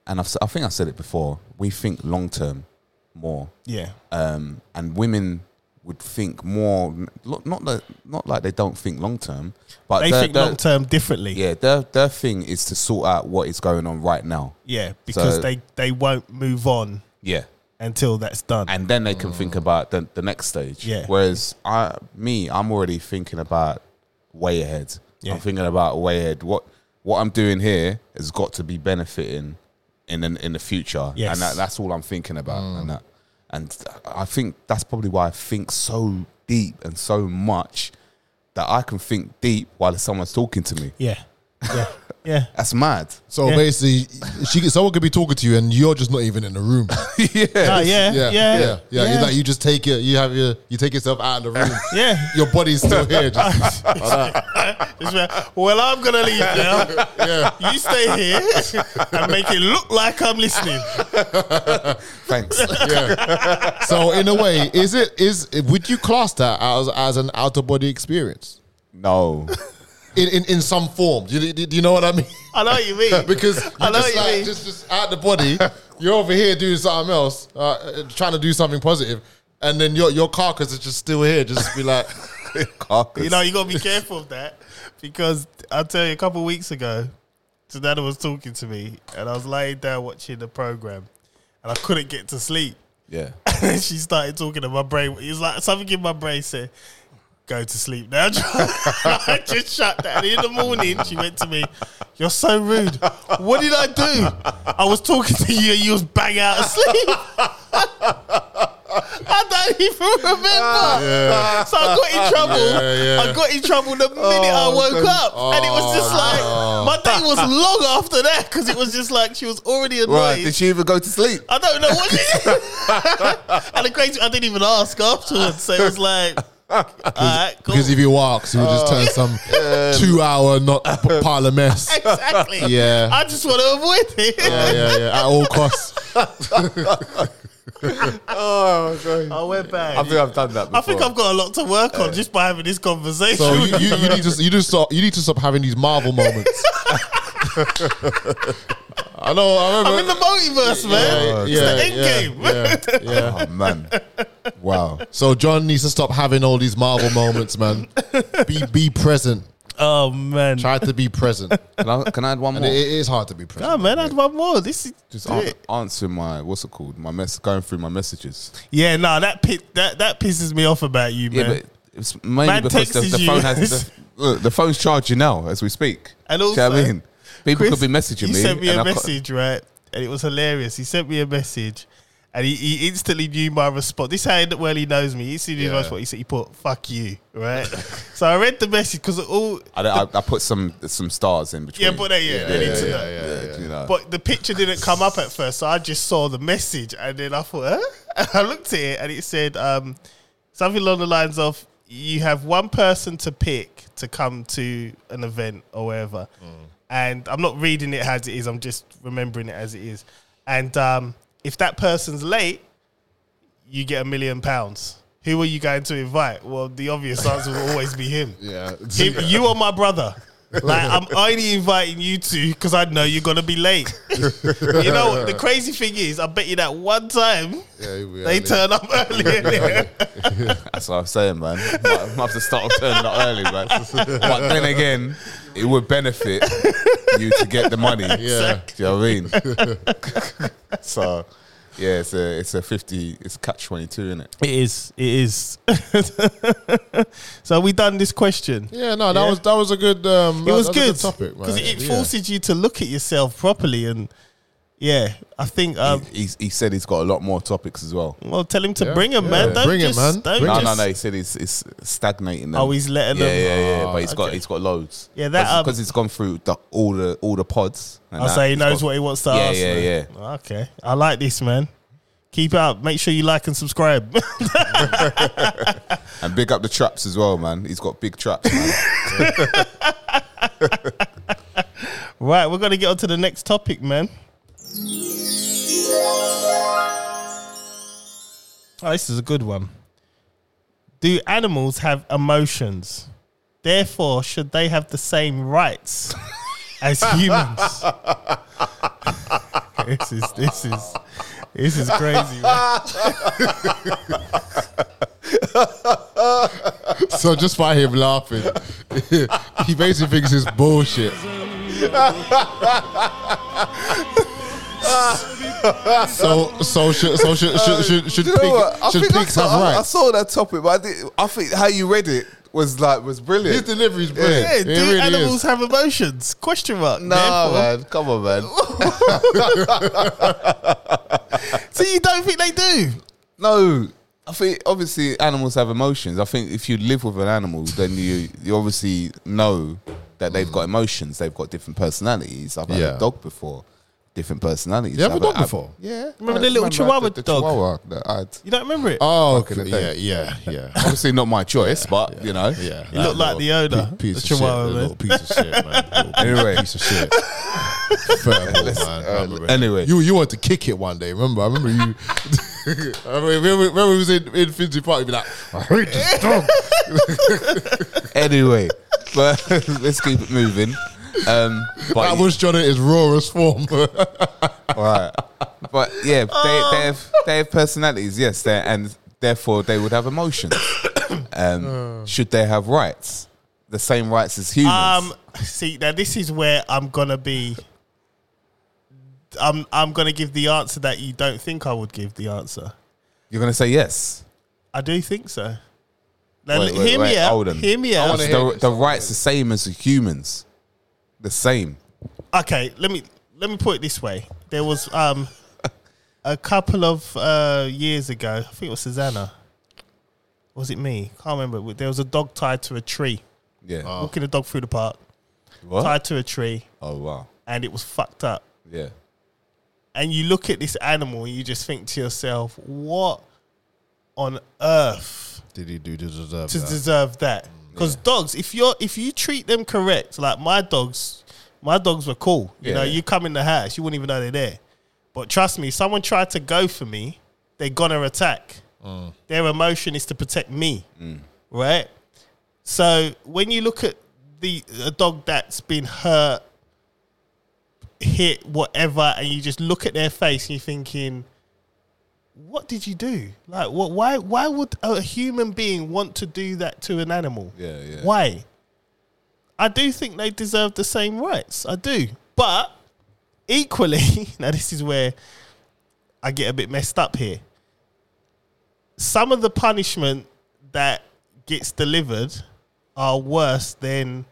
[SPEAKER 1] and I've, s- I think I said it before. We think long term more,
[SPEAKER 2] yeah.
[SPEAKER 4] Uh,
[SPEAKER 1] um, and women would think more. lo- Not that, not like they don't think long term, but
[SPEAKER 2] They
[SPEAKER 1] their-
[SPEAKER 2] think
[SPEAKER 1] their-
[SPEAKER 2] long term differently.
[SPEAKER 1] Yeah, their their thing is to sort out what is going on right now.
[SPEAKER 2] Yeah, because
[SPEAKER 1] So-
[SPEAKER 2] they they won't move on
[SPEAKER 1] Yeah,
[SPEAKER 2] until that's done.
[SPEAKER 1] and then they can think about the, the next stage.
[SPEAKER 2] Yeah.
[SPEAKER 1] Whereas I, me, I'm already thinking about way ahead.
[SPEAKER 2] Yeah.
[SPEAKER 1] I'm thinking about way ahead. What what I'm doing here has got to be benefiting in in, in the future.
[SPEAKER 2] Yes. Mm.
[SPEAKER 1] And that, that's all I'm thinking about. And that, and I think that's probably why I think so deep and so much that I can think deep while someone's talking to me.
[SPEAKER 2] yeah. Yeah. Yeah.
[SPEAKER 1] That's mad.
[SPEAKER 4] So
[SPEAKER 2] Yeah.
[SPEAKER 4] basically, she could- someone could be talking to you, and you're just not even in the room.
[SPEAKER 2] No, Ah, yeah,
[SPEAKER 4] yeah,
[SPEAKER 2] yeah, yeah,
[SPEAKER 4] yeah. yeah. You, like, you just take it. You have your. You take yourself out of the room.
[SPEAKER 2] Yeah.
[SPEAKER 4] Your body's still here. Just,
[SPEAKER 2] It's like, well, I'm gonna leave now. You stay here and make it look like I'm listening.
[SPEAKER 1] Thanks.
[SPEAKER 4] so in a way, is it is would you class that as as an out of body experience?
[SPEAKER 1] no.
[SPEAKER 4] in, in, in some form. Do you, do you know what I mean?
[SPEAKER 2] I know what you mean.
[SPEAKER 4] Because
[SPEAKER 2] I
[SPEAKER 4] you're
[SPEAKER 2] know what
[SPEAKER 4] just,
[SPEAKER 2] you
[SPEAKER 4] like,
[SPEAKER 2] mean.
[SPEAKER 4] just, just out the body, you're over here doing something else, uh, uh, trying to do something positive, and then your your carcass is just still here, just be like,
[SPEAKER 1] Carcass.
[SPEAKER 2] you know, you gotta be careful of that because I'll tell you, a couple of weeks ago, Susanna was talking to me and I was laying down watching the program and I couldn't get to sleep.
[SPEAKER 1] yeah.
[SPEAKER 2] And she started talking, and my brain it was like something in my brain said, "Go to sleep now." I just shut that. And in the morning, she went to me, "You're so rude. What did I do? I was talking to you, and you was bang out asleep." don't even remember. So I got in trouble.
[SPEAKER 4] Ah, Yeah, yeah.
[SPEAKER 2] I got in trouble the minute I woke
[SPEAKER 4] then-
[SPEAKER 2] up, and it was just
[SPEAKER 4] oh,
[SPEAKER 2] like
[SPEAKER 4] no.
[SPEAKER 2] my day was long after that because it was just like she was already annoyed.
[SPEAKER 1] Right? Did she even go to sleep?
[SPEAKER 2] I don't know what she did. and the crazy, I didn't even ask afterwards. So it was like, all right, cool.
[SPEAKER 4] Because if you walks, you'll just turn some two-hour not p- pile of mess.
[SPEAKER 2] exactly.
[SPEAKER 4] Yeah.
[SPEAKER 2] I just want to avoid it.
[SPEAKER 4] Yeah, yeah, yeah. At all costs.
[SPEAKER 1] Oh,
[SPEAKER 2] I went back.
[SPEAKER 1] I think I've done that. Before.
[SPEAKER 2] I think I've got a lot to work on just by having this conversation.
[SPEAKER 4] So you, you, you need to you just stop you need to stop having these Marvel moments. I know. I remember.
[SPEAKER 2] I'm in the multiverse, man.
[SPEAKER 4] yeah,
[SPEAKER 2] it's the end
[SPEAKER 4] yeah,
[SPEAKER 2] game.
[SPEAKER 4] yeah, yeah.
[SPEAKER 1] Oh man! Wow.
[SPEAKER 4] So John needs to stop having all these Marvel moments, man. Be be present.
[SPEAKER 2] Oh man.
[SPEAKER 4] Try to be present.
[SPEAKER 1] Can I, can I add one
[SPEAKER 4] And
[SPEAKER 1] more?
[SPEAKER 4] it, it is hard to be present.
[SPEAKER 2] Oh man, I had one more. This is
[SPEAKER 1] Just an- answer my what's it called? My mess going through my messages.
[SPEAKER 2] yeah, no, that pi- that that pisses me off about you,
[SPEAKER 1] Yeah,
[SPEAKER 2] man.
[SPEAKER 1] but it's mainly
[SPEAKER 2] Man
[SPEAKER 1] because the,
[SPEAKER 2] texts
[SPEAKER 1] the
[SPEAKER 2] you.
[SPEAKER 1] phone has the, look, the phone's charging now as we speak.
[SPEAKER 2] And
[SPEAKER 1] Do you know what
[SPEAKER 2] also,
[SPEAKER 1] I mean? People
[SPEAKER 2] Chris,
[SPEAKER 1] could be messaging
[SPEAKER 2] he
[SPEAKER 1] me.
[SPEAKER 2] sent me
[SPEAKER 1] and
[SPEAKER 2] a
[SPEAKER 1] I can't-
[SPEAKER 2] message, right? And it was hilarious. He sent me a message, and he, he instantly knew my response. This is how he- well he knows me. He instantly knew my
[SPEAKER 1] Yeah.
[SPEAKER 2] response. He said, "He put fuck you," right? so I read the message because all
[SPEAKER 1] I, don't- I, I put some some stars in between.
[SPEAKER 2] yeah, but they, yeah, they need to know.
[SPEAKER 1] You know.
[SPEAKER 2] But the picture didn't come up at first, so I just saw the message, and then I thought, huh? And I looked at it, and it said um, something along the lines of, "You have one person to pick to come to an event or wherever." And I'm not reading it as it is; I'm just remembering it as it is. And um, if that person's late, you get a million pounds. Who are you going to invite? Well, the obvious answer will always be him.
[SPEAKER 4] Yeah.
[SPEAKER 2] Him, you are my brother. Like I'm only inviting you two because I know you're gonna be late. you know what? The crazy thing is, I bet you that one time they turn up early. innit?
[SPEAKER 1] That's what I'm saying, man. Might, might have to start turning up early, man. But then again, it would benefit you to get the money.
[SPEAKER 4] Yeah.
[SPEAKER 1] Do you know what I mean? so, yeah, it's a it's a fifty. It's catch twenty two, isn't it?
[SPEAKER 2] it is. It is. so we done this question.
[SPEAKER 4] Yeah, no, that
[SPEAKER 2] Yeah.
[SPEAKER 4] was that was a good. Um,
[SPEAKER 2] It was
[SPEAKER 4] that, that
[SPEAKER 2] good
[SPEAKER 4] a topic, man.
[SPEAKER 2] because it, it
[SPEAKER 4] Yeah.
[SPEAKER 2] forces you to look at yourself properly and yeah. I think um,
[SPEAKER 1] he, he, he said he's got a lot more topics as well.
[SPEAKER 2] well, tell him to
[SPEAKER 4] Yeah.
[SPEAKER 2] bring him,
[SPEAKER 4] Yeah.
[SPEAKER 2] man. Don't
[SPEAKER 4] Bring it,
[SPEAKER 2] just,
[SPEAKER 4] man.
[SPEAKER 2] Don't
[SPEAKER 4] Bring
[SPEAKER 1] No,
[SPEAKER 2] just,
[SPEAKER 1] no, no. He said it's it's stagnating. Now.
[SPEAKER 2] Oh, he's letting
[SPEAKER 1] yeah,
[SPEAKER 2] them-
[SPEAKER 1] yeah, yeah,
[SPEAKER 2] Oh,
[SPEAKER 1] But he's got
[SPEAKER 2] okay.
[SPEAKER 1] he's got loads.
[SPEAKER 2] Yeah, that, um,
[SPEAKER 1] because he's gone through the, all the all the pods. and
[SPEAKER 2] I
[SPEAKER 1] that.
[SPEAKER 2] say he
[SPEAKER 1] He's
[SPEAKER 2] knows
[SPEAKER 1] got-
[SPEAKER 2] what he wants to
[SPEAKER 1] Yeah,
[SPEAKER 2] ask.
[SPEAKER 1] yeah,
[SPEAKER 2] man. Okay, I like this, man. Keep it up. Make sure you like and subscribe.
[SPEAKER 1] And big up the traps as well, man. He's got big traps. Man.
[SPEAKER 2] right, we're gonna get on to the next topic, man. Oh, this is a good one. Do animals have emotions? Therefore, should they have the same rights as humans? this is this is this is crazy. man.
[SPEAKER 4] So just by him laughing, he basically thinks it's bullshit. so so should so should should should, should,
[SPEAKER 1] Do you know
[SPEAKER 4] pig-
[SPEAKER 1] what? I
[SPEAKER 4] should
[SPEAKER 1] think I
[SPEAKER 4] pigs
[SPEAKER 1] saw,
[SPEAKER 4] have
[SPEAKER 1] I, I
[SPEAKER 4] rights?
[SPEAKER 1] saw that topic, but I, did, I think how you read it was like was
[SPEAKER 4] His
[SPEAKER 1] brilliant.
[SPEAKER 4] delivery's brilliant.
[SPEAKER 2] Yeah,
[SPEAKER 4] it
[SPEAKER 2] do
[SPEAKER 4] really
[SPEAKER 2] animals
[SPEAKER 4] is.
[SPEAKER 2] have emotions? Question mark.
[SPEAKER 1] Nah,
[SPEAKER 2] Therefore-
[SPEAKER 1] man, come on, man.
[SPEAKER 2] So you don't think they do?
[SPEAKER 1] No, I think obviously animals have emotions. I think if you live with an animal, then you you obviously know that they've got emotions. They've got different personalities. I've had
[SPEAKER 4] Yeah.
[SPEAKER 1] a dog before, different personalities.
[SPEAKER 4] You have a
[SPEAKER 1] I've
[SPEAKER 4] dog
[SPEAKER 1] had-
[SPEAKER 4] before?
[SPEAKER 1] Yeah,
[SPEAKER 2] Remember
[SPEAKER 1] I
[SPEAKER 2] the little
[SPEAKER 1] I had
[SPEAKER 2] Chihuahua
[SPEAKER 1] the
[SPEAKER 2] dog?
[SPEAKER 1] Chihuahua that I had.
[SPEAKER 2] You don't remember it?
[SPEAKER 4] Oh,
[SPEAKER 1] in
[SPEAKER 4] okay.
[SPEAKER 1] the
[SPEAKER 4] yeah,
[SPEAKER 1] day.
[SPEAKER 4] yeah, yeah.
[SPEAKER 1] Obviously not my choice, but you know.
[SPEAKER 4] Yeah,
[SPEAKER 2] You look like the owner,
[SPEAKER 4] Pe-
[SPEAKER 2] the
[SPEAKER 4] piece of shit,
[SPEAKER 2] chihuahua,
[SPEAKER 4] that
[SPEAKER 2] man.
[SPEAKER 4] little piece of shit, man. Little
[SPEAKER 1] Anyway.
[SPEAKER 4] piece of shit. Fair ball, man. I remember it.
[SPEAKER 1] anyway.
[SPEAKER 4] you you wanted to kick it one day. Remember, I remember you. I remember, remember, remember we was in, in Finsbury Park. You'd be like, I hate this dog.
[SPEAKER 1] Anyway, but let's keep it moving. Um, but
[SPEAKER 4] That was John at his rawest form.
[SPEAKER 1] Right. But yeah, they, they have they have personalities, yes, they and therefore they would have emotions. Um, should they have rights? The same rights as humans.
[SPEAKER 2] Um, see, now this is where I'm gonna be. I'm I'm gonna give the answer that you don't think I would give the answer.
[SPEAKER 1] You're gonna say yes.
[SPEAKER 2] I do think so. Now,
[SPEAKER 1] Wait, wait,
[SPEAKER 2] hear me
[SPEAKER 1] wait,
[SPEAKER 2] out.
[SPEAKER 1] hold on.
[SPEAKER 2] Hear me out.
[SPEAKER 4] wanna hear
[SPEAKER 1] The,
[SPEAKER 4] this.
[SPEAKER 1] the rights the same as humans. The same.
[SPEAKER 2] okay, let me let me put it this way. There was um a couple of uh years ago, I think it was Susanna. Was it me? Can't remember. There was a dog tied to a tree.
[SPEAKER 1] Yeah.
[SPEAKER 2] Walking a dog through the park,
[SPEAKER 1] what?
[SPEAKER 2] tied to a tree,
[SPEAKER 1] Oh wow.
[SPEAKER 2] and it was fucked up.
[SPEAKER 1] Yeah.
[SPEAKER 2] And you look at this animal, and you just think to yourself, what on earth?
[SPEAKER 4] Did he do to deserve
[SPEAKER 2] to
[SPEAKER 4] that?
[SPEAKER 2] deserve that. Because dogs, if you're if you treat them correct, like my dogs, my dogs were cool. You
[SPEAKER 1] Yeah,
[SPEAKER 2] know,
[SPEAKER 1] yeah.
[SPEAKER 2] you come in the house, you wouldn't even know they're there. But trust me, someone tried to go for me, they're gonna attack.
[SPEAKER 4] Mm.
[SPEAKER 2] Their emotion is to protect me, right? So when you look at the a dog that's been hurt, hit, whatever, and you just look at their face and you're thinking, what did you do? Like, what? Why? Why would a human being want to do that to an animal?
[SPEAKER 1] Yeah, yeah.
[SPEAKER 2] Why? I do think they deserve the same rights. I do, but equally, now this is where I get a bit messed up here. Some of the punishment that gets delivered are worse than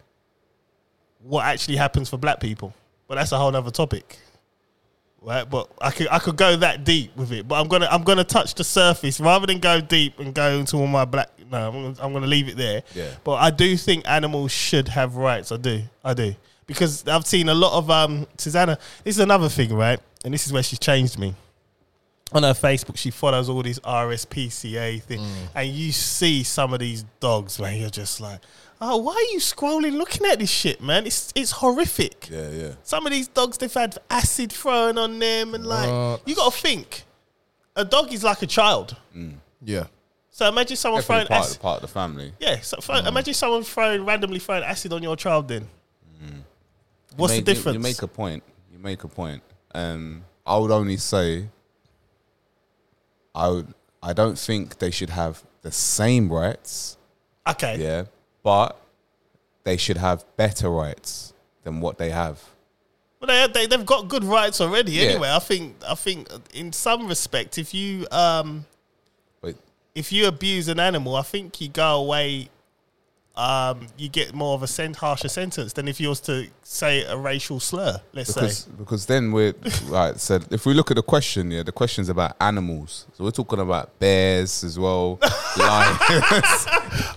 [SPEAKER 2] what actually happens for black people. But that's a whole other topic. Right, but I could I could go that deep with it, but I'm gonna I'm gonna touch the surface rather than go deep and go into all my black. No, I'm gonna, I'm gonna leave it there.
[SPEAKER 1] Yeah.
[SPEAKER 2] But I do think animals should have rights. I do, I do, because I've seen a lot of um Susanna. This is another thing, right? And this is where she changed me on her Facebook, she follows all these RSPCA things,
[SPEAKER 1] Mm.
[SPEAKER 2] and you see some of these dogs, man. You're just like, oh, why are you scrolling, looking at this shit, man? It's it's horrific.
[SPEAKER 1] Yeah, yeah.
[SPEAKER 2] Some of these dogs, they've had acid thrown on them, and like,
[SPEAKER 4] What?
[SPEAKER 2] you gotta think, a dog is like a child.
[SPEAKER 4] yeah.
[SPEAKER 2] So imagine someone
[SPEAKER 1] Definitely
[SPEAKER 2] throwing
[SPEAKER 1] part of,
[SPEAKER 2] acid.
[SPEAKER 1] the, Mm. part of the family.
[SPEAKER 2] Yeah, so throw, imagine someone throwing randomly throwing acid on your child. Then, what's
[SPEAKER 1] Mm. make-
[SPEAKER 2] the
[SPEAKER 1] you-
[SPEAKER 2] difference?
[SPEAKER 1] You, make a point. You make a point. Um, I would only say, I would, I don't think they should have the same rights.
[SPEAKER 2] okay,
[SPEAKER 1] Yeah, but they should have better rights than what they have.
[SPEAKER 2] Well, they, they they've got good rights already.
[SPEAKER 1] Yeah.
[SPEAKER 2] Anyway, I think I think in some respect, if you um
[SPEAKER 1] But
[SPEAKER 2] if you abuse an animal, I think you go away. Um, you get more of a sent harsher sentence than if you was to say a racial slur. Let's
[SPEAKER 1] because
[SPEAKER 2] say
[SPEAKER 1] because then we're right. So if we look at the question, yeah, the question's about animals. So we're talking about bears as well, lions,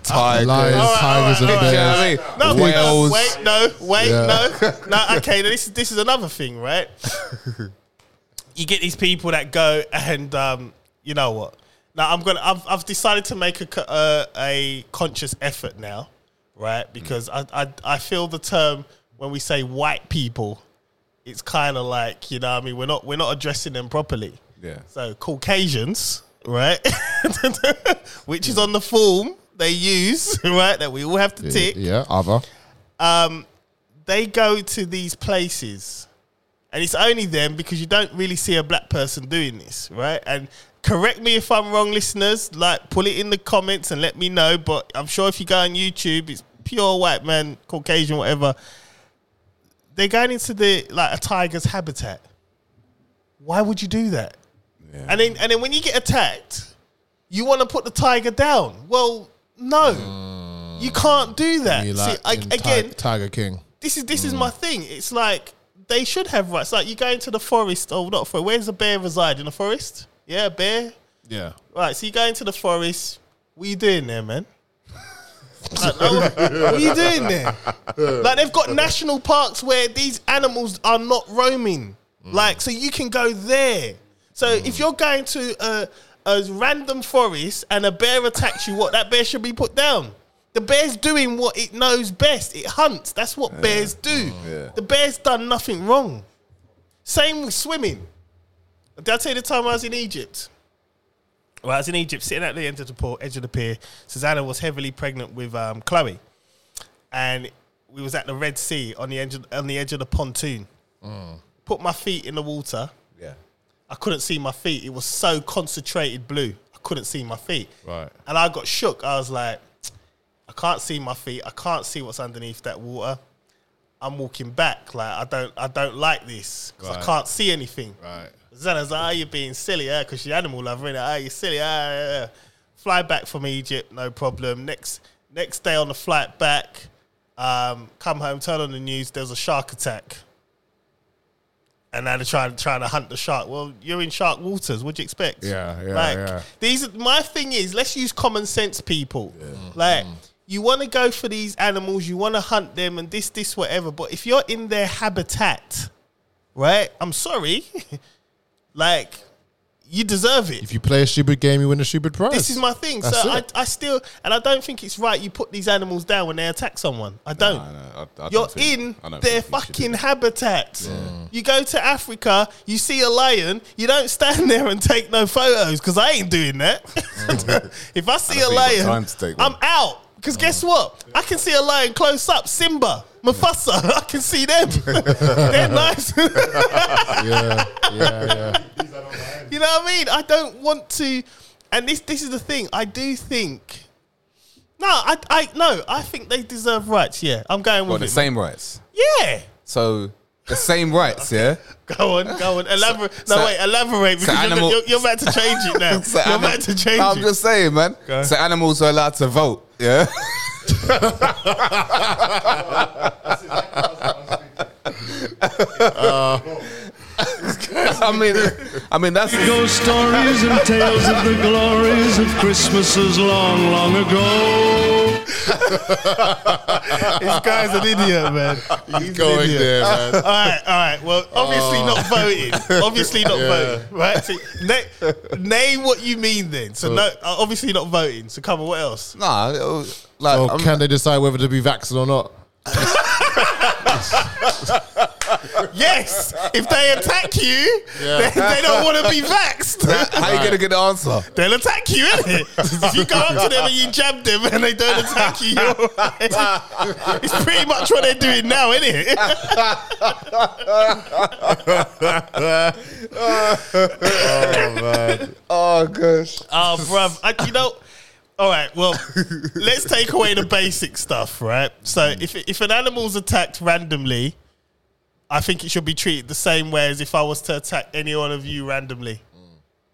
[SPEAKER 1] tigers.
[SPEAKER 4] Lions, tigers, and
[SPEAKER 1] Oh, Do you
[SPEAKER 4] bears.
[SPEAKER 1] know what I mean?
[SPEAKER 2] no, wait, no,
[SPEAKER 1] Whales.
[SPEAKER 2] wait, no, wait,
[SPEAKER 4] Yeah.
[SPEAKER 2] no, no. Okay, now this is this is another thing, right? you get these people that go and um, you know what? Now I'm gonna I've, I've decided to make a co- uh, a conscious effort now, right? Because I, I I feel the term when we say white people, it's kind of like you know what I mean we're not we're not addressing them properly.
[SPEAKER 1] Yeah.
[SPEAKER 2] So Caucasians, right? Which is on the form they use, right? That we all have to tick
[SPEAKER 4] Yeah, other.
[SPEAKER 2] they go to these places, and it's only them because you don't really see a black person doing this, right? And correct me if I'm wrong, listeners. Like, pull it in the comments and let me know. But I'm sure if you go on YouTube, it's pure white man, Caucasian, whatever. They're going into the like a tiger's habitat. Why would you do that? And then, and then when you get attacked, you want to put the tiger down. Well, no, you can't do that.
[SPEAKER 4] Mm. You
[SPEAKER 2] See,
[SPEAKER 4] like
[SPEAKER 2] I,
[SPEAKER 4] in Ti-
[SPEAKER 2] again,
[SPEAKER 4] Tiger King.
[SPEAKER 2] this is this is my thing. It's like they should have rights. Like you go into the forest, or not for where's the bear reside in the forest? Yeah, bear.
[SPEAKER 4] Yeah.
[SPEAKER 2] Right, so you go into the forest. What you doing there, man? Like, no, what are you doing there? Like they've got national parks where these animals are not roaming. Like so, you can go there. So if you're going to a, a random forest and a bear attacks you, what that bear should be put down. The bear's doing what it knows best. It hunts. That's what bears do.
[SPEAKER 1] Yeah.
[SPEAKER 2] The bear's done nothing wrong. Same with swimming. Did I tell you the time I was in Egypt? Well, I was in Egypt, sitting at the end of the pool, edge of the pier. Susanna was heavily pregnant with um, Chloe, and we was at the Red Sea on the edge of, on the edge of the pontoon.
[SPEAKER 4] Mm.
[SPEAKER 2] Put my feet in the water.
[SPEAKER 1] Yeah.
[SPEAKER 2] I couldn't see my feet. It was so concentrated blue. I couldn't see my feet.
[SPEAKER 4] Right.
[SPEAKER 2] And I got shook. I was like, I can't see my feet. I can't see what's underneath that water. I'm walking back. Like I don't, I don't like this because I
[SPEAKER 4] Right.
[SPEAKER 2] can't see anything.
[SPEAKER 4] Right.
[SPEAKER 2] Zana's like, oh, you're being silly, yeah, because you're animal lover, innit? Oh, you're silly, ah, yeah, yeah. Fly back from Egypt, no problem. Next next day on the flight back, um, come home, turn on the news, there's a shark attack. and now they're trying trying to hunt the shark. Well, you're in shark waters. What'd you expect?
[SPEAKER 4] Yeah, yeah,
[SPEAKER 2] Like
[SPEAKER 4] yeah.
[SPEAKER 2] these. are- My thing is, let's use common sense, people. Mm. Like you want to go for these animals, you want to hunt them, and this, this, whatever. But if you're in their habitat, right? I'm sorry, like you deserve it.
[SPEAKER 4] If you play a stupid game, you win a stupid prize.
[SPEAKER 2] This is my thing.
[SPEAKER 4] That's
[SPEAKER 2] so I,
[SPEAKER 4] it.
[SPEAKER 2] I still, and I don't think it's right you put these animals down when they attack someone. I don't. You're in their fucking habitat. You go to Africa, you see a lion, you don't stand there and take no photos because I ain't doing that. if I see
[SPEAKER 1] I don't think you
[SPEAKER 2] a
[SPEAKER 1] got
[SPEAKER 2] lion,
[SPEAKER 1] time to take
[SPEAKER 2] I'm
[SPEAKER 1] one. Mm.
[SPEAKER 2] out. Because guess what? I can see a lion close up. Simba, Mufasa, I can see them. They're nice.
[SPEAKER 4] yeah, yeah, yeah.
[SPEAKER 2] You know what I mean? I don't want to. And this this is the thing. I do think. No, I I no. I think they deserve rights. Yeah, I'm going
[SPEAKER 1] Well,
[SPEAKER 2] with
[SPEAKER 1] the
[SPEAKER 2] it.
[SPEAKER 1] same rights.
[SPEAKER 2] yeah.
[SPEAKER 1] So the same rights, yeah.
[SPEAKER 2] Go on, go on. Elaborate.
[SPEAKER 1] So-
[SPEAKER 2] no, wait. Elaborate because you're,
[SPEAKER 1] animal-
[SPEAKER 2] you're, you're about to change it now.
[SPEAKER 1] So
[SPEAKER 2] you're
[SPEAKER 1] anim-
[SPEAKER 2] about to change
[SPEAKER 1] No, I'm
[SPEAKER 2] it.
[SPEAKER 1] just saying, man.
[SPEAKER 2] Go.
[SPEAKER 1] So animals are allowed to vote, yeah.
[SPEAKER 2] Uh,
[SPEAKER 1] I mean, I mean that's
[SPEAKER 3] Ghost stories and tales of the glories of Christmases long, long ago.
[SPEAKER 2] This guy's an idiot, man. He's an
[SPEAKER 4] Going
[SPEAKER 2] idiot.
[SPEAKER 4] there, man.
[SPEAKER 2] All right, all right. Well, obviously
[SPEAKER 1] Oh.
[SPEAKER 2] not voting. Obviously not voting. Right? So, na- name what you mean then. So no, uh, obviously not voting. So come on, what else?
[SPEAKER 1] nah. it was- Like,
[SPEAKER 4] Or
[SPEAKER 1] I'm-
[SPEAKER 4] Oh, can they decide whether to be vaccinated or not?
[SPEAKER 2] Yes, if they attack you, they, they don't want to be vaxxed.
[SPEAKER 1] how you gonna get the answer?
[SPEAKER 2] They'll attack you, innit? If you go up to them and you jab them and they don't attack you, you're all right. it's pretty much what they're doing now, isn't it?
[SPEAKER 1] Oh gosh.
[SPEAKER 2] Oh, bruv. I, you know, all right, well, let's take away the basic stuff, right? So if, if an animal's attacked randomly, I think it should be treated the same way as if I was to attack any one of you randomly.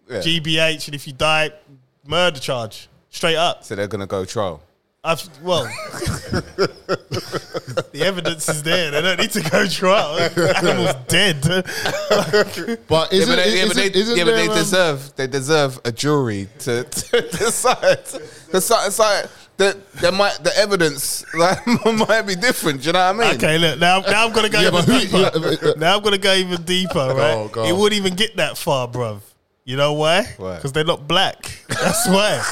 [SPEAKER 1] Yeah.
[SPEAKER 2] GBH, and if you die, murder charge. Straight up.
[SPEAKER 1] So they're gonna go trial.
[SPEAKER 2] I've, well, the evidence is there. They don't need to go trial. Animal's dead.
[SPEAKER 4] But
[SPEAKER 1] Yeah,
[SPEAKER 4] isn't
[SPEAKER 1] but they, yeah,
[SPEAKER 4] isn't,
[SPEAKER 1] but they,
[SPEAKER 4] isn't
[SPEAKER 1] yeah, but they
[SPEAKER 4] there, um,
[SPEAKER 1] deserve they deserve a jury to, to decide. It's like, it's like the, the, might, the evidence like, might be different. Do you know what I mean?
[SPEAKER 2] okay, look now. Now I'm gonna go
[SPEAKER 4] Yeah,
[SPEAKER 2] even
[SPEAKER 4] but who-
[SPEAKER 2] deeper.
[SPEAKER 4] yeah, but- uh,
[SPEAKER 2] now I'm gonna go even deeper. Right?
[SPEAKER 4] Oh, God.
[SPEAKER 2] it wouldn't even get that far, bruv. You know why?
[SPEAKER 1] Why?
[SPEAKER 2] Because they're not black. That's why.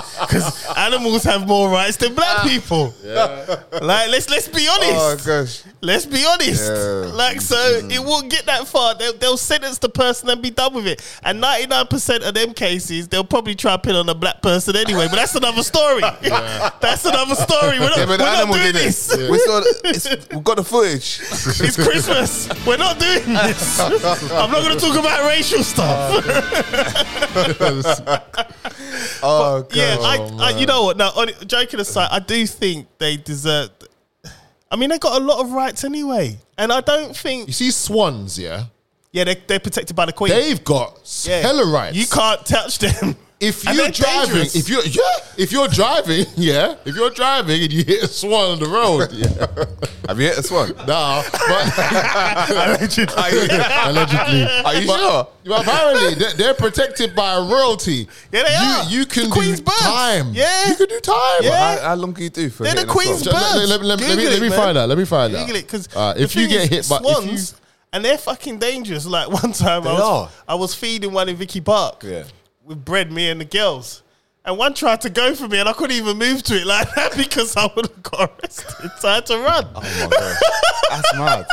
[SPEAKER 2] Because animals have more rights than black people. Like let's let's be honest.
[SPEAKER 1] Oh gosh.
[SPEAKER 2] Let's be honest.
[SPEAKER 1] Yeah. Mm.
[SPEAKER 2] Like, so it won't get that far. They'll, they'll sentence the person and be done with it. And 99% of them cases, they'll probably try to pin on a black person anyway. But that's another story. that's another story. We're not,
[SPEAKER 1] Yeah, but
[SPEAKER 2] we're
[SPEAKER 1] the
[SPEAKER 2] not
[SPEAKER 1] animal
[SPEAKER 2] doing
[SPEAKER 1] did it.
[SPEAKER 2] this.
[SPEAKER 1] We saw the, it's, we've got the footage.
[SPEAKER 2] It's Christmas. We're not doing this. I'm not going to talk about racial stuff.
[SPEAKER 1] Oh god.
[SPEAKER 2] yeah, I, I, you know what? No, on, joking aside, I do think they deserve. I mean, they got a lot of rights anyway. And I don't think.
[SPEAKER 4] You see swans, yeah?
[SPEAKER 2] Yeah, they, they're protected by the Queen.
[SPEAKER 4] They've got
[SPEAKER 2] Yeah.
[SPEAKER 4] hella rights.
[SPEAKER 2] You can't touch them.
[SPEAKER 4] If
[SPEAKER 2] And
[SPEAKER 4] you're
[SPEAKER 2] they're
[SPEAKER 4] driving,
[SPEAKER 2] dangerous.
[SPEAKER 4] if you're yeah, if you're driving, yeah, if you're driving and you hit a swan on the road, yeah,
[SPEAKER 1] Have you hit this one?
[SPEAKER 4] nah, but allegedly,
[SPEAKER 1] Are you
[SPEAKER 4] But-
[SPEAKER 1] sure?
[SPEAKER 4] But apparently, they're, they're protected by a royalty.
[SPEAKER 2] Yeah, they are.
[SPEAKER 4] you, You
[SPEAKER 2] The
[SPEAKER 4] can
[SPEAKER 2] Queen's
[SPEAKER 4] do
[SPEAKER 2] birds.
[SPEAKER 4] time.
[SPEAKER 2] Yeah.
[SPEAKER 4] you can do time.
[SPEAKER 2] Yeah.
[SPEAKER 1] How, how long can you do for
[SPEAKER 2] They're the
[SPEAKER 1] hitting a
[SPEAKER 2] Queen's
[SPEAKER 1] swab?
[SPEAKER 2] bird.
[SPEAKER 4] Let, let- let- let
[SPEAKER 2] Google
[SPEAKER 4] me, let
[SPEAKER 2] it,
[SPEAKER 4] me
[SPEAKER 2] man.
[SPEAKER 4] find out. Let me find out.
[SPEAKER 2] Google it because
[SPEAKER 4] Uh, if you get hit by if you,
[SPEAKER 2] swans, and they're fucking dangerous. Like one time, I
[SPEAKER 1] are.
[SPEAKER 2] was, I was feeding one in Vicky Park.
[SPEAKER 1] Yeah.
[SPEAKER 2] with bread, me and the girls. And one tried to go for me, and I couldn't even move to it like that because I would have got arrested. So I had to run.
[SPEAKER 1] Oh my gosh. That's mad.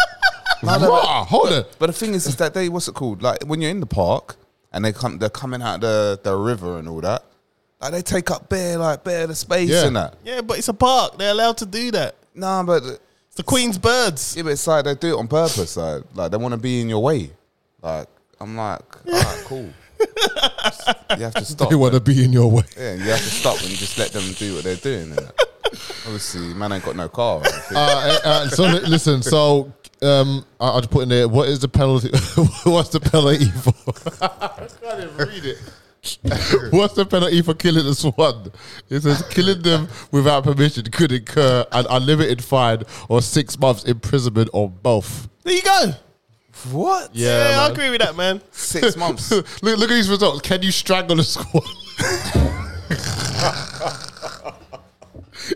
[SPEAKER 1] No, no,
[SPEAKER 4] Rah, hold on.
[SPEAKER 1] But the thing is, is that they what's it called? Like when you're in the park and they come, they're coming out the the river and all that. Like they take up bare like bare the space
[SPEAKER 4] Yeah.
[SPEAKER 1] and that.
[SPEAKER 2] Yeah, but it's a park; they're allowed to do that.
[SPEAKER 1] Nah, but
[SPEAKER 2] It's the Queen's birds.
[SPEAKER 1] yeah, but it's like they do it on purpose. Like, like they want to be in your way. Like I'm like, all right, cool. you have to stop.
[SPEAKER 4] They want to be in your way.
[SPEAKER 1] Yeah, and you have to stop and just let them do what they're doing. innit? Obviously, man ain't got no car. or anything.
[SPEAKER 4] uh, uh, so li- listen, so um, I, I'll just put in there. What is the penalty? What's the penalty for? I can't even read it. What's the penalty for killing a swan? It says killing them without permission could incur an unlimited fine or six months imprisonment or both.
[SPEAKER 2] There you go.
[SPEAKER 1] What?
[SPEAKER 4] Yeah,
[SPEAKER 2] I
[SPEAKER 4] man.
[SPEAKER 2] agree with that, man.
[SPEAKER 1] Six months.
[SPEAKER 4] look, look at these results. Can you strangle a squad?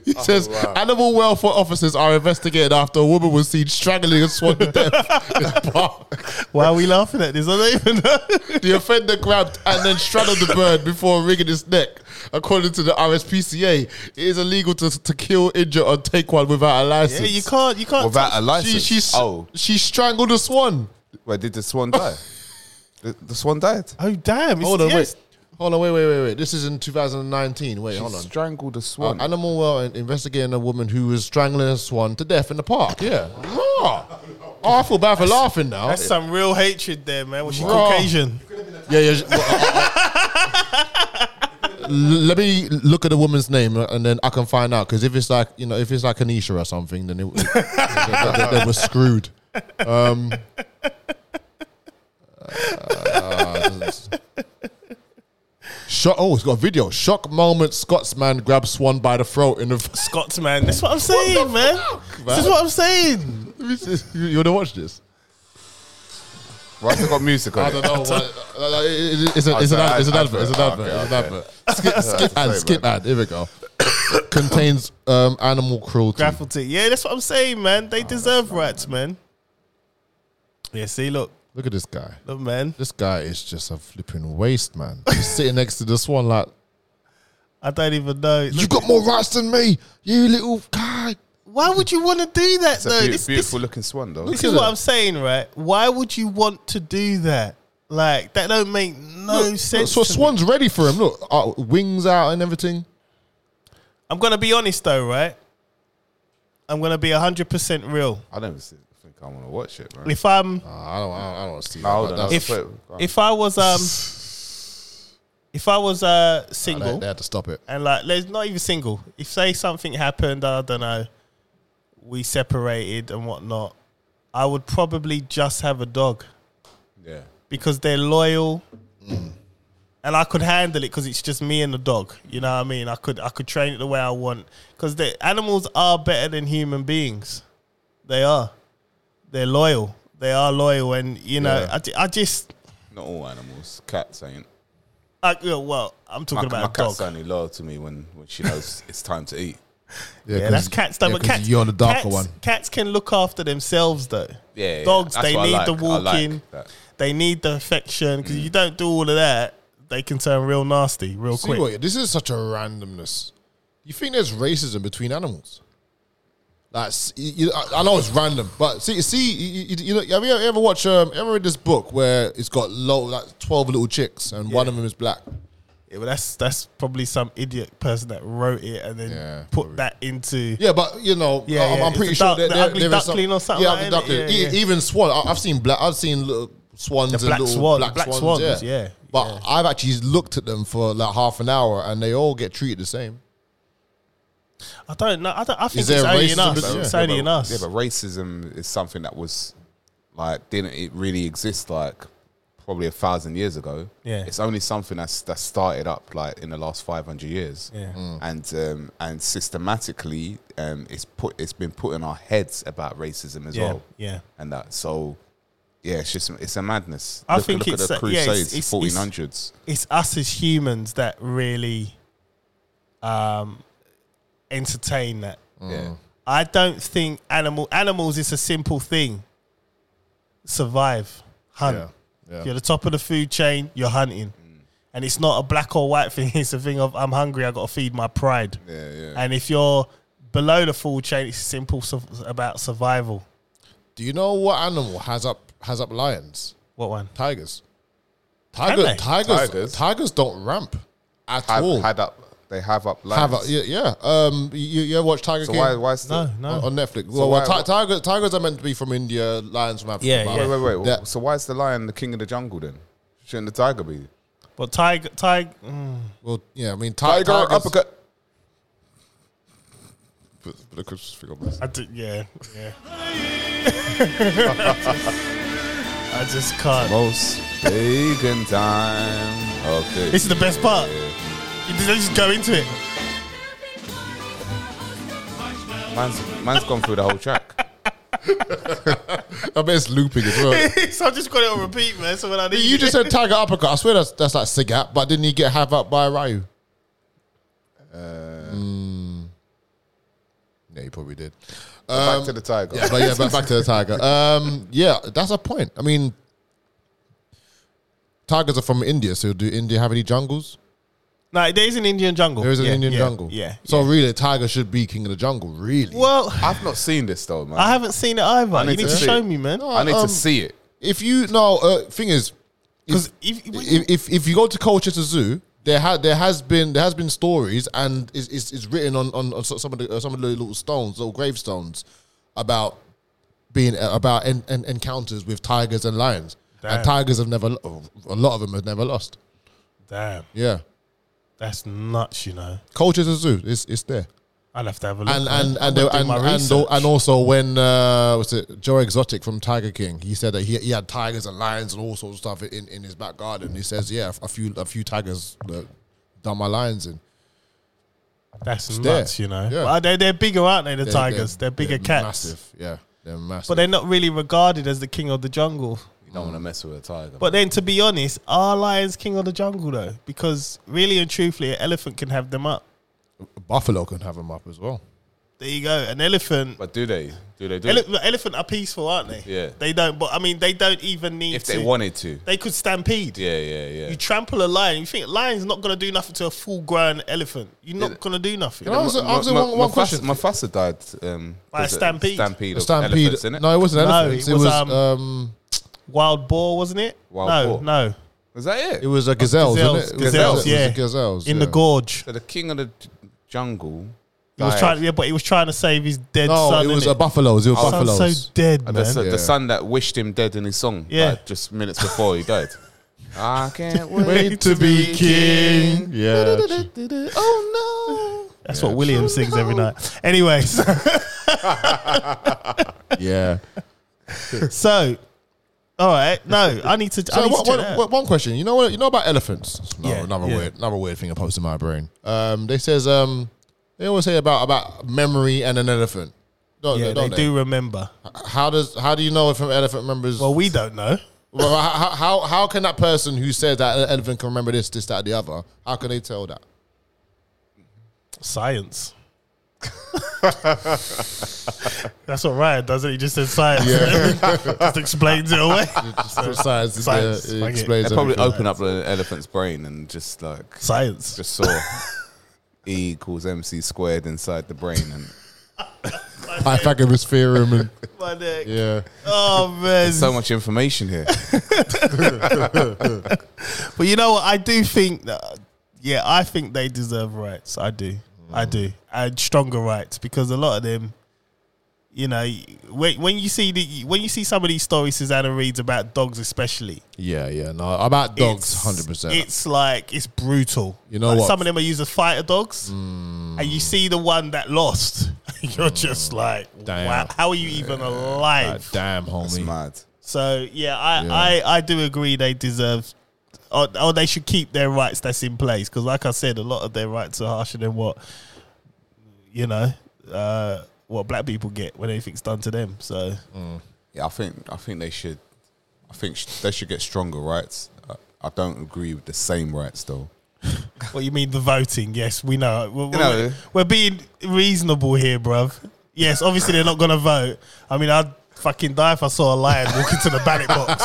[SPEAKER 4] He says animal welfare officers are investigated after a woman was seen strangling a swan to death in a park.
[SPEAKER 2] Why are we laughing at this? I don't even know.
[SPEAKER 4] The offender grabbed and then straddled the bird before wringing its neck. According to the RSPCA, it is illegal to, to kill, injure, or take one without a license.
[SPEAKER 2] yeah, you can't. You can't.
[SPEAKER 1] Without a
[SPEAKER 4] She,
[SPEAKER 1] license.
[SPEAKER 4] she,
[SPEAKER 1] oh,
[SPEAKER 4] she strangled a swan.
[SPEAKER 1] where did the swan die? the, the swan died.
[SPEAKER 2] oh damn! It's,
[SPEAKER 4] Hold on,
[SPEAKER 2] yes.
[SPEAKER 4] wait. Hold on, wait, wait, wait, wait. This is in 2019. Wait,
[SPEAKER 1] She
[SPEAKER 4] hold on.
[SPEAKER 1] strangled a
[SPEAKER 4] Uh,
[SPEAKER 1] swan.
[SPEAKER 4] animal well investigating a woman who was strangling a swan to death in the park. Yeah. Ah. Oh, I feel bad for laughing now.
[SPEAKER 2] That's some real hatred there, man. Was she
[SPEAKER 4] Raw.
[SPEAKER 2] Caucasian?
[SPEAKER 4] Yeah, yeah. well, uh, uh, l- Let me look at the woman's name uh, and then I can find out because if it's like you know if it's like Anisha or something, then it, it, they, they- they were screwed. Um, uh, shock! Oh, it's got a video. Shock moment. Scotsman grabs swan by the throat in the.
[SPEAKER 2] Scots, man. That's what I'm saying, man. This is what I'm saying.
[SPEAKER 4] you you wanna watch this?
[SPEAKER 1] Why has it got music on
[SPEAKER 4] I
[SPEAKER 1] it?
[SPEAKER 4] don't know. what- uh, it- it- It's a- it's an ad- it's an advert. It's an advert. It's an advert. Skip, skip ad.
[SPEAKER 1] sorry,
[SPEAKER 4] Skip ad. Here we go. Contains um, animal cruelty.
[SPEAKER 2] Graffiti. Yeah, that's what I'm saying, man. They deserve rights, man. Yeah. See, look,
[SPEAKER 4] Look at this guy.
[SPEAKER 2] look, man.
[SPEAKER 4] This guy is just a flipping waste, man. He's sitting next to this one, like
[SPEAKER 2] I don't even know.
[SPEAKER 4] you got more rights than me, you little guy.
[SPEAKER 2] Why would you want to do that
[SPEAKER 1] It's a
[SPEAKER 2] though?
[SPEAKER 1] beau-
[SPEAKER 2] This- this-
[SPEAKER 1] beautiful looking swan, though.
[SPEAKER 2] This
[SPEAKER 4] Look
[SPEAKER 2] is
[SPEAKER 4] at
[SPEAKER 2] what
[SPEAKER 4] it.
[SPEAKER 2] I'm saying, right? Why would you want to do that? Like that don't make no sense.
[SPEAKER 4] So
[SPEAKER 2] to me.
[SPEAKER 4] Swan's ready for him. Look, uh, wings out and everything.
[SPEAKER 2] I'm gonna be honest though, right? I'm gonna be hundred percent real.
[SPEAKER 1] I don't see- think I want to watch it, man.
[SPEAKER 2] If I'm,
[SPEAKER 4] Uh, I don't. I don't, I don't see
[SPEAKER 1] Nah, hold
[SPEAKER 4] that.
[SPEAKER 1] on.
[SPEAKER 4] That's-
[SPEAKER 1] I'll
[SPEAKER 2] if
[SPEAKER 1] put it- go on.
[SPEAKER 2] if I was um, if I was uh single
[SPEAKER 4] they, they had to stop it.
[SPEAKER 2] and like there's not even single. If say something happened, I don't know, we separated and whatnot, I would probably just have a dog.
[SPEAKER 1] yeah.
[SPEAKER 2] because they're loyal, and I could handle it because it's just me and the dog. You know what I mean? I could I could train it the way I want because the animals are better than human beings. They are. They're loyal. They are loyal, and you know,
[SPEAKER 1] Yeah.
[SPEAKER 2] I, ju- I just
[SPEAKER 1] Not all animals. Cats ain't.
[SPEAKER 2] I, yeah, well, I'm
[SPEAKER 1] My,
[SPEAKER 2] talking
[SPEAKER 1] my
[SPEAKER 2] about a dog.
[SPEAKER 1] cat's only loyal to me when, when she knows it's time to eat.
[SPEAKER 2] Yeah, that's
[SPEAKER 4] 'cause-
[SPEAKER 2] cats. Though,
[SPEAKER 4] yeah,
[SPEAKER 2] but
[SPEAKER 4] 'cause
[SPEAKER 2] cats,
[SPEAKER 4] You're the darker
[SPEAKER 2] cats-
[SPEAKER 4] one.
[SPEAKER 2] Cats can look after themselves, though.
[SPEAKER 1] Yeah, yeah,
[SPEAKER 2] dogs
[SPEAKER 1] that's
[SPEAKER 2] they
[SPEAKER 1] what I
[SPEAKER 2] need the
[SPEAKER 1] like. I like
[SPEAKER 2] walking.
[SPEAKER 1] that. Mm.
[SPEAKER 2] they need the affection because you don't do all of that, they can turn real nasty real
[SPEAKER 4] See
[SPEAKER 2] quick.
[SPEAKER 4] what- this is such a randomness. You think there's racism between animals? That's you, you- I I know it's random, but see, see, you, you, you know, have you ever watched um, ever read this book where it's got low like twelve little chicks and one of them is black?
[SPEAKER 2] Yeah, well, that's that's probably some idiot person that wrote it and then
[SPEAKER 4] Yeah,
[SPEAKER 2] put that into.
[SPEAKER 4] Yeah, but you know,
[SPEAKER 2] Yeah,
[SPEAKER 4] I'm,
[SPEAKER 2] yeah,
[SPEAKER 4] I'm pretty
[SPEAKER 2] it's a
[SPEAKER 4] sure
[SPEAKER 2] duck-
[SPEAKER 4] that
[SPEAKER 2] the
[SPEAKER 4] there-
[SPEAKER 2] ugly
[SPEAKER 4] there is some-
[SPEAKER 2] duckling or something
[SPEAKER 4] Yeah,
[SPEAKER 2] like
[SPEAKER 4] ugly
[SPEAKER 2] that, innit?
[SPEAKER 4] duckling.
[SPEAKER 2] Yeah,
[SPEAKER 4] E-
[SPEAKER 2] yeah.
[SPEAKER 4] Even swan. I- I've seen black. I've seen little swans and
[SPEAKER 2] black
[SPEAKER 4] little
[SPEAKER 2] swan,
[SPEAKER 4] black,
[SPEAKER 2] black
[SPEAKER 4] swans.
[SPEAKER 2] swans,
[SPEAKER 4] yeah.
[SPEAKER 2] yeah,
[SPEAKER 4] but
[SPEAKER 2] yeah.
[SPEAKER 4] I've actually looked at them for like half an hour, and they all get treated the same.
[SPEAKER 2] I don't know. I, don't, I think
[SPEAKER 4] there
[SPEAKER 2] it's only in
[SPEAKER 4] racism?
[SPEAKER 2] us.
[SPEAKER 4] Yeah.
[SPEAKER 2] It's
[SPEAKER 1] Yeah,
[SPEAKER 2] only
[SPEAKER 1] but-
[SPEAKER 2] in us.
[SPEAKER 1] Yeah, but racism is something that was like didn't it really exist like probably a thousand years ago.
[SPEAKER 2] Yeah.
[SPEAKER 1] it's only something that's that started up like in the last five hundred years.
[SPEAKER 2] Yeah.
[SPEAKER 1] and um, and systematically, um, it's put it's been put in our heads about racism as
[SPEAKER 2] Yeah,
[SPEAKER 1] well.
[SPEAKER 2] yeah.
[SPEAKER 1] and that so. Yeah, it's just it's a madness.
[SPEAKER 2] I think
[SPEAKER 1] look at
[SPEAKER 2] it's
[SPEAKER 1] the
[SPEAKER 2] a- yeah, it's-
[SPEAKER 1] Crusades,
[SPEAKER 2] it's- it's-
[SPEAKER 1] fourteen hundreds.
[SPEAKER 2] it's us as humans that really um, entertain that.
[SPEAKER 1] Yeah,
[SPEAKER 2] I don't think animal animals. It's a simple thing. Survive, hunt.
[SPEAKER 4] Yeah, yeah. Mm.
[SPEAKER 2] If you're the top of the food chain. You're hunting, and it's not a black or white thing. It's a thing of I'm hungry. I got to feed my pride.
[SPEAKER 1] yeah, yeah.
[SPEAKER 2] And if you're below the food chain, it's simple su- about survival.
[SPEAKER 4] Do you know what animal has up has up lions?
[SPEAKER 2] What one?
[SPEAKER 4] Tigers.
[SPEAKER 2] they?
[SPEAKER 4] Tigers, tigers,
[SPEAKER 1] Tigers?
[SPEAKER 4] tigers, don't ramp at
[SPEAKER 1] Have,
[SPEAKER 4] all.
[SPEAKER 1] had up, they have up.
[SPEAKER 4] Have a,
[SPEAKER 1] lions.
[SPEAKER 4] yeah, yeah. Um, you, you ever watch Tiger
[SPEAKER 1] So
[SPEAKER 4] King
[SPEAKER 1] why why still?
[SPEAKER 2] No, no.
[SPEAKER 4] on, on Netflix? well, well,
[SPEAKER 1] why-
[SPEAKER 4] ti- tigers, tigers are meant to be from India, lions from Africa.
[SPEAKER 2] Yeah,
[SPEAKER 4] but-
[SPEAKER 2] yeah.
[SPEAKER 1] Wait, wait, wait.
[SPEAKER 4] Yeah.
[SPEAKER 1] So why is the lion the king of the jungle then? Shouldn't the tiger be?
[SPEAKER 2] But tiger, tiger.
[SPEAKER 4] Well, yeah. I mean, ti-
[SPEAKER 1] Tiger
[SPEAKER 4] tigers,
[SPEAKER 1] uppercut.
[SPEAKER 4] Put, put a Christmas figure on this.
[SPEAKER 2] I did, yeah, yeah. I just can't.
[SPEAKER 1] Most pagan time of the
[SPEAKER 2] This is the best part. You just- they just go into it.
[SPEAKER 1] man's, man's gone through the whole track.
[SPEAKER 4] I bet it's looping as well.
[SPEAKER 2] so I just got it on repeat, man. So when I need
[SPEAKER 4] you just said Tiger uppercut. I swear that's that's like Sigat, but didn't he get half up by Ryu?
[SPEAKER 1] Uh,
[SPEAKER 4] Hmm. Yeah, he probably did.
[SPEAKER 2] Um,
[SPEAKER 5] Back to the tiger.
[SPEAKER 4] Yeah, but yeah, but back to the tiger. Um, yeah, that's a point. I mean, tigers are from India, so do India have any jungles?
[SPEAKER 2] no, there is an Indian jungle.
[SPEAKER 4] There is an
[SPEAKER 2] Yeah,
[SPEAKER 4] Indian
[SPEAKER 2] yeah,
[SPEAKER 4] jungle.
[SPEAKER 2] Yeah.
[SPEAKER 4] So really, a tiger should be king of the jungle. Really.
[SPEAKER 2] Well,
[SPEAKER 5] I've not seen this though, man.
[SPEAKER 2] I haven't seen it either. you
[SPEAKER 5] need
[SPEAKER 2] need
[SPEAKER 5] to
[SPEAKER 2] to,
[SPEAKER 5] see
[SPEAKER 2] show
[SPEAKER 5] it.
[SPEAKER 2] me, man.
[SPEAKER 5] I need
[SPEAKER 4] um,
[SPEAKER 5] to see it.
[SPEAKER 4] If you no, uh, thing is,
[SPEAKER 2] Because
[SPEAKER 4] if,
[SPEAKER 2] if,
[SPEAKER 4] if, if if you go to Colchester Zoo, there ha- there has been there has been stories, and it's it's, it's written on, on on so- some of the uh, some of the little stones, little gravestones, about being about en- en- encounters with tigers and lions,
[SPEAKER 2] Damn.
[SPEAKER 4] and tigers have never lo- a lot of them have never lost.
[SPEAKER 2] damn,
[SPEAKER 4] Yeah,
[SPEAKER 2] that's nuts. You know,
[SPEAKER 4] Colchester Zoo, it's it's there.
[SPEAKER 2] I'll have to have a look.
[SPEAKER 4] and
[SPEAKER 2] man.
[SPEAKER 4] and
[SPEAKER 2] I'm
[SPEAKER 4] and
[SPEAKER 2] gonna do
[SPEAKER 4] and,
[SPEAKER 2] my
[SPEAKER 4] and,
[SPEAKER 2] research.
[SPEAKER 4] and also when uh, was it Joe Exotic from Tiger King? He said that he, he had tigers and lions and all sorts of stuff in, in his back garden. He says, yeah, a few a few tigers uh, done my lions in.
[SPEAKER 2] that's
[SPEAKER 4] there.
[SPEAKER 2] nuts. You know,
[SPEAKER 4] Yeah.
[SPEAKER 2] But they're they're bigger, aren't they? The tigers, they're, bigger cats,
[SPEAKER 4] Massive, yeah, they're massive.
[SPEAKER 2] but they're not really regarded as the king of the jungle.
[SPEAKER 5] You don't want to mess with a tiger.
[SPEAKER 2] But then, to be honest, are lions king of the jungle though? Because really and truthfully, an elephant can have them up.
[SPEAKER 4] Buffalo can have them up as well.
[SPEAKER 2] There you go, an elephant.
[SPEAKER 5] but do they? Do they do?
[SPEAKER 2] Ele-
[SPEAKER 5] it?
[SPEAKER 2] look, elephant are peaceful, aren't they?
[SPEAKER 5] Yeah.
[SPEAKER 2] They don't. But I mean, they don't even need
[SPEAKER 5] if
[SPEAKER 2] to.
[SPEAKER 5] they wanted to.
[SPEAKER 2] they could stampede.
[SPEAKER 5] Yeah, yeah, yeah.
[SPEAKER 2] You trample a lion. You think a lion's not gonna do nothing to a full-grown elephant. You're not
[SPEAKER 5] Yeah.
[SPEAKER 2] gonna do nothing.
[SPEAKER 4] Can I answer, answer one, one
[SPEAKER 5] Mufasa-
[SPEAKER 4] question?
[SPEAKER 5] Mufasa died um,
[SPEAKER 2] By a
[SPEAKER 5] was it
[SPEAKER 2] stampede.
[SPEAKER 5] Stampede.
[SPEAKER 4] A
[SPEAKER 5] Of
[SPEAKER 4] stampede?
[SPEAKER 5] Elephants, innit?
[SPEAKER 4] No, it wasn't
[SPEAKER 2] No,
[SPEAKER 4] elephants.
[SPEAKER 2] it
[SPEAKER 4] it was,
[SPEAKER 2] was,
[SPEAKER 4] um,
[SPEAKER 2] um, Wild boar, wasn't it?
[SPEAKER 5] Wild
[SPEAKER 2] no,
[SPEAKER 5] boar.
[SPEAKER 2] no.
[SPEAKER 5] was that it?
[SPEAKER 4] it was a gazelles,
[SPEAKER 2] Gazelles,
[SPEAKER 4] wasn't it?
[SPEAKER 2] gazelles,
[SPEAKER 4] It was a
[SPEAKER 2] yeah.
[SPEAKER 4] gazelles
[SPEAKER 2] In the
[SPEAKER 4] yeah.
[SPEAKER 2] gorge.
[SPEAKER 5] So the king of the j- jungle.
[SPEAKER 2] He was
[SPEAKER 5] died.
[SPEAKER 2] trying. Yeah, but he was trying to save his dead
[SPEAKER 4] No,
[SPEAKER 2] son.
[SPEAKER 4] it was
[SPEAKER 2] innit?
[SPEAKER 4] a buffaloes. It was
[SPEAKER 2] Son's
[SPEAKER 4] buffaloes.
[SPEAKER 2] so dead,
[SPEAKER 5] And
[SPEAKER 2] man.
[SPEAKER 5] the, son,
[SPEAKER 4] Yeah.
[SPEAKER 5] the son that wished him dead in his song.
[SPEAKER 2] Yeah.
[SPEAKER 5] like, just minutes before he died. I can't wait,
[SPEAKER 4] Wait to be king. Yeah.
[SPEAKER 5] Oh no.
[SPEAKER 2] That's what William sings every night. Anyways,
[SPEAKER 4] Yeah.
[SPEAKER 2] so all right. No, I need to. I
[SPEAKER 4] So
[SPEAKER 2] need
[SPEAKER 4] one,
[SPEAKER 2] to check
[SPEAKER 4] one,
[SPEAKER 2] that out.
[SPEAKER 4] one- one question, you know what you know about elephants? It's another,
[SPEAKER 2] Yeah,
[SPEAKER 4] another
[SPEAKER 2] yeah.
[SPEAKER 4] weird, another weird thing that pops in my brain. Um, they says um, they always say about about memory and an elephant. Don't,
[SPEAKER 2] yeah,
[SPEAKER 4] don't
[SPEAKER 2] they do remember.
[SPEAKER 4] How does how do you know if an elephant remembers?
[SPEAKER 2] Well,
[SPEAKER 4] Well,
[SPEAKER 2] we don't know.
[SPEAKER 4] how, how how can that person who said that an elephant can remember this, this, that, the other? How can they tell that?
[SPEAKER 2] Science. That's what Ryan does. He He just says science. just explains it away.
[SPEAKER 4] Science, is
[SPEAKER 2] Science,
[SPEAKER 4] there, it
[SPEAKER 2] fuck it.
[SPEAKER 4] explains
[SPEAKER 5] They probably
[SPEAKER 4] everything.
[SPEAKER 5] open up the elephant's brain and just like
[SPEAKER 2] Science.
[SPEAKER 5] just saw E equals MC squared inside the brain and
[SPEAKER 4] Pythagoras theorem and
[SPEAKER 2] My neck.
[SPEAKER 4] yeah.
[SPEAKER 2] Oh man.
[SPEAKER 5] so much information here.
[SPEAKER 2] But you know what? I do think that, yeah, I think they deserve rights. I do. I do. And stronger rights because a lot of them, you know, when, when you see the when you see some of these stories Susanna reads about dogs, especially
[SPEAKER 4] Yeah, yeah, no. About dogs,
[SPEAKER 2] it's-
[SPEAKER 4] hundred percent.
[SPEAKER 2] It's like it's brutal.
[SPEAKER 4] You know
[SPEAKER 2] Like,
[SPEAKER 4] what? Mm.
[SPEAKER 2] Some of them are used as fighter dogs, and you see the one that lost. You're just like,
[SPEAKER 4] Damn.
[SPEAKER 2] wow, how are you even alive?
[SPEAKER 4] Damn,
[SPEAKER 5] It's
[SPEAKER 4] homie.
[SPEAKER 5] mad.
[SPEAKER 2] So yeah, I,
[SPEAKER 4] Yeah.
[SPEAKER 2] I, I do agree they deserve, or, or they should keep their rights that's in place because, like I said, a lot of their rights are harsher than what, you know, uh, what black people get when anything's done to them. So
[SPEAKER 5] Yeah, I think I think they should. I think sh- they should get stronger rights. I, I don't agree with the same rights though.
[SPEAKER 2] what you mean the voting? Yes, we know we're,
[SPEAKER 5] know-
[SPEAKER 2] we're, we're being reasonable here, bruv. Yes, obviously they're not gonna vote. I mean, I'd fucking die if I saw a lion walk into the ballot box.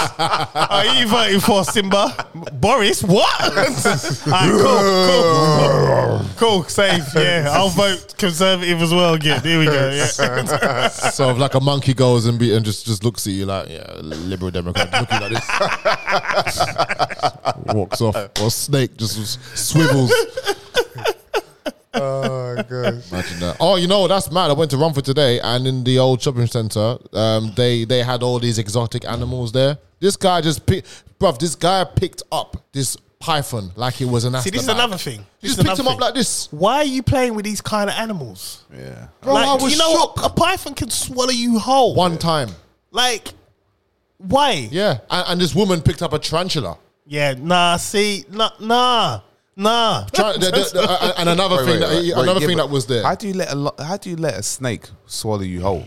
[SPEAKER 2] are you voting for Simba, Boris? What? All right, cool, cool, cool. Cool, safe. Yeah, I'll vote conservative as well. Again, here we go. Yeah.
[SPEAKER 4] So if like a monkey goes and be, and just just looks at you like yeah, liberal democrat looking like this, walks off, or a snake just s- swivels.
[SPEAKER 5] Oh god.
[SPEAKER 4] Imagine that. Oh, you know that's mad. I went to Romford today, and in the old shopping centre, um, they they had all these exotic animals there. This guy just picked, bruv, This guy picked up this python like it was an.
[SPEAKER 2] See, this is
[SPEAKER 4] astronaut.
[SPEAKER 2] another thing.
[SPEAKER 4] He
[SPEAKER 2] This is
[SPEAKER 4] just picked
[SPEAKER 2] another
[SPEAKER 4] him up
[SPEAKER 2] thing.
[SPEAKER 4] like this.
[SPEAKER 2] Why are you playing with these kind of animals?
[SPEAKER 5] Yeah.
[SPEAKER 4] Bro, I was
[SPEAKER 2] you know
[SPEAKER 4] shocked.
[SPEAKER 2] what? A python can swallow you whole.
[SPEAKER 4] One time,
[SPEAKER 2] Like, why?
[SPEAKER 4] yeah, and, and this woman picked up a tarantula.
[SPEAKER 2] Yeah, nah, see, nah, nah, nah.
[SPEAKER 4] Tra- the- the- the- uh, and another
[SPEAKER 5] Wait,
[SPEAKER 4] thing,
[SPEAKER 5] wait,
[SPEAKER 4] that,
[SPEAKER 5] wait, wait,
[SPEAKER 4] another
[SPEAKER 5] yeah,
[SPEAKER 4] thing
[SPEAKER 5] but
[SPEAKER 4] that was there.
[SPEAKER 5] How do you let a lo- how do you let a snake swallow you whole?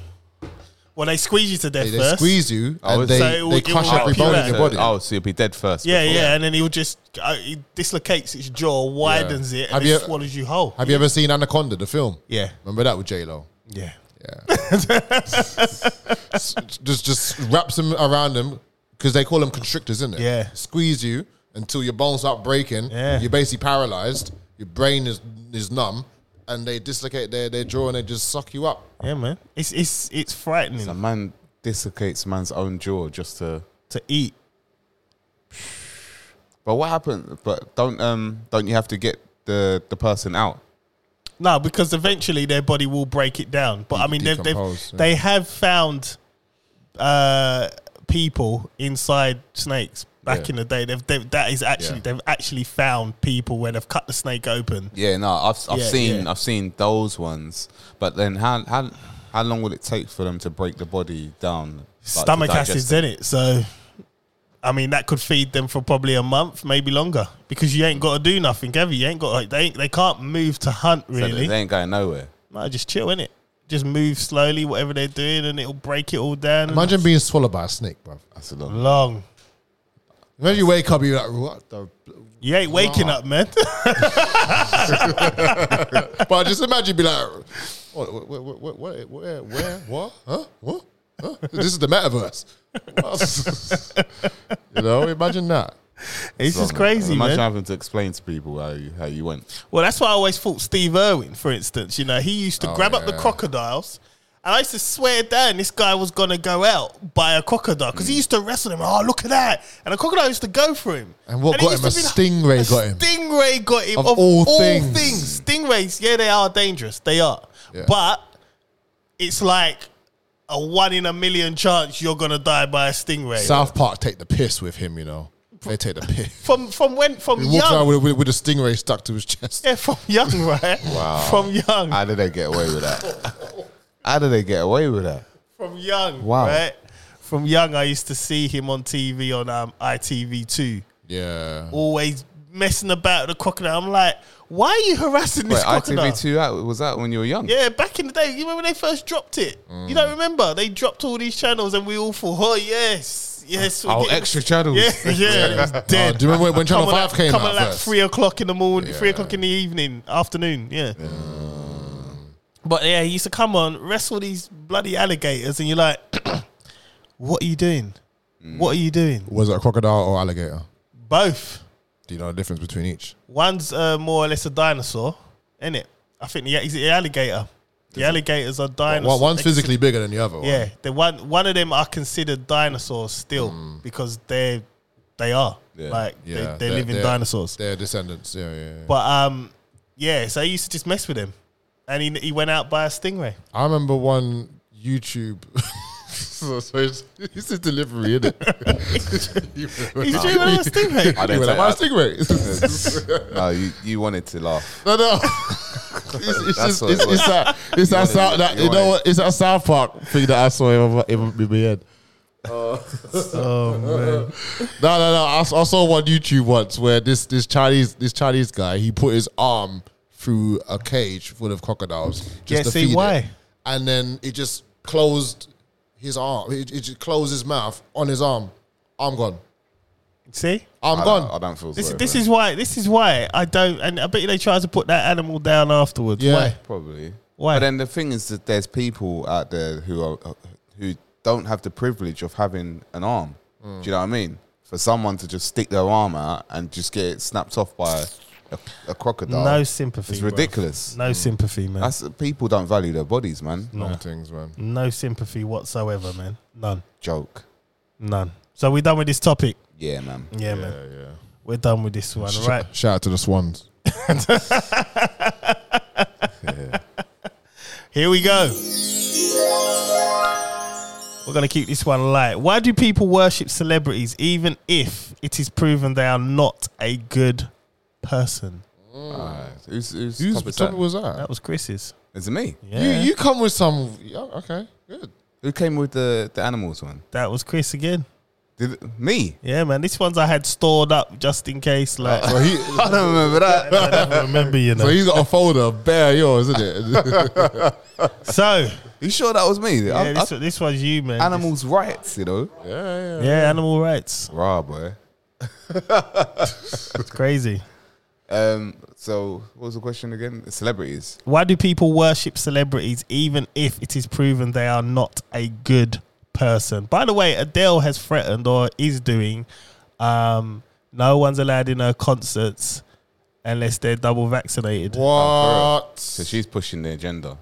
[SPEAKER 2] Well, they squeeze you to death
[SPEAKER 4] They, they
[SPEAKER 2] first.
[SPEAKER 4] squeeze you
[SPEAKER 1] Oh,
[SPEAKER 4] and they,
[SPEAKER 2] so it will-
[SPEAKER 4] they
[SPEAKER 2] it
[SPEAKER 4] crush
[SPEAKER 2] will
[SPEAKER 4] every
[SPEAKER 2] help you
[SPEAKER 4] bone in
[SPEAKER 2] out.
[SPEAKER 4] your body.
[SPEAKER 1] Oh, so you'll be dead first.
[SPEAKER 2] Yeah,
[SPEAKER 1] before-
[SPEAKER 2] yeah, and then he'll just uh, he dislocates its jaw, widens it, and
[SPEAKER 4] Have
[SPEAKER 2] it
[SPEAKER 4] you- e-,
[SPEAKER 2] swallows you whole.
[SPEAKER 4] Have you ever seen Anaconda, the film?
[SPEAKER 2] Yeah.
[SPEAKER 4] Remember that with J Lo?
[SPEAKER 2] yeah.
[SPEAKER 4] Just just wraps them around them because they call them constrictors, isn't it?
[SPEAKER 2] Yeah.
[SPEAKER 4] Squeeze you until your bones start breaking.
[SPEAKER 2] Yeah.
[SPEAKER 4] You're basically paralyzed. Your brain is is numb, and they dislocate their their jaw and they just suck you up.
[SPEAKER 2] Yeah, man. It's it's it's frightening
[SPEAKER 1] A man dislocates man's own jaw just to.
[SPEAKER 2] to eat.
[SPEAKER 1] But what happened? But don't um don't you have to get the the person out?
[SPEAKER 2] No, because eventually their body will break it down. But I mean, they've, they've
[SPEAKER 4] Decompose, yeah.
[SPEAKER 2] they have found uh, people inside snakes back in the day. They've, they've that is actually they've actually found people where they've cut the snake open.
[SPEAKER 1] Yeah, no, I've I've
[SPEAKER 2] Yeah,
[SPEAKER 1] seen
[SPEAKER 2] yeah.
[SPEAKER 1] I've seen those ones. But then how how how long would it take for them to break the body down? like, to
[SPEAKER 2] Stomach
[SPEAKER 1] digest
[SPEAKER 2] acid's
[SPEAKER 1] it?
[SPEAKER 2] in it, so I mean that could feed them for probably a month, maybe longer, because you ain't got to do nothing, have you? You ain't got like, they ain't, they can't move to hunt
[SPEAKER 1] So
[SPEAKER 2] really.
[SPEAKER 1] They ain't going nowhere.
[SPEAKER 2] No, just chill in it. Just move slowly, whatever they're doing, and it'll break it all down. and-
[SPEAKER 4] Imagine being swallowed by a snake, bruv.
[SPEAKER 1] That's a lot.
[SPEAKER 2] long.
[SPEAKER 4] Imagine you wake up, you're like, what the?
[SPEAKER 2] You ain't waking up, man.
[SPEAKER 4] But just imagine, be like, what, what, what, what, what- where, where, what, huh, what? Huh? This is the metaverse. you know, imagine that.
[SPEAKER 2] This is crazy,
[SPEAKER 1] Imagine
[SPEAKER 2] man.
[SPEAKER 1] having to explain to people how you, how you went.
[SPEAKER 2] Well, that's why I always thought Steve Irwin, for instance. You know, he used to grab up the
[SPEAKER 4] Oh, yeah.
[SPEAKER 2] crocodiles, and I used to swear down this guy was gonna go out by a crocodile because he
[SPEAKER 4] Mm.
[SPEAKER 2] used to wrestle him. Oh, look at that! And the crocodile used to go for him.
[SPEAKER 4] And what
[SPEAKER 2] he
[SPEAKER 4] got
[SPEAKER 2] used
[SPEAKER 4] him?
[SPEAKER 2] to
[SPEAKER 4] A
[SPEAKER 2] be like-
[SPEAKER 4] stingray
[SPEAKER 2] a
[SPEAKER 4] got him.
[SPEAKER 2] Stingray got him. Of,
[SPEAKER 4] Of
[SPEAKER 2] all,
[SPEAKER 4] all
[SPEAKER 2] things.
[SPEAKER 4] things.
[SPEAKER 2] stingrays. Yeah, they are dangerous. They are,
[SPEAKER 4] Yeah.
[SPEAKER 2] but it's like a one in a million chance you're gonna die by a stingray.
[SPEAKER 4] South Park take the piss with him, you know. They take the piss.
[SPEAKER 2] from from when from
[SPEAKER 4] He walks
[SPEAKER 2] young.
[SPEAKER 4] around with, with, with a stingray stuck to his chest.
[SPEAKER 2] Yeah, from young, right? Wow. From young.
[SPEAKER 1] How did they get away with that? how did they get away with that?
[SPEAKER 2] from young.
[SPEAKER 1] Wow.
[SPEAKER 2] Right? From young, I used to see him on TV on um, ITV2,
[SPEAKER 4] Yeah.
[SPEAKER 2] always messing about with the crocodile. I'm like, why are you harassing this
[SPEAKER 1] Wait,
[SPEAKER 2] crocodile?
[SPEAKER 1] ITV two out was that when you were young?
[SPEAKER 2] Yeah, back in the day, you remember when they first dropped it? You
[SPEAKER 1] Mm.
[SPEAKER 2] don't remember? They dropped all these channels and we all thought, oh, yes, yes. we're
[SPEAKER 1] Oh,
[SPEAKER 2] getting-
[SPEAKER 1] extra channels.
[SPEAKER 2] Yeah, yeah, it was
[SPEAKER 4] Oh,
[SPEAKER 2] dead.
[SPEAKER 4] do you remember when, when Channel
[SPEAKER 2] Come on,
[SPEAKER 4] 5 came
[SPEAKER 2] come on,
[SPEAKER 4] out
[SPEAKER 2] like
[SPEAKER 4] first?
[SPEAKER 2] three o'clock in the morning, three
[SPEAKER 4] Yeah.
[SPEAKER 2] o'clock in the evening, afternoon. Yeah. But yeah, he used to come on wrestle these bloody alligators, and you're like, "What are you doing?
[SPEAKER 4] Mm.
[SPEAKER 2] What are you doing?"
[SPEAKER 4] Was it a crocodile or alligator?
[SPEAKER 2] Both.
[SPEAKER 4] Do you know the difference between each?
[SPEAKER 2] One's uh, more or less a dinosaur, isn't it? I think the, is it the alligator. The alligators are dinosaurs.
[SPEAKER 4] One, one's
[SPEAKER 2] They're considered-
[SPEAKER 4] physically bigger than the other. one.
[SPEAKER 2] Yeah, the one one of them are considered dinosaurs still because they they are like
[SPEAKER 4] Mm. Yeah,
[SPEAKER 2] they, they live in dinosaurs.
[SPEAKER 4] They're descendants. Yeah, yeah, yeah.
[SPEAKER 2] But um, yeah, so I used to just mess with him, and he he went out by a stingray.
[SPEAKER 4] I remember one YouTube. so, so it's, it's a delivery, isn't
[SPEAKER 2] He's
[SPEAKER 4] it?
[SPEAKER 2] doing a stingray.
[SPEAKER 1] I didn't
[SPEAKER 4] He went
[SPEAKER 1] take
[SPEAKER 4] like, "Oh, my
[SPEAKER 1] that.
[SPEAKER 4] stingray.
[SPEAKER 1] No, you, you wanted to laugh.
[SPEAKER 4] no, no. It's,
[SPEAKER 1] That's
[SPEAKER 4] it's just
[SPEAKER 1] what it
[SPEAKER 4] it's,
[SPEAKER 1] was.
[SPEAKER 4] it's that it's that
[SPEAKER 1] wanted-
[SPEAKER 4] South that
[SPEAKER 1] you
[SPEAKER 4] you know
[SPEAKER 1] wanted-
[SPEAKER 4] what it's that South Park thing that I saw in my, in my- in my head.
[SPEAKER 2] Oh man,
[SPEAKER 4] No, no, no. I, s- I saw one YouTube once where this this Chinese this Chinese guy he put his arm through a cage full of crocodiles. Just
[SPEAKER 2] Yeah,
[SPEAKER 4] to
[SPEAKER 2] see
[SPEAKER 4] feed
[SPEAKER 2] why?
[SPEAKER 4] It. And then it just closed his arm. It, it just closed his mouth on his arm. Arm gone.
[SPEAKER 2] see.
[SPEAKER 4] Arm
[SPEAKER 1] I
[SPEAKER 4] gone.
[SPEAKER 1] don't, I don't feel
[SPEAKER 2] This,
[SPEAKER 1] sorry
[SPEAKER 2] this
[SPEAKER 1] for him.
[SPEAKER 2] is why this is why I don't and I bet you they try to put that animal down afterwards.
[SPEAKER 4] yeah.
[SPEAKER 2] Why?
[SPEAKER 1] probably.
[SPEAKER 2] Why?
[SPEAKER 1] But then the thing is that there's people out there who are uh, who don't have the privilege of having an arm. Do you know what I mean? For someone to just stick their arm out and just get it snapped off by a, a crocodile.
[SPEAKER 2] No sympathy.
[SPEAKER 1] It's
[SPEAKER 2] bruv.
[SPEAKER 1] ridiculous.
[SPEAKER 2] No sympathy, man.
[SPEAKER 1] That's people don't value their bodies, man.
[SPEAKER 4] Wrong things, man.
[SPEAKER 2] no sympathy whatsoever, man. None.
[SPEAKER 1] Joke.
[SPEAKER 2] None. So we're done with this topic.
[SPEAKER 1] Yeah, man.
[SPEAKER 2] Yeah, man.
[SPEAKER 4] Yeah, yeah.
[SPEAKER 2] We're done with this one,
[SPEAKER 4] Sh-
[SPEAKER 2] right?
[SPEAKER 4] Shout out to the Swans.
[SPEAKER 2] Here we go. We're going to keep this one light. Why do people worship celebrities even if it is proven they are not a good person?
[SPEAKER 1] Alright. Who's, who's,
[SPEAKER 4] Whose
[SPEAKER 1] top is
[SPEAKER 4] topic
[SPEAKER 1] that?
[SPEAKER 4] was that?
[SPEAKER 2] That was Chris's.
[SPEAKER 1] Is it me?
[SPEAKER 2] Yeah.
[SPEAKER 4] You you come with some. yeah, okay, good.
[SPEAKER 1] Who came with the, the animals one?
[SPEAKER 2] That was Chris again.
[SPEAKER 1] Did it- me?
[SPEAKER 2] Yeah, man. This one's I had stored up just in case. Like,
[SPEAKER 4] So he
[SPEAKER 1] I don't remember that.
[SPEAKER 2] I don't remember, uh, you know.
[SPEAKER 4] so he's got a folder bare yours, isn't it?
[SPEAKER 2] So,
[SPEAKER 1] You sure that was me? I-
[SPEAKER 2] Yeah,
[SPEAKER 1] I-
[SPEAKER 2] this, this one's you, man.
[SPEAKER 1] animals' rights, you know.
[SPEAKER 4] Yeah, yeah.
[SPEAKER 2] Yeah, animal rights.
[SPEAKER 1] Rah, boy.
[SPEAKER 2] It's crazy.
[SPEAKER 1] Um, so what was the question again? Celebrities.
[SPEAKER 2] Why do people worship celebrities even if it is proven they are not a good person? By the way, Adele has threatened or is doing um, no one's allowed in her concerts unless they're double vaccinated.
[SPEAKER 1] So
[SPEAKER 4] What?
[SPEAKER 1] she's pushing the agenda.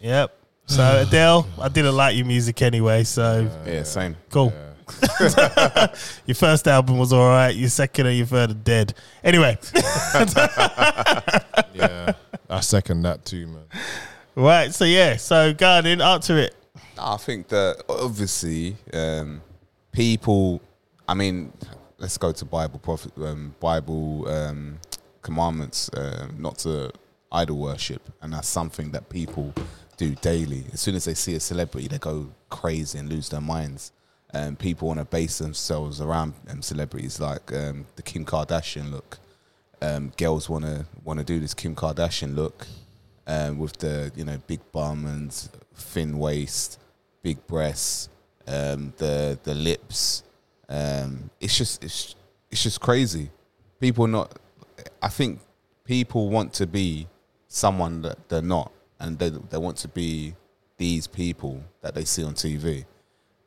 [SPEAKER 2] Yep. So Adele, I didn't like your music anyway, so
[SPEAKER 1] Yeah, same.
[SPEAKER 2] cool. your first album was all right, your second and your third are dead. Anyway,
[SPEAKER 4] Yeah, I second that too, man.
[SPEAKER 2] right, so yeah, so Garden, up to it.
[SPEAKER 1] I think that obviously um, people. I mean, let's go to Bible prophet, um, Bible um, commandments, uh, not to idol worship, and that's something that people do daily. As soon as they see a celebrity, they go crazy and lose their minds. And people want to base themselves around um, celebrities, like um, the Kim Kardashian look. Um, girls want to want to do this Kim Kardashian look um, with the you know big bum and thin waist, big breasts, um, the the lips. Um, it's just it's it's just crazy. People not. I think people want to be someone that they're not, and they they want to be these people that they see on TV.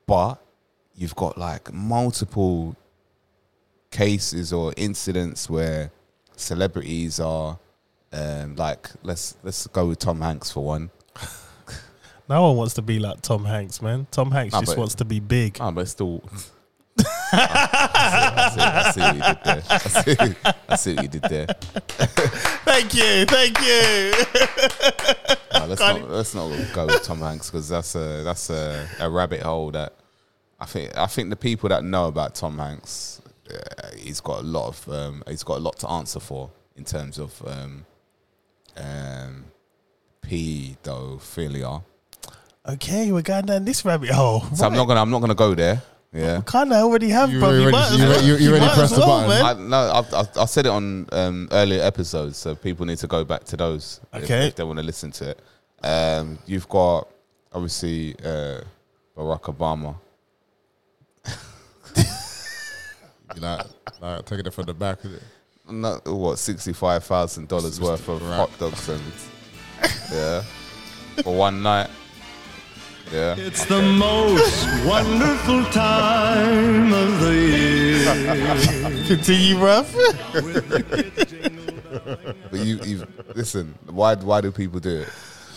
[SPEAKER 1] But you've got like multiple cases or incidents where celebrities are um, like let's let's go with Tom Hanks for one.
[SPEAKER 2] No one wants to be like Tom Hanks, man. Tom Hanks
[SPEAKER 1] Nah,
[SPEAKER 2] just
[SPEAKER 1] but-
[SPEAKER 2] wants to be big.
[SPEAKER 1] Ah, but it's still. I, see, I, see, I see what you did there. I see, I see what you did there.
[SPEAKER 2] Thank you, thank you.
[SPEAKER 1] No, let's not let's not go with Tom Hanks because that's a that's a, a rabbit hole that I think I think the people that know about Tom Hanks, uh, he's got a lot of um, he's got a lot to answer for in terms of um, um, pedophilia.
[SPEAKER 2] okay, we're going down this rabbit hole.
[SPEAKER 1] So I'm not gonna I'm not gonna go there. Yeah.
[SPEAKER 2] Kind of already have,
[SPEAKER 4] You
[SPEAKER 2] bro.
[SPEAKER 4] already-
[SPEAKER 2] You might as
[SPEAKER 4] you-
[SPEAKER 2] well.
[SPEAKER 4] you- you already
[SPEAKER 2] might
[SPEAKER 4] pressed
[SPEAKER 2] as
[SPEAKER 4] the
[SPEAKER 2] well,
[SPEAKER 4] button.
[SPEAKER 2] man.
[SPEAKER 1] I, no, I've, I've, I said it on um, earlier episodes, so people need to go back to those if-
[SPEAKER 2] Okay.
[SPEAKER 1] if, they want to listen to it. Um, you've got obviously uh, Barack Obama.
[SPEAKER 4] You like, like taking it from the back of it.
[SPEAKER 1] Not, what sixty five thousand dollars worth of
[SPEAKER 4] Barack.
[SPEAKER 1] hot dogs and yeah for one night. Yeah,
[SPEAKER 3] It's the most wonderful time of the year.
[SPEAKER 2] Continue, bro.
[SPEAKER 1] but you, you listen. Why why do people do it?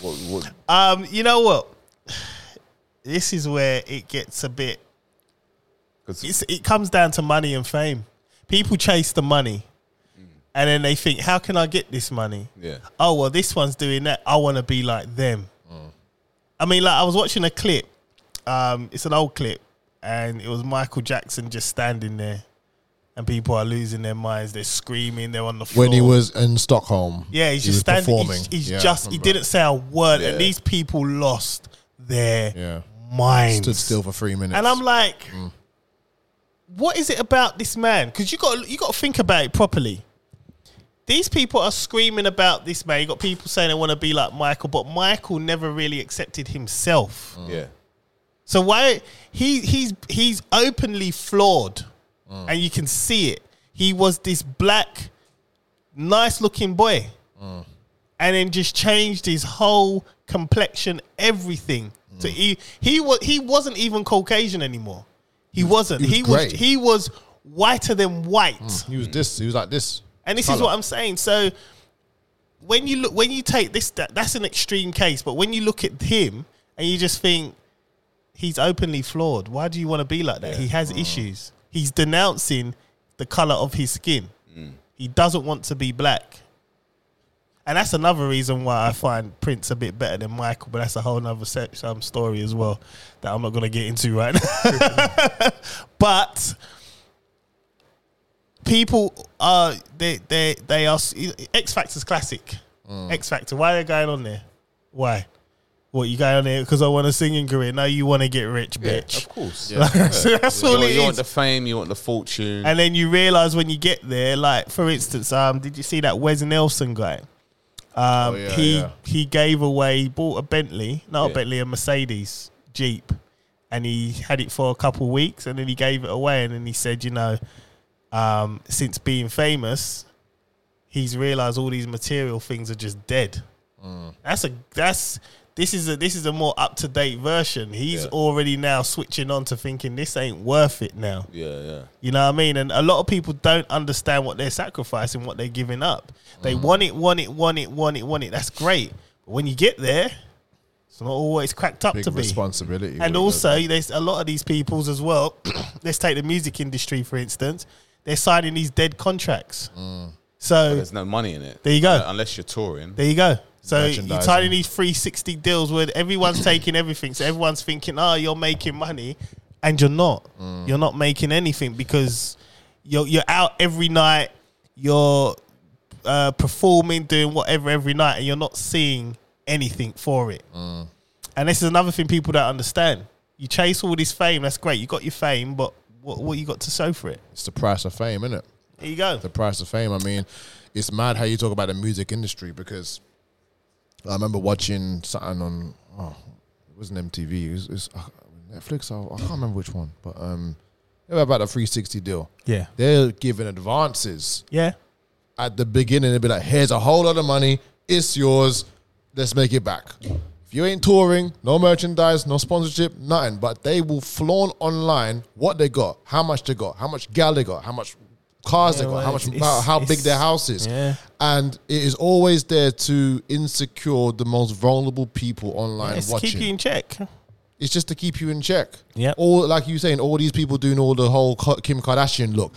[SPEAKER 1] What, what,
[SPEAKER 2] Um, you know what? This is where it gets a bit.
[SPEAKER 1] 'cause-
[SPEAKER 2] It's, it comes down to money and fame. People chase the money, and then they think, "How can I get this money?"
[SPEAKER 1] yeah,
[SPEAKER 2] oh well this one's doing that i want to be like them i mean like i was watching a clip um it's an old clip and it was michael jackson just standing there and people are losing their minds they're screaming they're on the floor
[SPEAKER 4] When he was in Stockholm,
[SPEAKER 2] yeah he's
[SPEAKER 4] he
[SPEAKER 2] just
[SPEAKER 4] was
[SPEAKER 2] standing
[SPEAKER 4] performing.
[SPEAKER 2] he's, he's
[SPEAKER 4] Yeah, I
[SPEAKER 2] just he
[SPEAKER 4] remember.
[SPEAKER 2] didn't say a word
[SPEAKER 1] Yeah.
[SPEAKER 2] and these people lost their
[SPEAKER 4] Yeah,
[SPEAKER 2] minds
[SPEAKER 4] stood still for three minutes.
[SPEAKER 2] and I'm like, what is it about this man? Because you got you got to think about it properly. These people are screaming about this man. You got people saying they want to be like Michael, but Michael never really accepted himself.
[SPEAKER 1] yeah.
[SPEAKER 2] So why he he's he's openly flawed,
[SPEAKER 4] Mm.
[SPEAKER 2] and you can see it. He was this black, nice looking boy,
[SPEAKER 4] Mm.
[SPEAKER 2] and then just changed his whole complexion, everything. So
[SPEAKER 4] Mm.
[SPEAKER 2] he he was he wasn't even Caucasian anymore. He wasn't.
[SPEAKER 4] he was Mm.
[SPEAKER 2] He was,
[SPEAKER 4] grey.
[SPEAKER 2] he was whiter than white.
[SPEAKER 4] he was this. He was like this.
[SPEAKER 2] And this is
[SPEAKER 4] Colour.
[SPEAKER 2] what I'm saying. So when you look, when you take this, that, that's an extreme case. But when you look at him and you just think he's openly flawed. Why do you want to be like that? He has issues. He's denouncing the color of his skin. He doesn't want to be black. And that's another reason why I find Prince a bit better than Michael, but that's a whole nother se- um, story as well that I'm not going to get into right now. but people are they they they are X Factor's classic. X Factor. Why are they going on there? Why? What you going on there because I want a singing career? No, you want to get rich, bitch.
[SPEAKER 1] Of course.
[SPEAKER 2] so that's
[SPEAKER 1] You,
[SPEAKER 2] all
[SPEAKER 1] want,
[SPEAKER 2] it
[SPEAKER 1] you want
[SPEAKER 2] is.
[SPEAKER 1] the fame. You want the fortune.
[SPEAKER 2] and then you realize when you get there, like for instance, um, did you see that Wes Nelson guy? Um,
[SPEAKER 4] Oh, yeah,
[SPEAKER 2] he
[SPEAKER 4] yeah.
[SPEAKER 2] he gave away, he bought a Bentley, not
[SPEAKER 6] Yeah.
[SPEAKER 2] a Bentley, a Mercedes Jeep, and he had it for a couple of weeks, and then he gave it away, and then he said, you know, um, since being famous, he's realized all these material things are just dead.
[SPEAKER 6] Mm.
[SPEAKER 2] That's a that's this is a this is a more up to date version. He's
[SPEAKER 6] Yeah.
[SPEAKER 2] already now switching on to thinking this ain't worth it now.
[SPEAKER 6] Yeah, yeah.
[SPEAKER 2] You know what I mean? And a lot of people don't understand what they're sacrificing, what they're giving up.
[SPEAKER 6] Mm.
[SPEAKER 2] They want it, want it, want it, want it, want it. That's great. But when you get there, it's not always cracked up
[SPEAKER 4] Big
[SPEAKER 2] to be.
[SPEAKER 4] responsibility.
[SPEAKER 2] And
[SPEAKER 4] with it,
[SPEAKER 2] also, there's a lot of these peoples as well. Let's take the music industry, for instance. They're signing these dead contracts.
[SPEAKER 6] Mm.
[SPEAKER 2] So
[SPEAKER 6] There's no money in it.
[SPEAKER 2] There you go.
[SPEAKER 6] Uh, unless you're touring.
[SPEAKER 2] there you go. So you're
[SPEAKER 4] Merchandising.
[SPEAKER 2] tied in these 360 deals where everyone's taking everything. So everyone's thinking, oh, you're making money. And you're not.
[SPEAKER 4] Mm.
[SPEAKER 2] You're not making anything because you're, you're out every night. You're uh, performing, doing whatever every night, and you're not seeing anything for it.
[SPEAKER 4] Mm.
[SPEAKER 2] And this is another thing people don't understand. You chase all this fame. That's great. You got your fame, but what, what you got to show for it?
[SPEAKER 4] It's the price of fame, isn't it?
[SPEAKER 2] There you go.
[SPEAKER 4] the price of fame. I mean, it's mad how you talk about the music industry because I remember watching something on oh, it wasn't MTV, it was, it was uh, Netflix. I, I can't remember which one, but um, it was about a 360 deal.
[SPEAKER 2] Yeah.
[SPEAKER 4] They're giving advances
[SPEAKER 2] Yeah.
[SPEAKER 4] at the beginning. They'd be like, "Here's a whole lot of money. It's yours. Let's make it back." If you ain't touring, no merchandise, no sponsorship, nothing, but they will flaunt online what they got, how much they got, how much gal they got, how much cars they
[SPEAKER 2] Yeah,
[SPEAKER 4] got,
[SPEAKER 2] well,
[SPEAKER 4] how much
[SPEAKER 2] it's-
[SPEAKER 4] how, how
[SPEAKER 2] it's-
[SPEAKER 4] big their house is,
[SPEAKER 2] yeah.
[SPEAKER 4] and it is always there to insecure the most vulnerable people online
[SPEAKER 2] It's
[SPEAKER 4] watching. Mm.
[SPEAKER 2] keep you in check.
[SPEAKER 4] It's just to keep you in check.
[SPEAKER 2] Yep.
[SPEAKER 4] All like you saying, all these people doing all the whole Ka- Kim Kardashian look.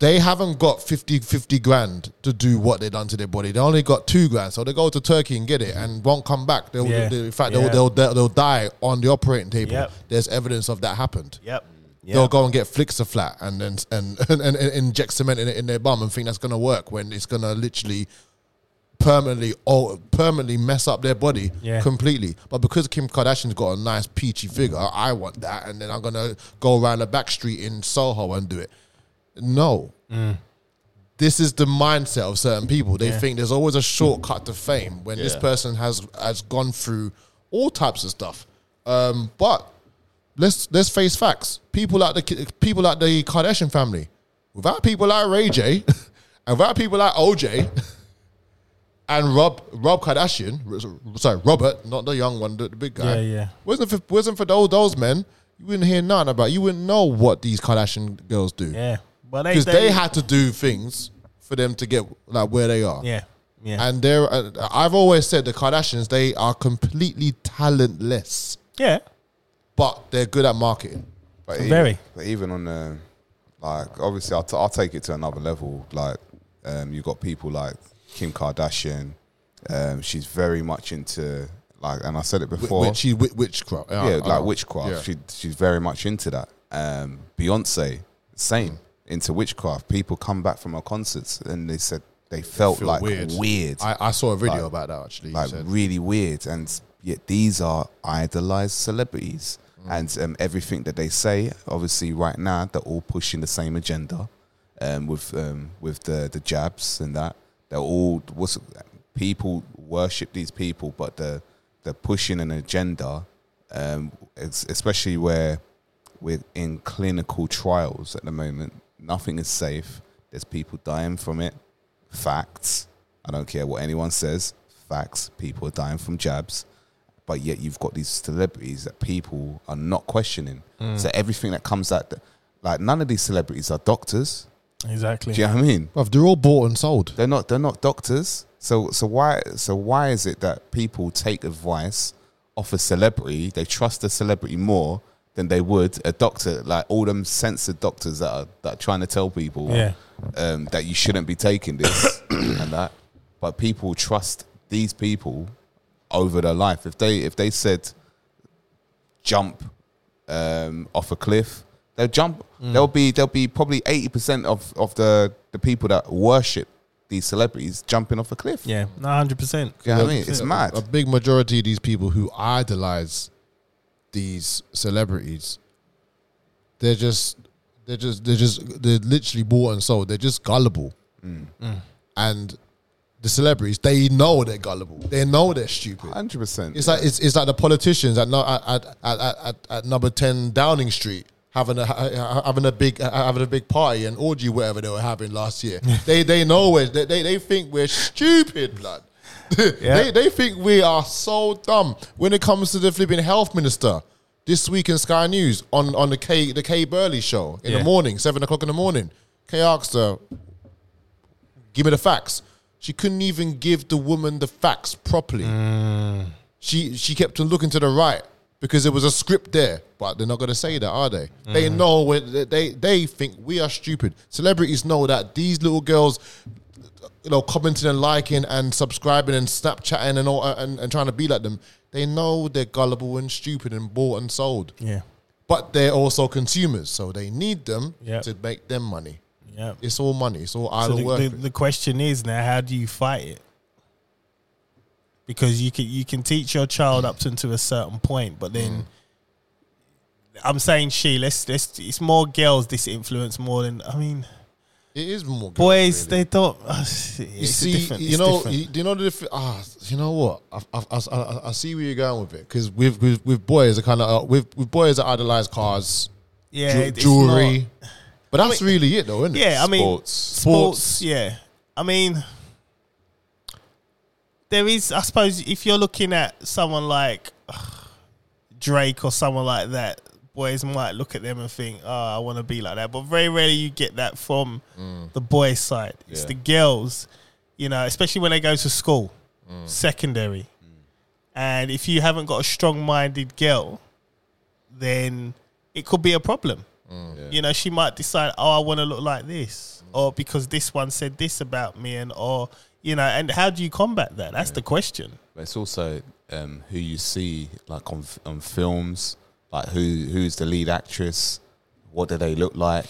[SPEAKER 4] They haven't got 50, 50 grand to do what they done to their body. They only got two grand, so they go to Turkey and get it and won't come back. They'll,
[SPEAKER 2] Yeah.
[SPEAKER 4] they- in fact,
[SPEAKER 2] Yeah.
[SPEAKER 4] they'll, they'll they'll die on the operating table.
[SPEAKER 2] Yep.
[SPEAKER 4] There's evidence of that happened.
[SPEAKER 2] Yep.
[SPEAKER 4] They'll go and get Flixer flat and then and, and, and, inject cement in, in their bum and think that's gonna work when it's gonna literally permanently or permanently mess up their body
[SPEAKER 2] Yeah.
[SPEAKER 4] completely. But because Kim Kardashian's got a nice peachy figure, I want that, and then I'm gonna go around the back street in Soho and do it. No. This is the mindset of certain people. They think there's always a shortcut to fame when this
[SPEAKER 6] Yeah.
[SPEAKER 4] person has has gone through all types of stuff. Um, but let's let's face facts. People like the ki- people like the Kardashian family, without people like Ray J, and without people like OJ, and Rob Rob Kardashian, r- sorry Robert, not the young one, the, the big guy.
[SPEAKER 2] Yeah, yeah.
[SPEAKER 4] Wasn't for, wasn't for those those men, you wouldn't hear nothing about. You wouldn't know what these Kardashian girls do
[SPEAKER 2] Yeah. But
[SPEAKER 4] because they, had to do things for them to get like where they are.
[SPEAKER 2] Yeah. Yeah.
[SPEAKER 4] And they're, uh, I've always said the Kardashians, they are completely talentless,
[SPEAKER 2] yeah.
[SPEAKER 4] but they're good at marketing.
[SPEAKER 1] But even,
[SPEAKER 2] Very.
[SPEAKER 1] But even on the, like, obviously, I'll, t- I'll take it to another level. Like, um, you've got people like Kim Kardashian. Um, she's very much into, like, and I said it
[SPEAKER 4] Wh-
[SPEAKER 1] before.
[SPEAKER 4] Which, she- wh- witchcraft.
[SPEAKER 1] yeah,
[SPEAKER 4] I- I
[SPEAKER 1] like
[SPEAKER 4] know.
[SPEAKER 1] witchcraft.
[SPEAKER 4] Yeah.
[SPEAKER 1] She, she's very much into that. Um, Beyonce, same,
[SPEAKER 4] Mm.
[SPEAKER 1] into witchcraft. People come back from her concerts and they said they felt
[SPEAKER 4] Feel
[SPEAKER 1] like weird.
[SPEAKER 4] I, I saw a video
[SPEAKER 1] Like-
[SPEAKER 4] about that actually. you
[SPEAKER 1] like
[SPEAKER 4] said.
[SPEAKER 1] really weird. And yet these are idolized celebrities,
[SPEAKER 4] Mm.
[SPEAKER 1] and um, everything that they say, obviously, right now they're all pushing the same agenda, um, with um, with the the jabs and that. They're all what's people worship these people, but they're they're pushing an agenda, um, es- especially where we're in clinical trials at the moment. Nothing is safe. There's people dying from it. Facts. I don't care what anyone says. Facts. People are dying from jabs. But yet you've got these celebrities that people are not questioning. So everything that comes out, th- like none of these celebrities are doctors.
[SPEAKER 2] Exactly.
[SPEAKER 1] Do you know what I mean?
[SPEAKER 4] Bruv, they're all bought and sold.
[SPEAKER 1] They're not. They're not doctors. So so why so why is it that people take advice off a celebrity? They trust a celebrity more than they would a doctor. Like all them censored doctors that are that are trying to tell people
[SPEAKER 2] Yeah.
[SPEAKER 1] um, that you shouldn't be taking this and that. But people trust these people over their life. If they if they said jump um, off a cliff, they'll jump. There'll be there'll be probably eighty percent of of the the people that worship these celebrities jumping off a cliff.
[SPEAKER 2] Yeah, no, hundred percent.
[SPEAKER 1] You know what I mean? It's mad.
[SPEAKER 4] A big majority of these people who idolize these celebrities, they're just, they're
[SPEAKER 1] Mm.
[SPEAKER 4] just, they're just, they're literally bought Mm. and sold. They're just gullible, and the celebrities, they know they're gullible. They know they're stupid.
[SPEAKER 1] Hundred percent.
[SPEAKER 4] It's like it's, it's like the politicians at, no- at, at, at, at, at number ten Downing Street having a ha- ha- having a big ha- having a big party and orgy whatever they were having last year. they they know it. They, they they think we're stupid, blood. they they think we are so dumb when it comes to the flipping health minister. This week in Sky News on on the K the K Burley show in
[SPEAKER 2] Yeah.
[SPEAKER 4] the morning, seven o'clock in the morning. K asked her, "Give me the facts." She couldn't even give the woman the facts properly she she kept on looking to the right because there was a script there, but they're not going to say that, are they? They know when- they, they they think we are stupid. Celebrities know that these little girls, you know, commenting and liking and subscribing and Snapchatting and all uh, and, and trying to be like them. They know they're gullible and stupid and bought and sold,
[SPEAKER 2] Yeah.
[SPEAKER 4] but they're also consumers, so they need them
[SPEAKER 2] Yep.
[SPEAKER 4] to make them money.
[SPEAKER 2] Yeah.
[SPEAKER 4] It's all money. It's all
[SPEAKER 2] So
[SPEAKER 4] idle work.
[SPEAKER 2] the, the, the question is now, how do you fight it? Because you can you can teach your child up to, to a certain point, but
[SPEAKER 4] Mm.
[SPEAKER 2] then I'm saying she. Let's let's. It's more girls this influence more than I mean
[SPEAKER 4] it is more good,
[SPEAKER 2] boys.
[SPEAKER 4] really.
[SPEAKER 2] They don't.
[SPEAKER 4] you
[SPEAKER 2] It's
[SPEAKER 4] see,
[SPEAKER 2] different.
[SPEAKER 4] you
[SPEAKER 2] it's
[SPEAKER 4] know,
[SPEAKER 2] different.
[SPEAKER 4] you, do you know the different. Ah, you know what? I, I, I, I- I see where you're going with it because with, with with boys, are kind of uh, with with boys that idolize cars,
[SPEAKER 2] yeah,
[SPEAKER 4] ju-
[SPEAKER 2] it- it's
[SPEAKER 4] jewelry.
[SPEAKER 2] not-
[SPEAKER 4] But that's really it, though, isn't it?
[SPEAKER 2] Yeah, I mean,
[SPEAKER 1] Sports.
[SPEAKER 2] sports.
[SPEAKER 4] Sports.
[SPEAKER 2] Yeah, I mean, there is. I suppose if you're looking at someone like Drake or someone like that, boys might look at them and think, "Oh, I want to be like that." But very rarely you get that from the boy side. It's the girls, you know, especially when they go to school, secondary, and if you haven't got a strong-minded girl, then it could be a problem. You know, she might decide, oh, I want to look like this, or because this one said this about me, and or you know, and how do you combat that? That's the question.
[SPEAKER 1] But it's also um, who you see, like on f- on films, like who who's the lead actress, what do they look like?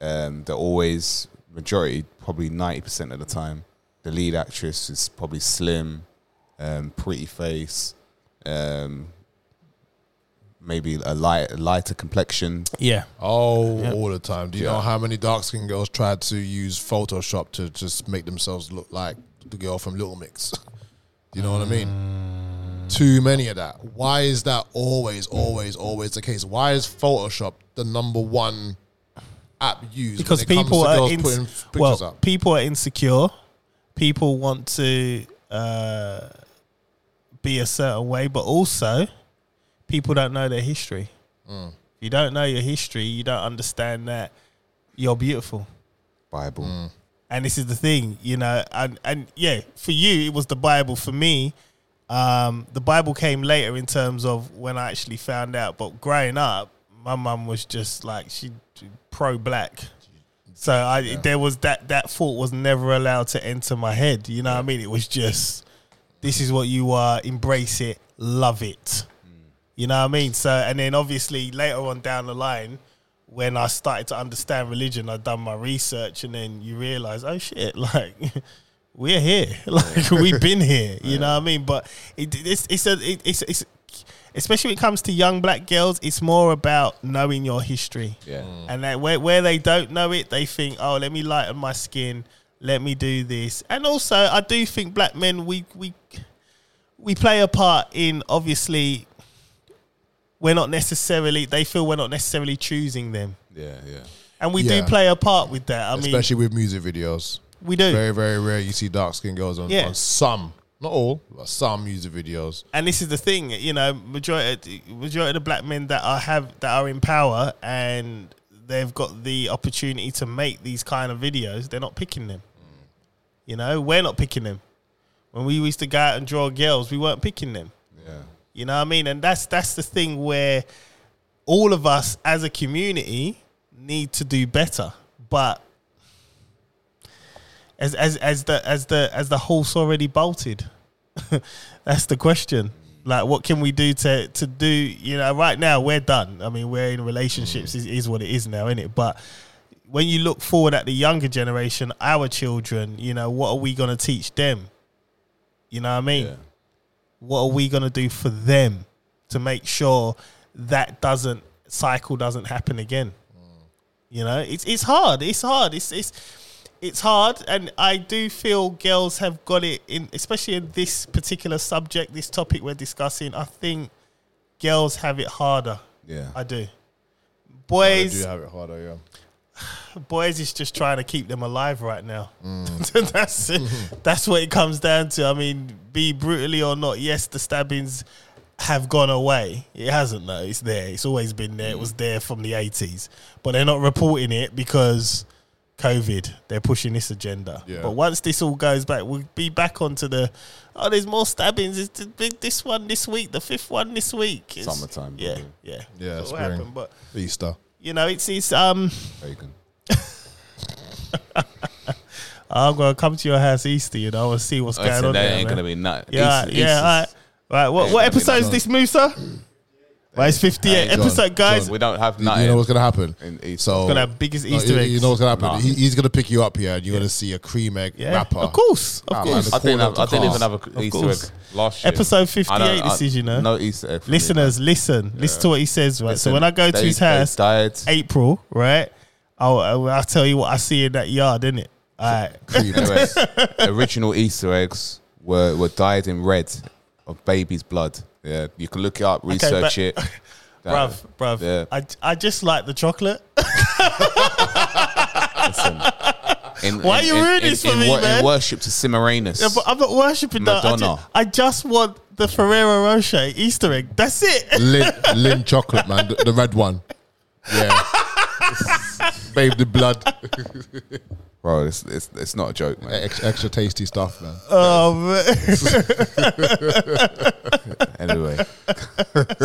[SPEAKER 1] Um, they're always majority, probably ninety percent of the time, the lead actress is probably slim, um, pretty face, um, maybe a light lighter complexion.
[SPEAKER 2] Yeah,
[SPEAKER 4] Oh, all the time. Do you know how many dark skinned girls tried to use Photoshop to just make themselves look like the girl from Little Mix? you know what I mean?
[SPEAKER 2] Mm.
[SPEAKER 4] Too many of that. Why is that always, always, always the case? Why is Photoshop the number one app used
[SPEAKER 2] because
[SPEAKER 4] when it
[SPEAKER 2] people
[SPEAKER 4] comes to
[SPEAKER 2] are
[SPEAKER 4] girls
[SPEAKER 2] ins-
[SPEAKER 4] putting f- pictures
[SPEAKER 2] well,
[SPEAKER 4] up?
[SPEAKER 2] people are insecure. People want to uh, be a certain way, but also people don't know their history.
[SPEAKER 4] Mm.
[SPEAKER 2] If you don't know your history, you don't understand that you're beautiful.
[SPEAKER 1] Bible.
[SPEAKER 2] and this is the thing, you know, and and yeah, for you it was the Bible. For me, um, the Bible came later in terms of when I actually found out. But growing up, my mum was just like she pro black, so I there was that that thought was never allowed to enter my head. You know what I mean? It was just this is what you are, embrace it, love it. You know what I mean? So, and then obviously later on down the line, when I started to understand religion, I'd done my research, and then you realize, oh shit, like we're here, like we've been here. You know what I mean? But it, it's it's a it, it's it's especially when it comes to young black girls, it's more about knowing your history.
[SPEAKER 1] Yeah.
[SPEAKER 2] And that where, where they don't know it, they think, oh, let me lighten my skin, let me do this. And also, I do think black men, we we we play a part in obviously we're not necessarily they feel we're not necessarily choosing them,
[SPEAKER 1] Yeah, yeah.
[SPEAKER 2] and we
[SPEAKER 4] Yeah.
[SPEAKER 2] do play a part with that. I mean,
[SPEAKER 4] Especially with music videos.
[SPEAKER 2] we do.
[SPEAKER 4] Very, very rare you see dark skinned girls on,
[SPEAKER 2] Yeah.
[SPEAKER 4] on some, not all, but some music videos.
[SPEAKER 2] and this is the thing, you know, majority majority of the black men that are have that are in power and they've got the opportunity to make these kind of videos, they're not picking them. You know, we're not picking them. When we used to go out and draw girls, we weren't picking them.
[SPEAKER 1] Yeah.
[SPEAKER 2] You know what I mean? And that's that's the thing where all of us as a community need to do better. But as as as the as the as the horse already bolted, that's the question. Like, what can we do to to do? You know, right now we're done. I mean, we're in relationships is, is what it is now, isn't it? But when you look forward at the younger generation, our children, you know, what are we going to teach them? You know what I mean? what are we going to do for them to make sure that doesn't cycle doesn't happen again you know it's it's hard it's hard it's it's it's hard, and I do feel girls have got it in, especially in this particular subject, this topic we're discussing. I think girls have it harder.
[SPEAKER 1] Yeah.
[SPEAKER 2] I do.
[SPEAKER 4] They
[SPEAKER 2] Boys,
[SPEAKER 4] do have it harder, yeah.
[SPEAKER 2] boys is just trying to keep them alive right now. that's it. that's what it comes down to. I mean, be brutally or not, yes, the stabbings have gone away. It hasn't though. It's there. It's always been there. It was there from the eighties, but they're not reporting it because COVID. They're pushing this agenda.
[SPEAKER 4] Yeah.
[SPEAKER 2] But once this all goes back, we'll be back onto the oh, there's more stabbings. It's th- th- this one this week, the fifth one this week. It's-
[SPEAKER 1] Summertime,
[SPEAKER 2] Yeah,
[SPEAKER 1] probably.
[SPEAKER 2] yeah,
[SPEAKER 4] Yeah,
[SPEAKER 2] That's what
[SPEAKER 4] spring.
[SPEAKER 2] happened. But
[SPEAKER 4] Easter.
[SPEAKER 2] you know, it's it's um.
[SPEAKER 1] Pagan.
[SPEAKER 2] I'm gonna come to your house Easter, you know, and see what's
[SPEAKER 1] Oh,
[SPEAKER 2] going on. there, man.
[SPEAKER 1] be nothing.
[SPEAKER 2] yeah, yeah. All right, right. What,
[SPEAKER 1] ain't
[SPEAKER 2] what
[SPEAKER 1] gonna be
[SPEAKER 2] episode is
[SPEAKER 1] nothing.
[SPEAKER 2] this, Musa? Well, it's 58
[SPEAKER 4] Hey, John,
[SPEAKER 2] episode, guys.
[SPEAKER 1] We don't have
[SPEAKER 4] You
[SPEAKER 1] nothing.
[SPEAKER 4] know what's gonna happen.
[SPEAKER 1] In Easter.
[SPEAKER 4] So
[SPEAKER 2] Gonna have biggest
[SPEAKER 4] No,
[SPEAKER 2] Easter
[SPEAKER 4] you,
[SPEAKER 2] eggs.
[SPEAKER 4] you know what's gonna happen.
[SPEAKER 1] Nah.
[SPEAKER 4] He, he's gonna pick you up here, and you're gonna see a cream egg
[SPEAKER 2] yeah,
[SPEAKER 4] wrapper.
[SPEAKER 2] of course, of
[SPEAKER 4] Nah, man,
[SPEAKER 2] course.
[SPEAKER 4] the
[SPEAKER 1] I didn't, have, I didn't
[SPEAKER 4] Corner
[SPEAKER 1] even
[SPEAKER 4] to
[SPEAKER 1] have a Easter
[SPEAKER 2] course.
[SPEAKER 1] egg last year.
[SPEAKER 2] Episode
[SPEAKER 1] I don't-
[SPEAKER 2] 58.
[SPEAKER 1] I-
[SPEAKER 2] This is, you know,
[SPEAKER 1] No Easter egg. for me.
[SPEAKER 2] listeners, listen, listen to what he says, right? so when I go to
[SPEAKER 1] They-
[SPEAKER 2] his
[SPEAKER 1] they
[SPEAKER 2] house,
[SPEAKER 1] died.
[SPEAKER 2] April, right? I'll, I'll I'll tell you what I see in that yard, innit? All right.
[SPEAKER 4] Cream egg.
[SPEAKER 1] Anyway, original Easter eggs were, were dyed in red of baby's blood. Yeah, you can look it up, research
[SPEAKER 2] but-
[SPEAKER 1] it.
[SPEAKER 2] Bruv, bruv.
[SPEAKER 1] Yeah.
[SPEAKER 2] I, I just like the chocolate.
[SPEAKER 1] In-
[SPEAKER 2] Why
[SPEAKER 1] in-
[SPEAKER 2] you
[SPEAKER 1] in-
[SPEAKER 2] ruining
[SPEAKER 1] in-
[SPEAKER 2] this for
[SPEAKER 1] in
[SPEAKER 2] me,
[SPEAKER 1] wor- in
[SPEAKER 2] man?
[SPEAKER 1] worship to Semiramis.
[SPEAKER 2] Yeah, but I'm not worshipping that. I ju-
[SPEAKER 1] Madonna.
[SPEAKER 2] I just, want the Ferrero Rocher Easter egg. That's it.
[SPEAKER 4] Lin, Lin chocolate, man, the, the red one. Yeah, babe, the blood,
[SPEAKER 1] Bro, it's, it's, it's not a joke, man.
[SPEAKER 4] extra, extra tasty stuff, man.
[SPEAKER 2] Oh, man.
[SPEAKER 1] Anyway,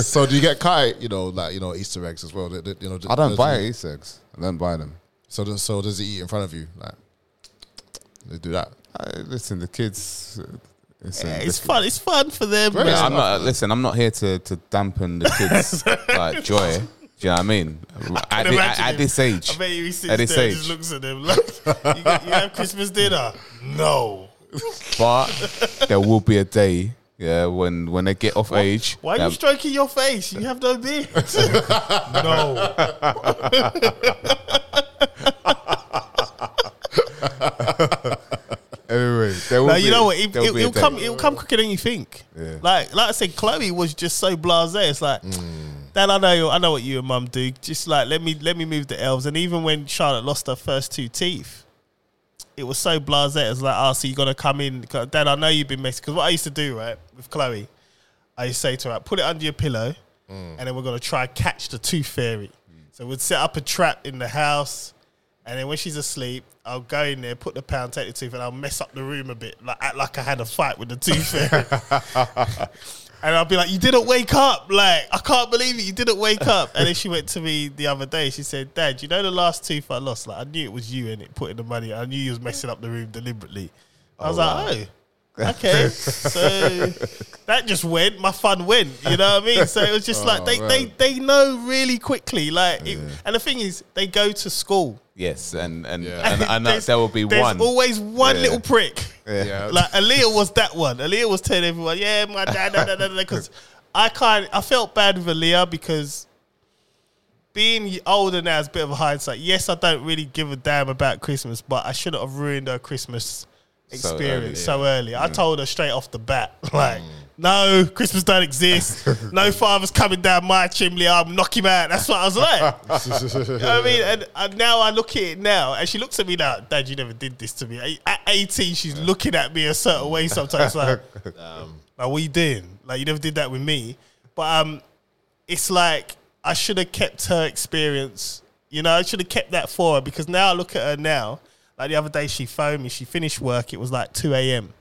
[SPEAKER 4] so do you get kite? You know, like you know Easter eggs as well. that- that, you know,
[SPEAKER 1] I don't buy
[SPEAKER 4] it.
[SPEAKER 1] Easter eggs. I don't buy them.
[SPEAKER 4] So does- so does he eat in front of you? Like they do that.
[SPEAKER 1] I, listen, the kids. uh, Listen,
[SPEAKER 2] Yeah,
[SPEAKER 1] this-
[SPEAKER 2] it's fun. It's fun for them.
[SPEAKER 1] Yeah,
[SPEAKER 2] man.
[SPEAKER 1] I'm not. uh, Listen, I'm not here to, to dampen the kids like joy. Do you know what I mean? At, thi- at,
[SPEAKER 2] imagine
[SPEAKER 1] at
[SPEAKER 2] it.
[SPEAKER 1] this age,
[SPEAKER 2] I bet you he sits
[SPEAKER 1] at this
[SPEAKER 2] there and
[SPEAKER 1] age,
[SPEAKER 2] just looks at them like, you, got- you have Christmas dinner? No.
[SPEAKER 1] but there will be a day, yeah, when when they get off age.
[SPEAKER 2] Why are
[SPEAKER 1] um,
[SPEAKER 2] you stroking your face? You have no beard. no.
[SPEAKER 1] anyway, there will
[SPEAKER 2] No,
[SPEAKER 1] be-
[SPEAKER 2] you know what? It,
[SPEAKER 1] there will be a
[SPEAKER 2] will come.
[SPEAKER 1] day.
[SPEAKER 2] It'll come quicker than you think.
[SPEAKER 1] Yeah.
[SPEAKER 2] Like, like I said, Chloe was just so blasé. It's like, Dad, I know, I know what you and Mum do. Just like let me, let me move the elves. And even when Charlotte lost her first two teeth, it was so blasé. It's like, oh, so you're gonna come in, 'Cause, Dad? I know you've been messing. Because what I used to do, right, with Chloe, I used to say to her, like, put it under your pillow, and then we're gonna try and catch the tooth fairy. So we'd set up a trap in the house. And then when she's asleep, I'll go in there, put the pound, take the tooth, and I'll mess up the room a bit, like act like I had a fight with the tooth fairy. and I'll be like, "You didn't wake up! Like I can't believe it! You didn't wake up!" And then she went to me the other day. She said, "Dad, you know the last tooth I lost? Like I knew it was you in it, putting the money. I knew you was messing up the room deliberately." I was like, "Oh." Okay, so that just went. My fun went. You know what I mean? So it was just
[SPEAKER 1] Oh,
[SPEAKER 2] like they, they they know really quickly. Like, it, and the thing is, they go to school.
[SPEAKER 1] Yes, and and
[SPEAKER 4] Yeah.
[SPEAKER 1] and, and that
[SPEAKER 2] There's-
[SPEAKER 1] there will be
[SPEAKER 2] there's
[SPEAKER 1] one.
[SPEAKER 2] always one
[SPEAKER 1] Yeah.
[SPEAKER 2] little prick.
[SPEAKER 4] Yeah.
[SPEAKER 2] Like Aaliyah was that one. Aaliyah was telling everyone, "Yeah, my dad." Because I kind, I felt bad with Aaliyah because being older now is a bit of a hindsight. Yes, I don't really give a damn about Christmas, but I shouldn't have ruined her Christmas experience so early. Mm. I told her straight off the bat, like, no, Christmas don't exist. no father's coming down my chimney. I'll knock him out. That's what I was like. You know what I mean? And, and now I look at it now, and she looks at me now. Dad, you never did this to me. At 18, she's looking at me a certain way sometimes, like, um, like, what you doing? Like, you never did that with me. But um, it's like I should have kept her experience. You know, I should have kept that for her because now I look at her now. Like the other day, she phoned me. She finished work. It was like 2 a.m.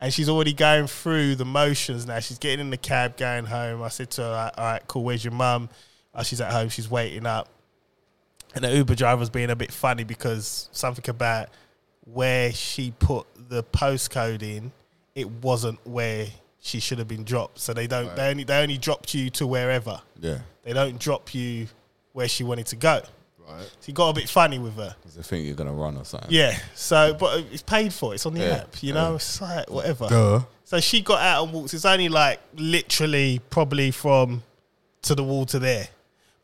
[SPEAKER 2] And she's already going through the motions now. She's getting in the cab, going home. I said to her, like, all right, cool, where's your mum? Uh, she's at home. She's waiting up. And the Uber driver was being a bit funny because something about where she put the postcode in, it wasn't where she should have been dropped. So they don't they only they only dropped you to wherever.
[SPEAKER 1] yeah,
[SPEAKER 2] They don't drop you where she wanted to go.
[SPEAKER 4] Right.
[SPEAKER 2] So he got a bit funny with her.
[SPEAKER 1] I think you're gonna run or something.
[SPEAKER 2] Yeah. So but it's paid for, it's on the
[SPEAKER 1] Yeah.
[SPEAKER 2] app, you know? It's like whatever. So she got out and walked. It's only like literally probably from to the wall to there.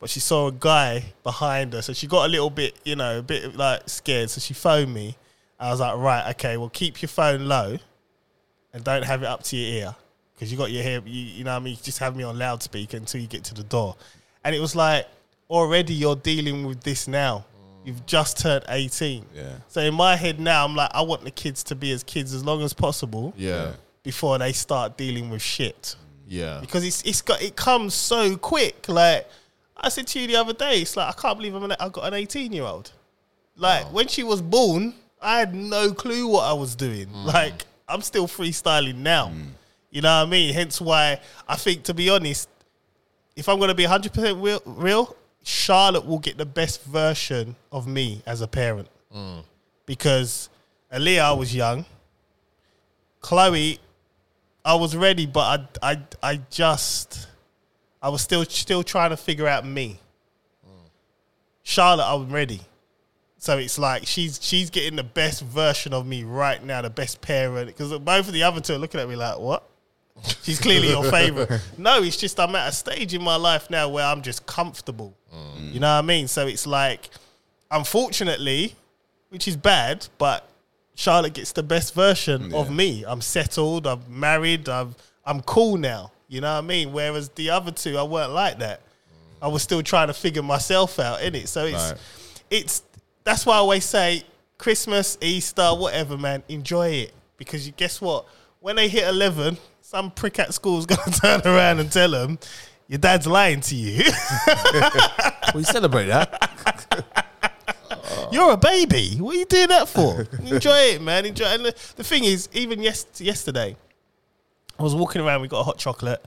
[SPEAKER 2] but she saw a guy behind her, so she got a little bit, you know, a bit like scared. So she phoned me. I was like, right, okay, well, keep your phone low, and don't have it up to your ear because you got your hair. You, you know, what I mean, just have me on loudspeaker until you get to the door. And it was like, already you're dealing with this now. You've just turned 18.
[SPEAKER 1] Yeah.
[SPEAKER 2] So in my head now, I'm like, I want the kids to be as kids as long as possible
[SPEAKER 4] Yeah.
[SPEAKER 2] before they start dealing with shit
[SPEAKER 4] Yeah.
[SPEAKER 2] because it's it's got it comes so quick. Like I said to you the other day, it's like I can't believe I'm an, I got an 18 year old. Like when she was born, I had no clue what I was doing. Like I'm still freestyling now. You know what I mean? Hence why I think, to be honest, if I'm gonna be 100 percent real, real, Charlotte will get the best version of me as a parent because Aaliyah was young. Chloe I was ready, but I, I, I just, I was still, still trying to figure out me. Charlotte, I'm ready. So it's like she's, she's getting the best version of me right now, the best parent. Because both of the other two are looking at me like, what? She's clearly your favorite. No, it's just I'm at a stage in my life now where I'm just comfortable. You know what I mean? So it's like, unfortunately, which is bad, but Charlotte gets the best version of me. I'm settled, I'm married, I'm I'm cool now. You know what I mean? Whereas the other two, I weren't like that. I was still trying to figure myself out, in it. So it's
[SPEAKER 4] Right.
[SPEAKER 2] it's that's why I always say Christmas, Easter, whatever, man, enjoy it. Because you guess what? When they hit eleven, some prick at school's gonna turn around and tell them your dad's lying to you.
[SPEAKER 1] We celebrate that.
[SPEAKER 2] You're a baby. What are you doing that for? Enjoy it, man. Enjoy. And the, the thing is, even yes, yesterday, I was walking around. We got a hot chocolate,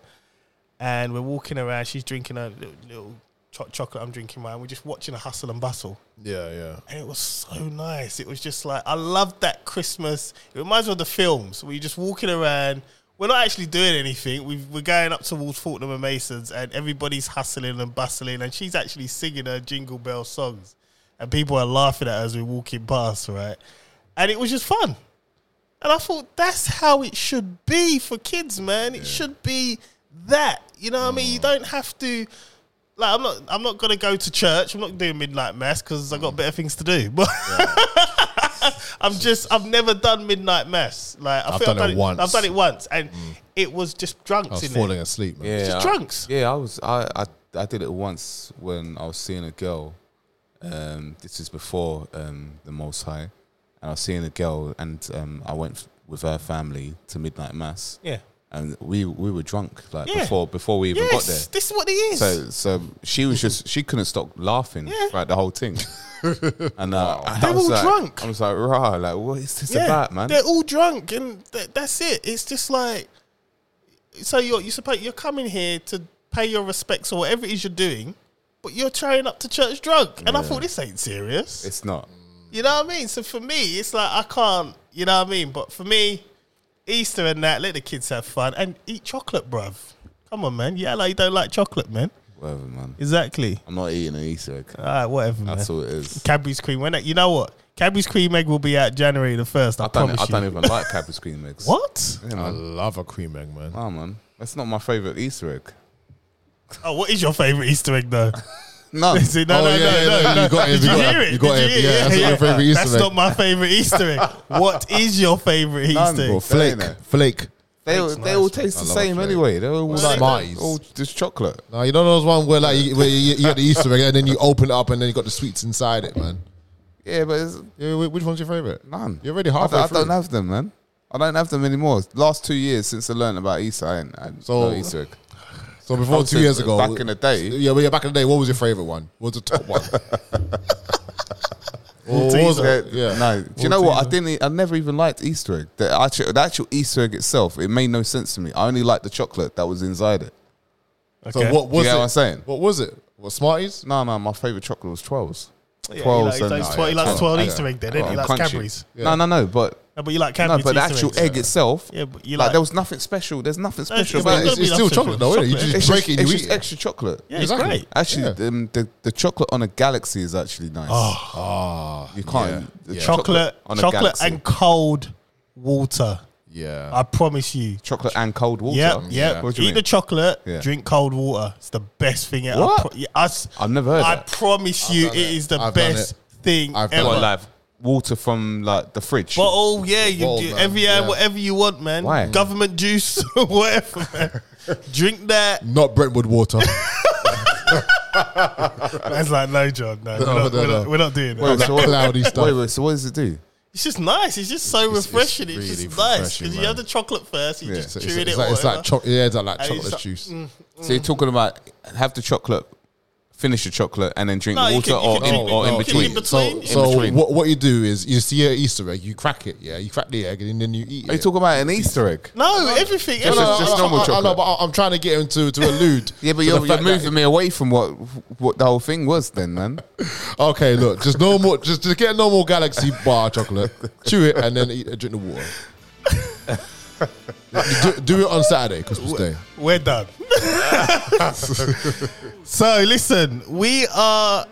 [SPEAKER 2] and we're walking around. She's drinking a little, little cho- chocolate. I'm drinking mine. We're just watching a hustle and bustle,
[SPEAKER 4] Yeah. Yeah.
[SPEAKER 2] and it was so nice. It was just like I loved that Christmas. It reminds me of the films where you're just walking around. We're not actually doing anything. We've, we're going up towards Fortnum and Masons, and everybody's hustling and bustling, and she's actually singing her Jingle Bell songs and people are laughing at us as we're walking past, right? And it was just fun. And I thought that's how it should be for kids, man. It should be that. You know what I mean?
[SPEAKER 4] Mm.
[SPEAKER 2] You don't have to like I'm not I'm not gonna go to church. I'm not doing midnight mass because I got
[SPEAKER 4] Mm.
[SPEAKER 2] better things to do. But I'm just I've never done midnight mass. Like I
[SPEAKER 4] I've
[SPEAKER 2] think
[SPEAKER 4] done it once. Mm.
[SPEAKER 2] I've done it once and it was just drunks
[SPEAKER 4] I was
[SPEAKER 2] in
[SPEAKER 4] falling
[SPEAKER 2] it.
[SPEAKER 4] asleep, man.
[SPEAKER 1] Yeah,
[SPEAKER 2] Just
[SPEAKER 1] I-
[SPEAKER 2] drunks.
[SPEAKER 1] Yeah, I was. I, I I did it once when I was seeing a girl. Um, this is before um, the Most High, and I was seeing a girl, and um, I went f- with her family to midnight mass,
[SPEAKER 2] Yeah.
[SPEAKER 1] and we we were drunk like
[SPEAKER 2] Yeah.
[SPEAKER 1] before before we even got there.
[SPEAKER 2] Yes, this is what it is.
[SPEAKER 1] So, so she was just she couldn't stop laughing
[SPEAKER 2] Yeah.
[SPEAKER 1] throughout the whole thing, and uh, I
[SPEAKER 2] They're
[SPEAKER 1] was
[SPEAKER 2] all
[SPEAKER 1] like,
[SPEAKER 2] drunk.
[SPEAKER 1] I was like, "Rah, like what is this about, man?"
[SPEAKER 2] They're all drunk, and th- that's it. It's just like so you're you supposed you're coming here to pay your respects or whatever it is you're doing, but you're turning up to church drunk. And I thought this ain't serious.
[SPEAKER 1] It's not.
[SPEAKER 2] you know what I mean? So for me, it's like I can't. You know what I mean? But for me, Easter and that, let the kids have fun and eat chocolate, bruv. Come on, man. Yeah, like you don't like chocolate, man.
[SPEAKER 1] Whatever, man.
[SPEAKER 2] Exactly.
[SPEAKER 1] I'm not eating an Easter egg.
[SPEAKER 2] All right, whatever, man.
[SPEAKER 1] That's all it is.
[SPEAKER 2] Cadbury's cream. When that, you know what? Cadbury's cream egg will be out January the first. I,
[SPEAKER 1] I don't.
[SPEAKER 2] promise
[SPEAKER 1] I
[SPEAKER 2] you.
[SPEAKER 1] don't e- even like cabbage cream eggs.
[SPEAKER 2] What?
[SPEAKER 1] Yeah,
[SPEAKER 4] I
[SPEAKER 1] man.
[SPEAKER 4] love a cream egg, man.
[SPEAKER 1] Wow, man. That's not my favorite Easter egg.
[SPEAKER 2] Oh, what is your favorite Easter egg though?
[SPEAKER 1] No.
[SPEAKER 2] See,
[SPEAKER 4] Oh,
[SPEAKER 2] no, no, no, no, no.
[SPEAKER 4] You got it.
[SPEAKER 2] Did
[SPEAKER 4] You
[SPEAKER 2] you
[SPEAKER 4] got
[SPEAKER 2] hear
[SPEAKER 4] it.
[SPEAKER 2] it?
[SPEAKER 4] You got
[SPEAKER 2] Did
[SPEAKER 4] it.
[SPEAKER 2] you hear
[SPEAKER 4] Yeah, that's not your favorite
[SPEAKER 2] That's
[SPEAKER 4] Easter egg.
[SPEAKER 2] not my favorite Easter egg. What is your favorite Easter
[SPEAKER 1] bro.
[SPEAKER 2] egg?
[SPEAKER 4] Flake,
[SPEAKER 1] Flake.
[SPEAKER 4] flake.
[SPEAKER 1] They, all-
[SPEAKER 2] It's
[SPEAKER 1] they all
[SPEAKER 2] nice,
[SPEAKER 1] taste
[SPEAKER 4] I
[SPEAKER 1] the
[SPEAKER 4] love a
[SPEAKER 1] same
[SPEAKER 4] flake.
[SPEAKER 1] anyway. They're all
[SPEAKER 4] Well,
[SPEAKER 1] like
[SPEAKER 4] Smarties.
[SPEAKER 1] all just chocolate.
[SPEAKER 4] No, you know those one where like you, where you, you get the Easter egg and then you open it up and then you got the sweets inside it, man.
[SPEAKER 1] Yeah, but it's
[SPEAKER 4] Yeah, wh- which one's your favorite?
[SPEAKER 1] none.
[SPEAKER 4] You're already
[SPEAKER 1] I,
[SPEAKER 4] halfway
[SPEAKER 1] don't- I
[SPEAKER 4] through.
[SPEAKER 1] don't have them, man. I don't have them anymore. Last two years since I learned about Easter, I ain't had
[SPEAKER 4] So-
[SPEAKER 1] no Easter egg.
[SPEAKER 2] uh,
[SPEAKER 4] So before two
[SPEAKER 1] Obviously,
[SPEAKER 4] years ago,
[SPEAKER 1] back in the day.
[SPEAKER 4] yeah, but yeah, back in the day, what was your favorite one? What was the top one? Or what was
[SPEAKER 1] Yeah,
[SPEAKER 4] it? Yeah,
[SPEAKER 1] No. Do you know what? I didn't. e- I never even liked Easter egg. The actual, the actual Easter egg itself, it made no sense to me. I only liked the chocolate that was inside it.
[SPEAKER 4] So what was
[SPEAKER 1] get
[SPEAKER 4] it?
[SPEAKER 1] what I'm saying?
[SPEAKER 4] What was it? What Smarties?
[SPEAKER 1] No, no. My favorite chocolate was Twirls.
[SPEAKER 2] Yeah, you
[SPEAKER 1] Twirls
[SPEAKER 2] like, you
[SPEAKER 1] and-
[SPEAKER 2] like,
[SPEAKER 1] no,
[SPEAKER 2] you like
[SPEAKER 1] yeah,
[SPEAKER 2] the 12
[SPEAKER 1] Twirls.
[SPEAKER 2] Easter egg then,
[SPEAKER 1] Yeah.
[SPEAKER 2] didn't you? Like
[SPEAKER 1] Crunchy.
[SPEAKER 2] Cadbury's.
[SPEAKER 1] No, no, no. But
[SPEAKER 2] No, but you like
[SPEAKER 1] no,
[SPEAKER 2] Cadbury's.
[SPEAKER 1] but the
[SPEAKER 2] Easter
[SPEAKER 1] actual
[SPEAKER 2] eggs,
[SPEAKER 1] egg
[SPEAKER 2] yeah.
[SPEAKER 1] itself.
[SPEAKER 2] Yeah, but you
[SPEAKER 1] like,
[SPEAKER 2] like-
[SPEAKER 1] there was nothing special. There's nothing special
[SPEAKER 2] yeah, but
[SPEAKER 1] about
[SPEAKER 2] it's
[SPEAKER 1] it.
[SPEAKER 2] gotta
[SPEAKER 4] It's,
[SPEAKER 2] be
[SPEAKER 4] it's
[SPEAKER 2] like
[SPEAKER 4] still
[SPEAKER 2] special.
[SPEAKER 4] chocolate though, isn't it? You
[SPEAKER 2] Chocolate.
[SPEAKER 4] just
[SPEAKER 1] It's
[SPEAKER 4] break
[SPEAKER 1] just,
[SPEAKER 4] it and
[SPEAKER 1] it's
[SPEAKER 4] you
[SPEAKER 1] just
[SPEAKER 4] eat it.
[SPEAKER 1] extra chocolate.
[SPEAKER 2] Yeah, it's
[SPEAKER 4] Exactly.
[SPEAKER 2] great.
[SPEAKER 1] Actually,
[SPEAKER 4] Yeah.
[SPEAKER 1] um, the the chocolate on a galaxy is actually nice.
[SPEAKER 4] Ah,
[SPEAKER 1] you can't the
[SPEAKER 4] yeah.
[SPEAKER 2] Oh. Chocolate, chocolate,
[SPEAKER 1] galaxy.
[SPEAKER 2] and cold water.
[SPEAKER 4] Yeah.
[SPEAKER 2] I promise you.
[SPEAKER 1] Chocolate and cold water.
[SPEAKER 2] Yep,
[SPEAKER 1] Yeah.
[SPEAKER 2] yep.
[SPEAKER 1] What do
[SPEAKER 2] Eat
[SPEAKER 1] you
[SPEAKER 2] the
[SPEAKER 1] mean?
[SPEAKER 2] chocolate,
[SPEAKER 1] Yeah.
[SPEAKER 2] drink cold water. It's the best thing ever.
[SPEAKER 1] What?
[SPEAKER 2] I pro- yeah, I, s-
[SPEAKER 1] I've never heard
[SPEAKER 2] I
[SPEAKER 1] that.
[SPEAKER 2] promise you, it
[SPEAKER 4] done it.
[SPEAKER 2] is the
[SPEAKER 4] I've done
[SPEAKER 2] best
[SPEAKER 4] it.
[SPEAKER 2] thing
[SPEAKER 4] I've done
[SPEAKER 2] ever.
[SPEAKER 1] What, like water from like the fridge?
[SPEAKER 2] Bottle, oh, yeah, you
[SPEAKER 4] Bottle,
[SPEAKER 2] do
[SPEAKER 4] man,
[SPEAKER 2] every hour,
[SPEAKER 4] yeah.
[SPEAKER 2] whatever you want, man.
[SPEAKER 1] Why?
[SPEAKER 2] Government juice, whatever, man. Drink that.
[SPEAKER 4] Not Brentwood water.
[SPEAKER 2] That's like, no, John, no, we're,
[SPEAKER 4] No,
[SPEAKER 2] not,
[SPEAKER 4] no,
[SPEAKER 2] we're,
[SPEAKER 4] no.
[SPEAKER 2] Not, we're not doing that.
[SPEAKER 1] Wait,
[SPEAKER 4] that
[SPEAKER 1] so what-
[SPEAKER 4] cloudy stuff.
[SPEAKER 1] Wait, wait, so what does it do?
[SPEAKER 2] It's just nice. It's just so
[SPEAKER 4] it's
[SPEAKER 2] refreshing. It's,
[SPEAKER 4] really
[SPEAKER 2] just nice
[SPEAKER 4] refreshing,
[SPEAKER 2] because you
[SPEAKER 4] man.
[SPEAKER 2] have the chocolate first. You
[SPEAKER 1] Yeah.
[SPEAKER 2] just
[SPEAKER 4] So
[SPEAKER 2] chew
[SPEAKER 4] it's,
[SPEAKER 2] it.
[SPEAKER 4] it's
[SPEAKER 2] or
[SPEAKER 4] like, it's like
[SPEAKER 2] whatever.
[SPEAKER 4] cho- yeah, it's like, like
[SPEAKER 2] And it's
[SPEAKER 4] chocolate
[SPEAKER 2] like-
[SPEAKER 4] juice.
[SPEAKER 1] So you're talking about have the chocolate, finish the chocolate, and then drink
[SPEAKER 2] No,
[SPEAKER 1] water,
[SPEAKER 2] you can- you
[SPEAKER 1] or,
[SPEAKER 2] can
[SPEAKER 1] in,
[SPEAKER 4] Oh,
[SPEAKER 2] drink
[SPEAKER 1] or
[SPEAKER 2] it-
[SPEAKER 1] in
[SPEAKER 2] you can
[SPEAKER 1] between.
[SPEAKER 2] in between.
[SPEAKER 4] So,
[SPEAKER 2] In
[SPEAKER 4] so
[SPEAKER 1] between.
[SPEAKER 4] what what you do is you see an Easter egg, you crack it, yeah, you crack the egg, and then you eat
[SPEAKER 1] Are you
[SPEAKER 4] it.
[SPEAKER 1] talking about an Easter egg?
[SPEAKER 2] No, everything.
[SPEAKER 1] Just-
[SPEAKER 2] everything.
[SPEAKER 1] just- just normal
[SPEAKER 4] I, I, I know,
[SPEAKER 1] chocolate.
[SPEAKER 4] but I- I'm trying to get him to, to allude.
[SPEAKER 1] Yeah, but
[SPEAKER 4] to the
[SPEAKER 1] you're, you're
[SPEAKER 4] fact that-
[SPEAKER 1] moving me away from what what the whole thing was then, man.
[SPEAKER 4] Okay, look, just normal, just just get a normal Galaxy bar chocolate, chew it, and then eat, drink the water. do, do it on Saturday, Christmas Day.
[SPEAKER 2] We're done. so listen, we are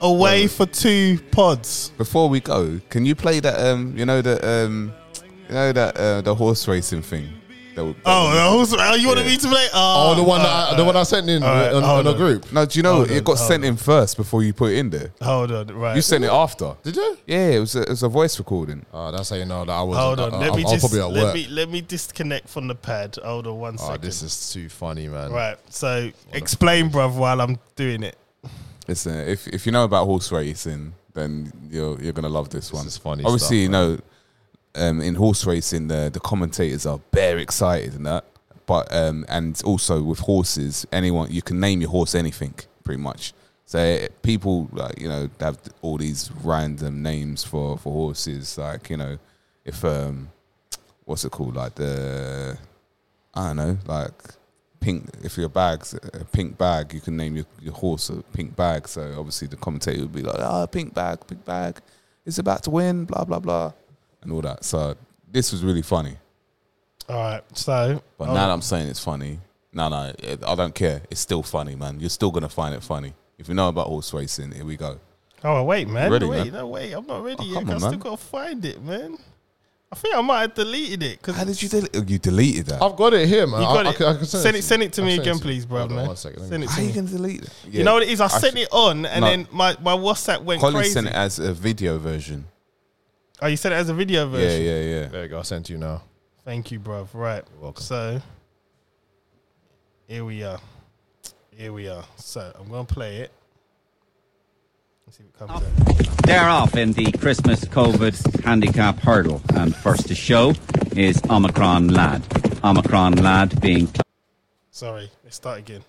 [SPEAKER 2] away for two pods.
[SPEAKER 1] Before we go, can you play that? Um, you know that um, you know that uh, the horse racing thing. That, would- that
[SPEAKER 2] Oh,
[SPEAKER 1] would-
[SPEAKER 2] the horse- oh, you wanted me to play?
[SPEAKER 4] Oh,
[SPEAKER 2] Oh,
[SPEAKER 4] the one that I, the one I sent in
[SPEAKER 2] alright,
[SPEAKER 4] on, on
[SPEAKER 2] hold
[SPEAKER 4] the
[SPEAKER 2] on.
[SPEAKER 4] group.
[SPEAKER 1] No, do you know
[SPEAKER 2] Hold on,
[SPEAKER 1] it got
[SPEAKER 2] hold
[SPEAKER 1] sent in first before you put it in there?
[SPEAKER 2] Hold on, right.
[SPEAKER 1] You sent it after.
[SPEAKER 4] Did you?
[SPEAKER 1] Yeah, it was a, it was a voice recording.
[SPEAKER 4] Oh, that's how you know that I was.
[SPEAKER 2] Hold on,
[SPEAKER 4] I,
[SPEAKER 2] let
[SPEAKER 4] I,
[SPEAKER 2] me
[SPEAKER 4] I was
[SPEAKER 2] just
[SPEAKER 4] probably at
[SPEAKER 2] let
[SPEAKER 4] work.
[SPEAKER 2] me let me disconnect from the pad. Hold on one
[SPEAKER 4] oh,
[SPEAKER 2] second.
[SPEAKER 4] this is too funny, man.
[SPEAKER 2] right. So explain, bruv, while I'm doing it.
[SPEAKER 1] Listen, if if you know about horse racing, then you're you're gonna love this, one.
[SPEAKER 4] is funny
[SPEAKER 1] Obviously,
[SPEAKER 4] stuff,
[SPEAKER 1] you know, um, in horse racing, the the commentators are bare excited and that. But um, and also with horses, anyone you can name your horse anything pretty much. So eh, people like you know have all these random names for for horses. Like you know, if um, what's it called? Like the I don't know, like pink. If your bag's a pink bag, you can name your, your horse a pink bag. So obviously the commentator would be like, "Ah, pink bag, pink bag, it's about to win." Blah blah blah, and all that. So this was really funny.
[SPEAKER 2] All right. So
[SPEAKER 1] But now that I'm saying it's funny, no, no, it, I don't care. It's still funny, man. You're still gonna find it funny if you know about horse racing. Here we go.
[SPEAKER 2] Oh wait, man!
[SPEAKER 1] Ready,
[SPEAKER 2] wait,
[SPEAKER 1] man?
[SPEAKER 2] no wait! I'm not ready
[SPEAKER 1] Oh,
[SPEAKER 2] yet.
[SPEAKER 1] come
[SPEAKER 2] 'cause
[SPEAKER 1] on,
[SPEAKER 2] I still
[SPEAKER 1] man.
[SPEAKER 2] gotta find it, man. I think I might have deleted it because
[SPEAKER 1] How did you delete? You deleted that.
[SPEAKER 4] I've got it here, man.
[SPEAKER 2] you
[SPEAKER 4] I-
[SPEAKER 2] got
[SPEAKER 4] I
[SPEAKER 2] it.
[SPEAKER 4] can- I can
[SPEAKER 2] send, it,
[SPEAKER 4] you.
[SPEAKER 2] send it to
[SPEAKER 4] I'll
[SPEAKER 2] me
[SPEAKER 4] send
[SPEAKER 2] again,
[SPEAKER 4] to you.
[SPEAKER 2] please, bro,
[SPEAKER 4] Hold on
[SPEAKER 2] man.
[SPEAKER 4] One second. let me-
[SPEAKER 2] Send it
[SPEAKER 1] How
[SPEAKER 2] to
[SPEAKER 1] are you
[SPEAKER 2] me.
[SPEAKER 1] gonna delete it?
[SPEAKER 2] You know what it is? I, sent it on, and
[SPEAKER 1] No.
[SPEAKER 2] then my, my WhatsApp went
[SPEAKER 1] Colin
[SPEAKER 2] crazy.
[SPEAKER 1] sent it as a video version.
[SPEAKER 2] oh, you sent it as a video version.
[SPEAKER 1] Yeah, yeah, yeah.
[SPEAKER 4] There you go. I sent you now.
[SPEAKER 2] Thank you, bruv. Right.
[SPEAKER 4] welcome.
[SPEAKER 2] So here we are. Here we are. So I'm gonna play it. Let's see what comes out.
[SPEAKER 7] They're off in the Christmas COVID handicap hurdle, and first to show is Omicron Lad. Omicron Lad being
[SPEAKER 2] Sorry, let's start again.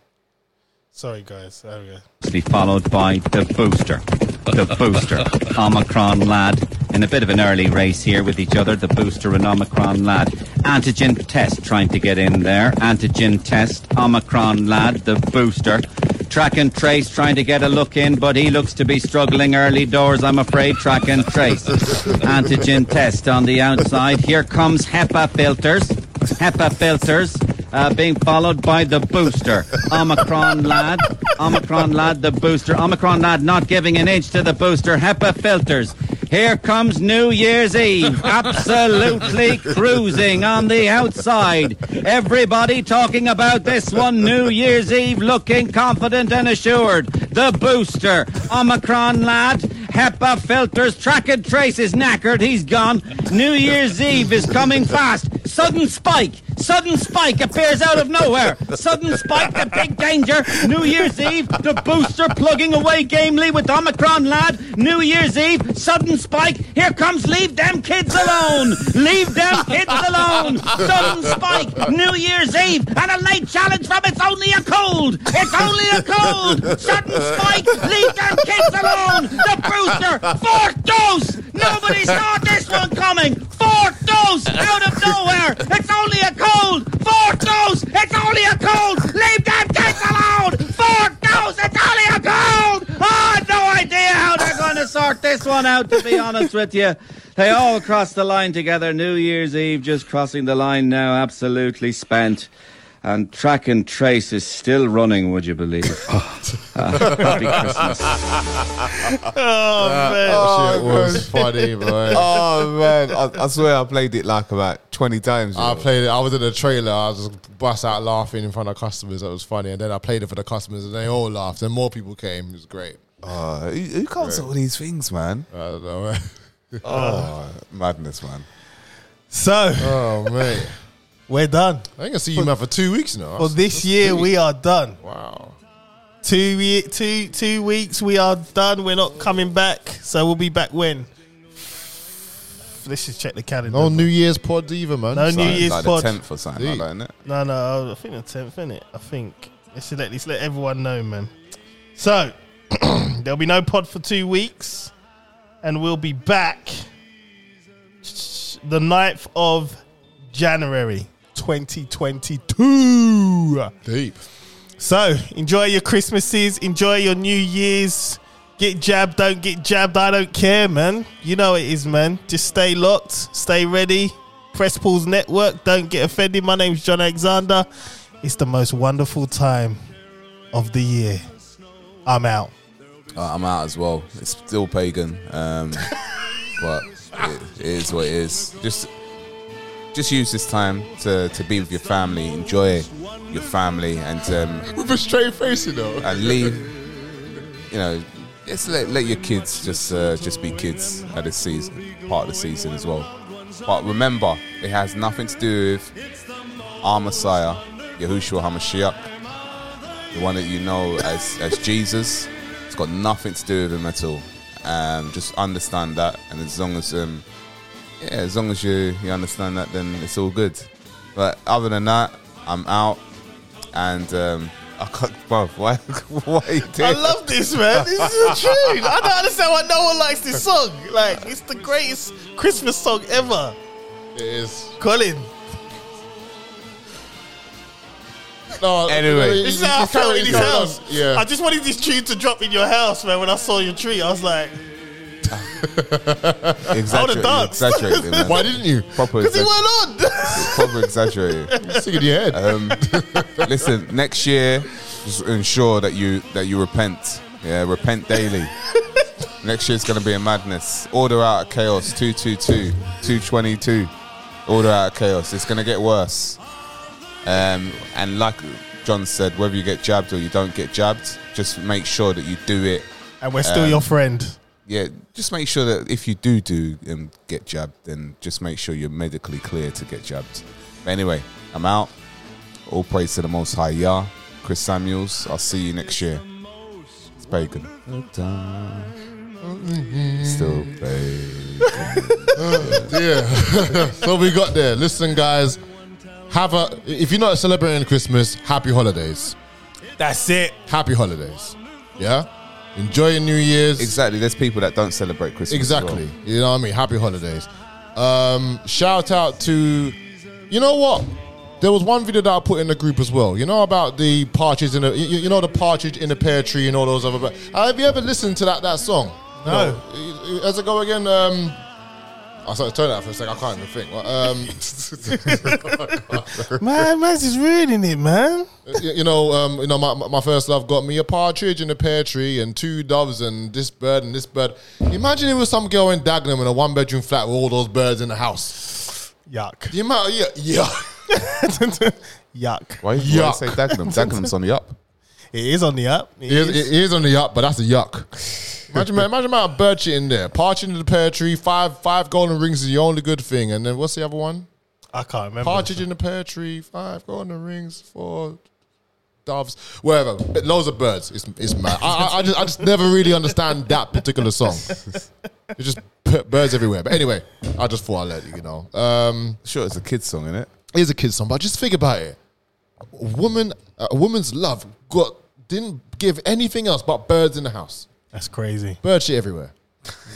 [SPEAKER 2] Sorry, guys. There we go.
[SPEAKER 7] closely followed by the Booster. The Booster, Omicron Lad, in a bit of an early race here with each other. The Booster and Omicron Lad. Antigen test trying to get in there. Antigen test, Omicron Lad, the Booster. Track and Trace trying to get a look in, but he looks to be struggling early doors, I'm afraid. Track and Trace. Antigen test on the outside. Here comes HEPA filters. HEPA filters uh, being followed by the booster. Omicron lad, Omicron lad, the booster. Omicron lad not giving an inch to the booster. HEPA filters. Here comes New Year's Eve. Absolutely cruising on the outside. Everybody talking about this one. New Year's Eve looking confident and assured. The booster. Omicron lad. HEPA filters, track and trace is knackered, he's gone. New Year's Eve is coming fast. Sudden spike, sudden spike appears out of nowhere. Sudden spike, the big danger. New Year's Eve, the booster plugging away gamely with Omicron lad. New Year's Eve, sudden spike, here comes leave them kids alone. Leave them kids alone. Sudden spike, New Year's Eve, and a late challenge from it's only a cold. It's only a cold. Sudden spike, leave them kids alone. The booster, fourth dose. Nobody saw this one coming. Fourth dose out of nowhere. It's only a cold. Fourth dose. It's only a cold. Leave them kids alone. Fourth dose. It's only a cold. I had no idea how they're going to sort this one out. To be honest with you. They all crossed the line together. New Year's Eve just crossing the line now, absolutely spent. And track and trace is still running, would you believe? Uh, happy Christmas.
[SPEAKER 2] Oh man. Oh,
[SPEAKER 4] Ah. Shit was funny, bro.
[SPEAKER 1] oh man, I, I swear I played it like about twenty times.
[SPEAKER 4] I
[SPEAKER 1] you know.
[SPEAKER 4] played it. I was in the trailer. I was just bust out laughing in front of customers. That was funny. And then I played it for the customers, and they all laughed. And more people came. It was great.
[SPEAKER 1] Uh, who, who comes up with these things, man?
[SPEAKER 4] I don't know.
[SPEAKER 1] Oh, madness, man.
[SPEAKER 2] So
[SPEAKER 4] oh mate,
[SPEAKER 2] we're done.
[SPEAKER 4] I ain't gonna see you man for two weeks now.
[SPEAKER 2] For this year, we are done.
[SPEAKER 4] wow.
[SPEAKER 2] Two, ye- two, two weeks, we are done. We're not coming back. So we'll be back when? Let's just check the calendar.
[SPEAKER 4] No New Year's pod either, man.
[SPEAKER 2] No
[SPEAKER 4] It's
[SPEAKER 2] New
[SPEAKER 4] like-
[SPEAKER 2] Year's
[SPEAKER 1] like
[SPEAKER 2] pod.
[SPEAKER 1] the tenth or something like
[SPEAKER 4] Indeed.
[SPEAKER 1] that, isn't it?
[SPEAKER 2] No, no, I think the tenth, innit? I think. Let's let let's let everyone know, man. So there'll be no pod for two weeks, and we'll be back the 9th of January, twenty twenty two.
[SPEAKER 4] Deep.
[SPEAKER 2] So enjoy your Christmases, enjoy your New Year's. Get jabbed, don't get jabbed. I don't care, man. You know it is, man. Just stay locked, stay ready. Press Pools Network. Don't get offended. My name's John Alexander. It's the most wonderful time of the year. I'm out.
[SPEAKER 1] Uh, I'm out as well. It's still pagan, um, but it, it is what it is. Just, just use this time to, to be with your family, enjoy your family, and um,
[SPEAKER 4] With a straight face, you know.
[SPEAKER 1] and leave. You know, just let, let your kids just uh, just be kids at this season, part of the season as well. But remember, it has nothing to do with our Messiah, Yahushua Hamashiach, the one that you know as as Jesus. It's got nothing to do with him at all. Um, just understand that, and as long as um, yeah, as long as you you understand that, then it's all good. But other than that, I'm out, and um, I can't, bro, why, why are you
[SPEAKER 2] I
[SPEAKER 1] doing?
[SPEAKER 2] love this, man. This is the truth. I don't understand why no one likes this song. Like, it's the greatest Christmas song ever.
[SPEAKER 4] It is.
[SPEAKER 2] Colin.
[SPEAKER 4] No,
[SPEAKER 1] Anyway.
[SPEAKER 4] you-
[SPEAKER 2] This is
[SPEAKER 4] you
[SPEAKER 2] how I
[SPEAKER 4] can't
[SPEAKER 2] felt
[SPEAKER 4] really
[SPEAKER 2] in his
[SPEAKER 4] go on.
[SPEAKER 2] house.
[SPEAKER 4] Yeah.
[SPEAKER 2] I just wanted this tune to drop in your house, man. When I saw your tree, I was like,
[SPEAKER 1] Exaggerating,
[SPEAKER 2] danced.
[SPEAKER 1] exaggerating, man.
[SPEAKER 4] Why didn't you?
[SPEAKER 1] proper,
[SPEAKER 2] because he
[SPEAKER 1] exagger-
[SPEAKER 2] went on.
[SPEAKER 1] proper exaggerating.
[SPEAKER 4] Stick it in your head.
[SPEAKER 1] Um, listen, next year, just ensure that you that you repent. Yeah, repent daily. next year's going to be a madness. Order out of chaos. 222, 222. Order out of chaos. It's going to get worse. Um, and like John said, whether you get jabbed or you don't get jabbed, just make sure that you do it.
[SPEAKER 2] and we're still your friend.
[SPEAKER 1] Yeah, just make sure that if you do do um, get jabbed, then just make sure you're medically clear to get jabbed. But anyway, I'm out. All praise to the Most High Yah, Chris Samuels. I'll see you next year. It's bacon. Still bacon.
[SPEAKER 4] yeah. so we got there. Listen, guys. Have a if you're not celebrating Christmas, happy holidays.
[SPEAKER 2] That's it.
[SPEAKER 4] Happy holidays. Yeah? Enjoy your New Year's.
[SPEAKER 1] Exactly. There's people that don't celebrate Christmas. as
[SPEAKER 4] Exactly. You know what I mean? Happy holidays. Um, shout out to, you know what? There was one video that I put in the group as well. You know about the partridge in the, you, you know the partridge in the pear tree and all those other. Have you ever listened to that that song?
[SPEAKER 2] No.
[SPEAKER 4] No. As it go again, um, I started turning that for a second. I can't even think. Well, Um,
[SPEAKER 2] Man, man's just ruining it, man.
[SPEAKER 4] you, you know, um, you know, my, my- my first love got me a partridge in a pear tree and two doves and this bird and this bird. Imagine it was some girl in Dagenham in a one bedroom flat with all those birds in the house.
[SPEAKER 2] Yuck.
[SPEAKER 4] The amount, yeah, yeah.
[SPEAKER 1] Well.
[SPEAKER 2] Yuck.
[SPEAKER 1] Why, why do you
[SPEAKER 4] Yuck.
[SPEAKER 1] say Dagenham? Dagenham's on the up.
[SPEAKER 2] It is on the up. It
[SPEAKER 4] It is,
[SPEAKER 2] is.
[SPEAKER 4] it is on the up, but that's a yuck. Imagine, man, imagine about bird shit in there. Partridge in the pear tree, five five golden rings is the only good thing. And then what's the other one?
[SPEAKER 2] I can't remember.
[SPEAKER 4] Partridge in the pear tree, five golden rings, four doves, whatever. But Loads of birds. It's, it's mad. I, I, I just I just never really understand that particular song. It's just p- birds everywhere. But anyway, I just thought I'd let you, you know. Um,
[SPEAKER 1] Sure, it's a kid's song, isn't it?
[SPEAKER 4] it is a kid's song, but just think about it. A woman, a woman's love got didn't give anything else but birds in the house.
[SPEAKER 2] That's crazy.
[SPEAKER 4] Bird shit everywhere.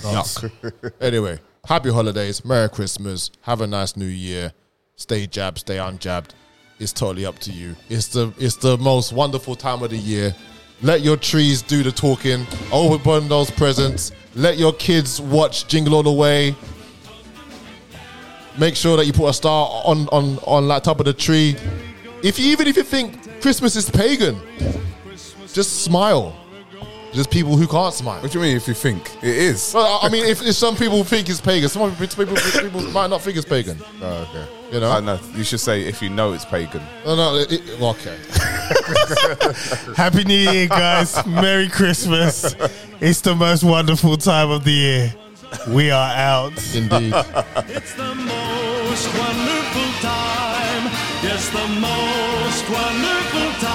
[SPEAKER 2] Yuck.
[SPEAKER 4] Anyway, happy holidays, Merry Christmas, have a nice new year. Stay jabbed, stay unjabbed. It's totally up to you. It's the it's the most wonderful time of the year. Let your trees do the talking. Open those presents. Let your kids watch Jingle All the Way. Make sure that you put a star on on on like top of the tree. If you, even if you think Christmas is pagan, just smile. Just people who can't smile.
[SPEAKER 1] What do you mean? If you think it is,
[SPEAKER 4] Well, I I mean, if, if some people think it's pagan, some people, people, people might not think it's pagan.
[SPEAKER 1] oh, okay.
[SPEAKER 4] You know?
[SPEAKER 1] I know. You should say if you know it's pagan.
[SPEAKER 4] No, no, it, it- well, okay.
[SPEAKER 2] Happy New Year, guys. Merry Christmas. It's the most wonderful time of the year. We are out.
[SPEAKER 4] Indeed.
[SPEAKER 3] It's the most wonderful time. Yes, the most wonderful time.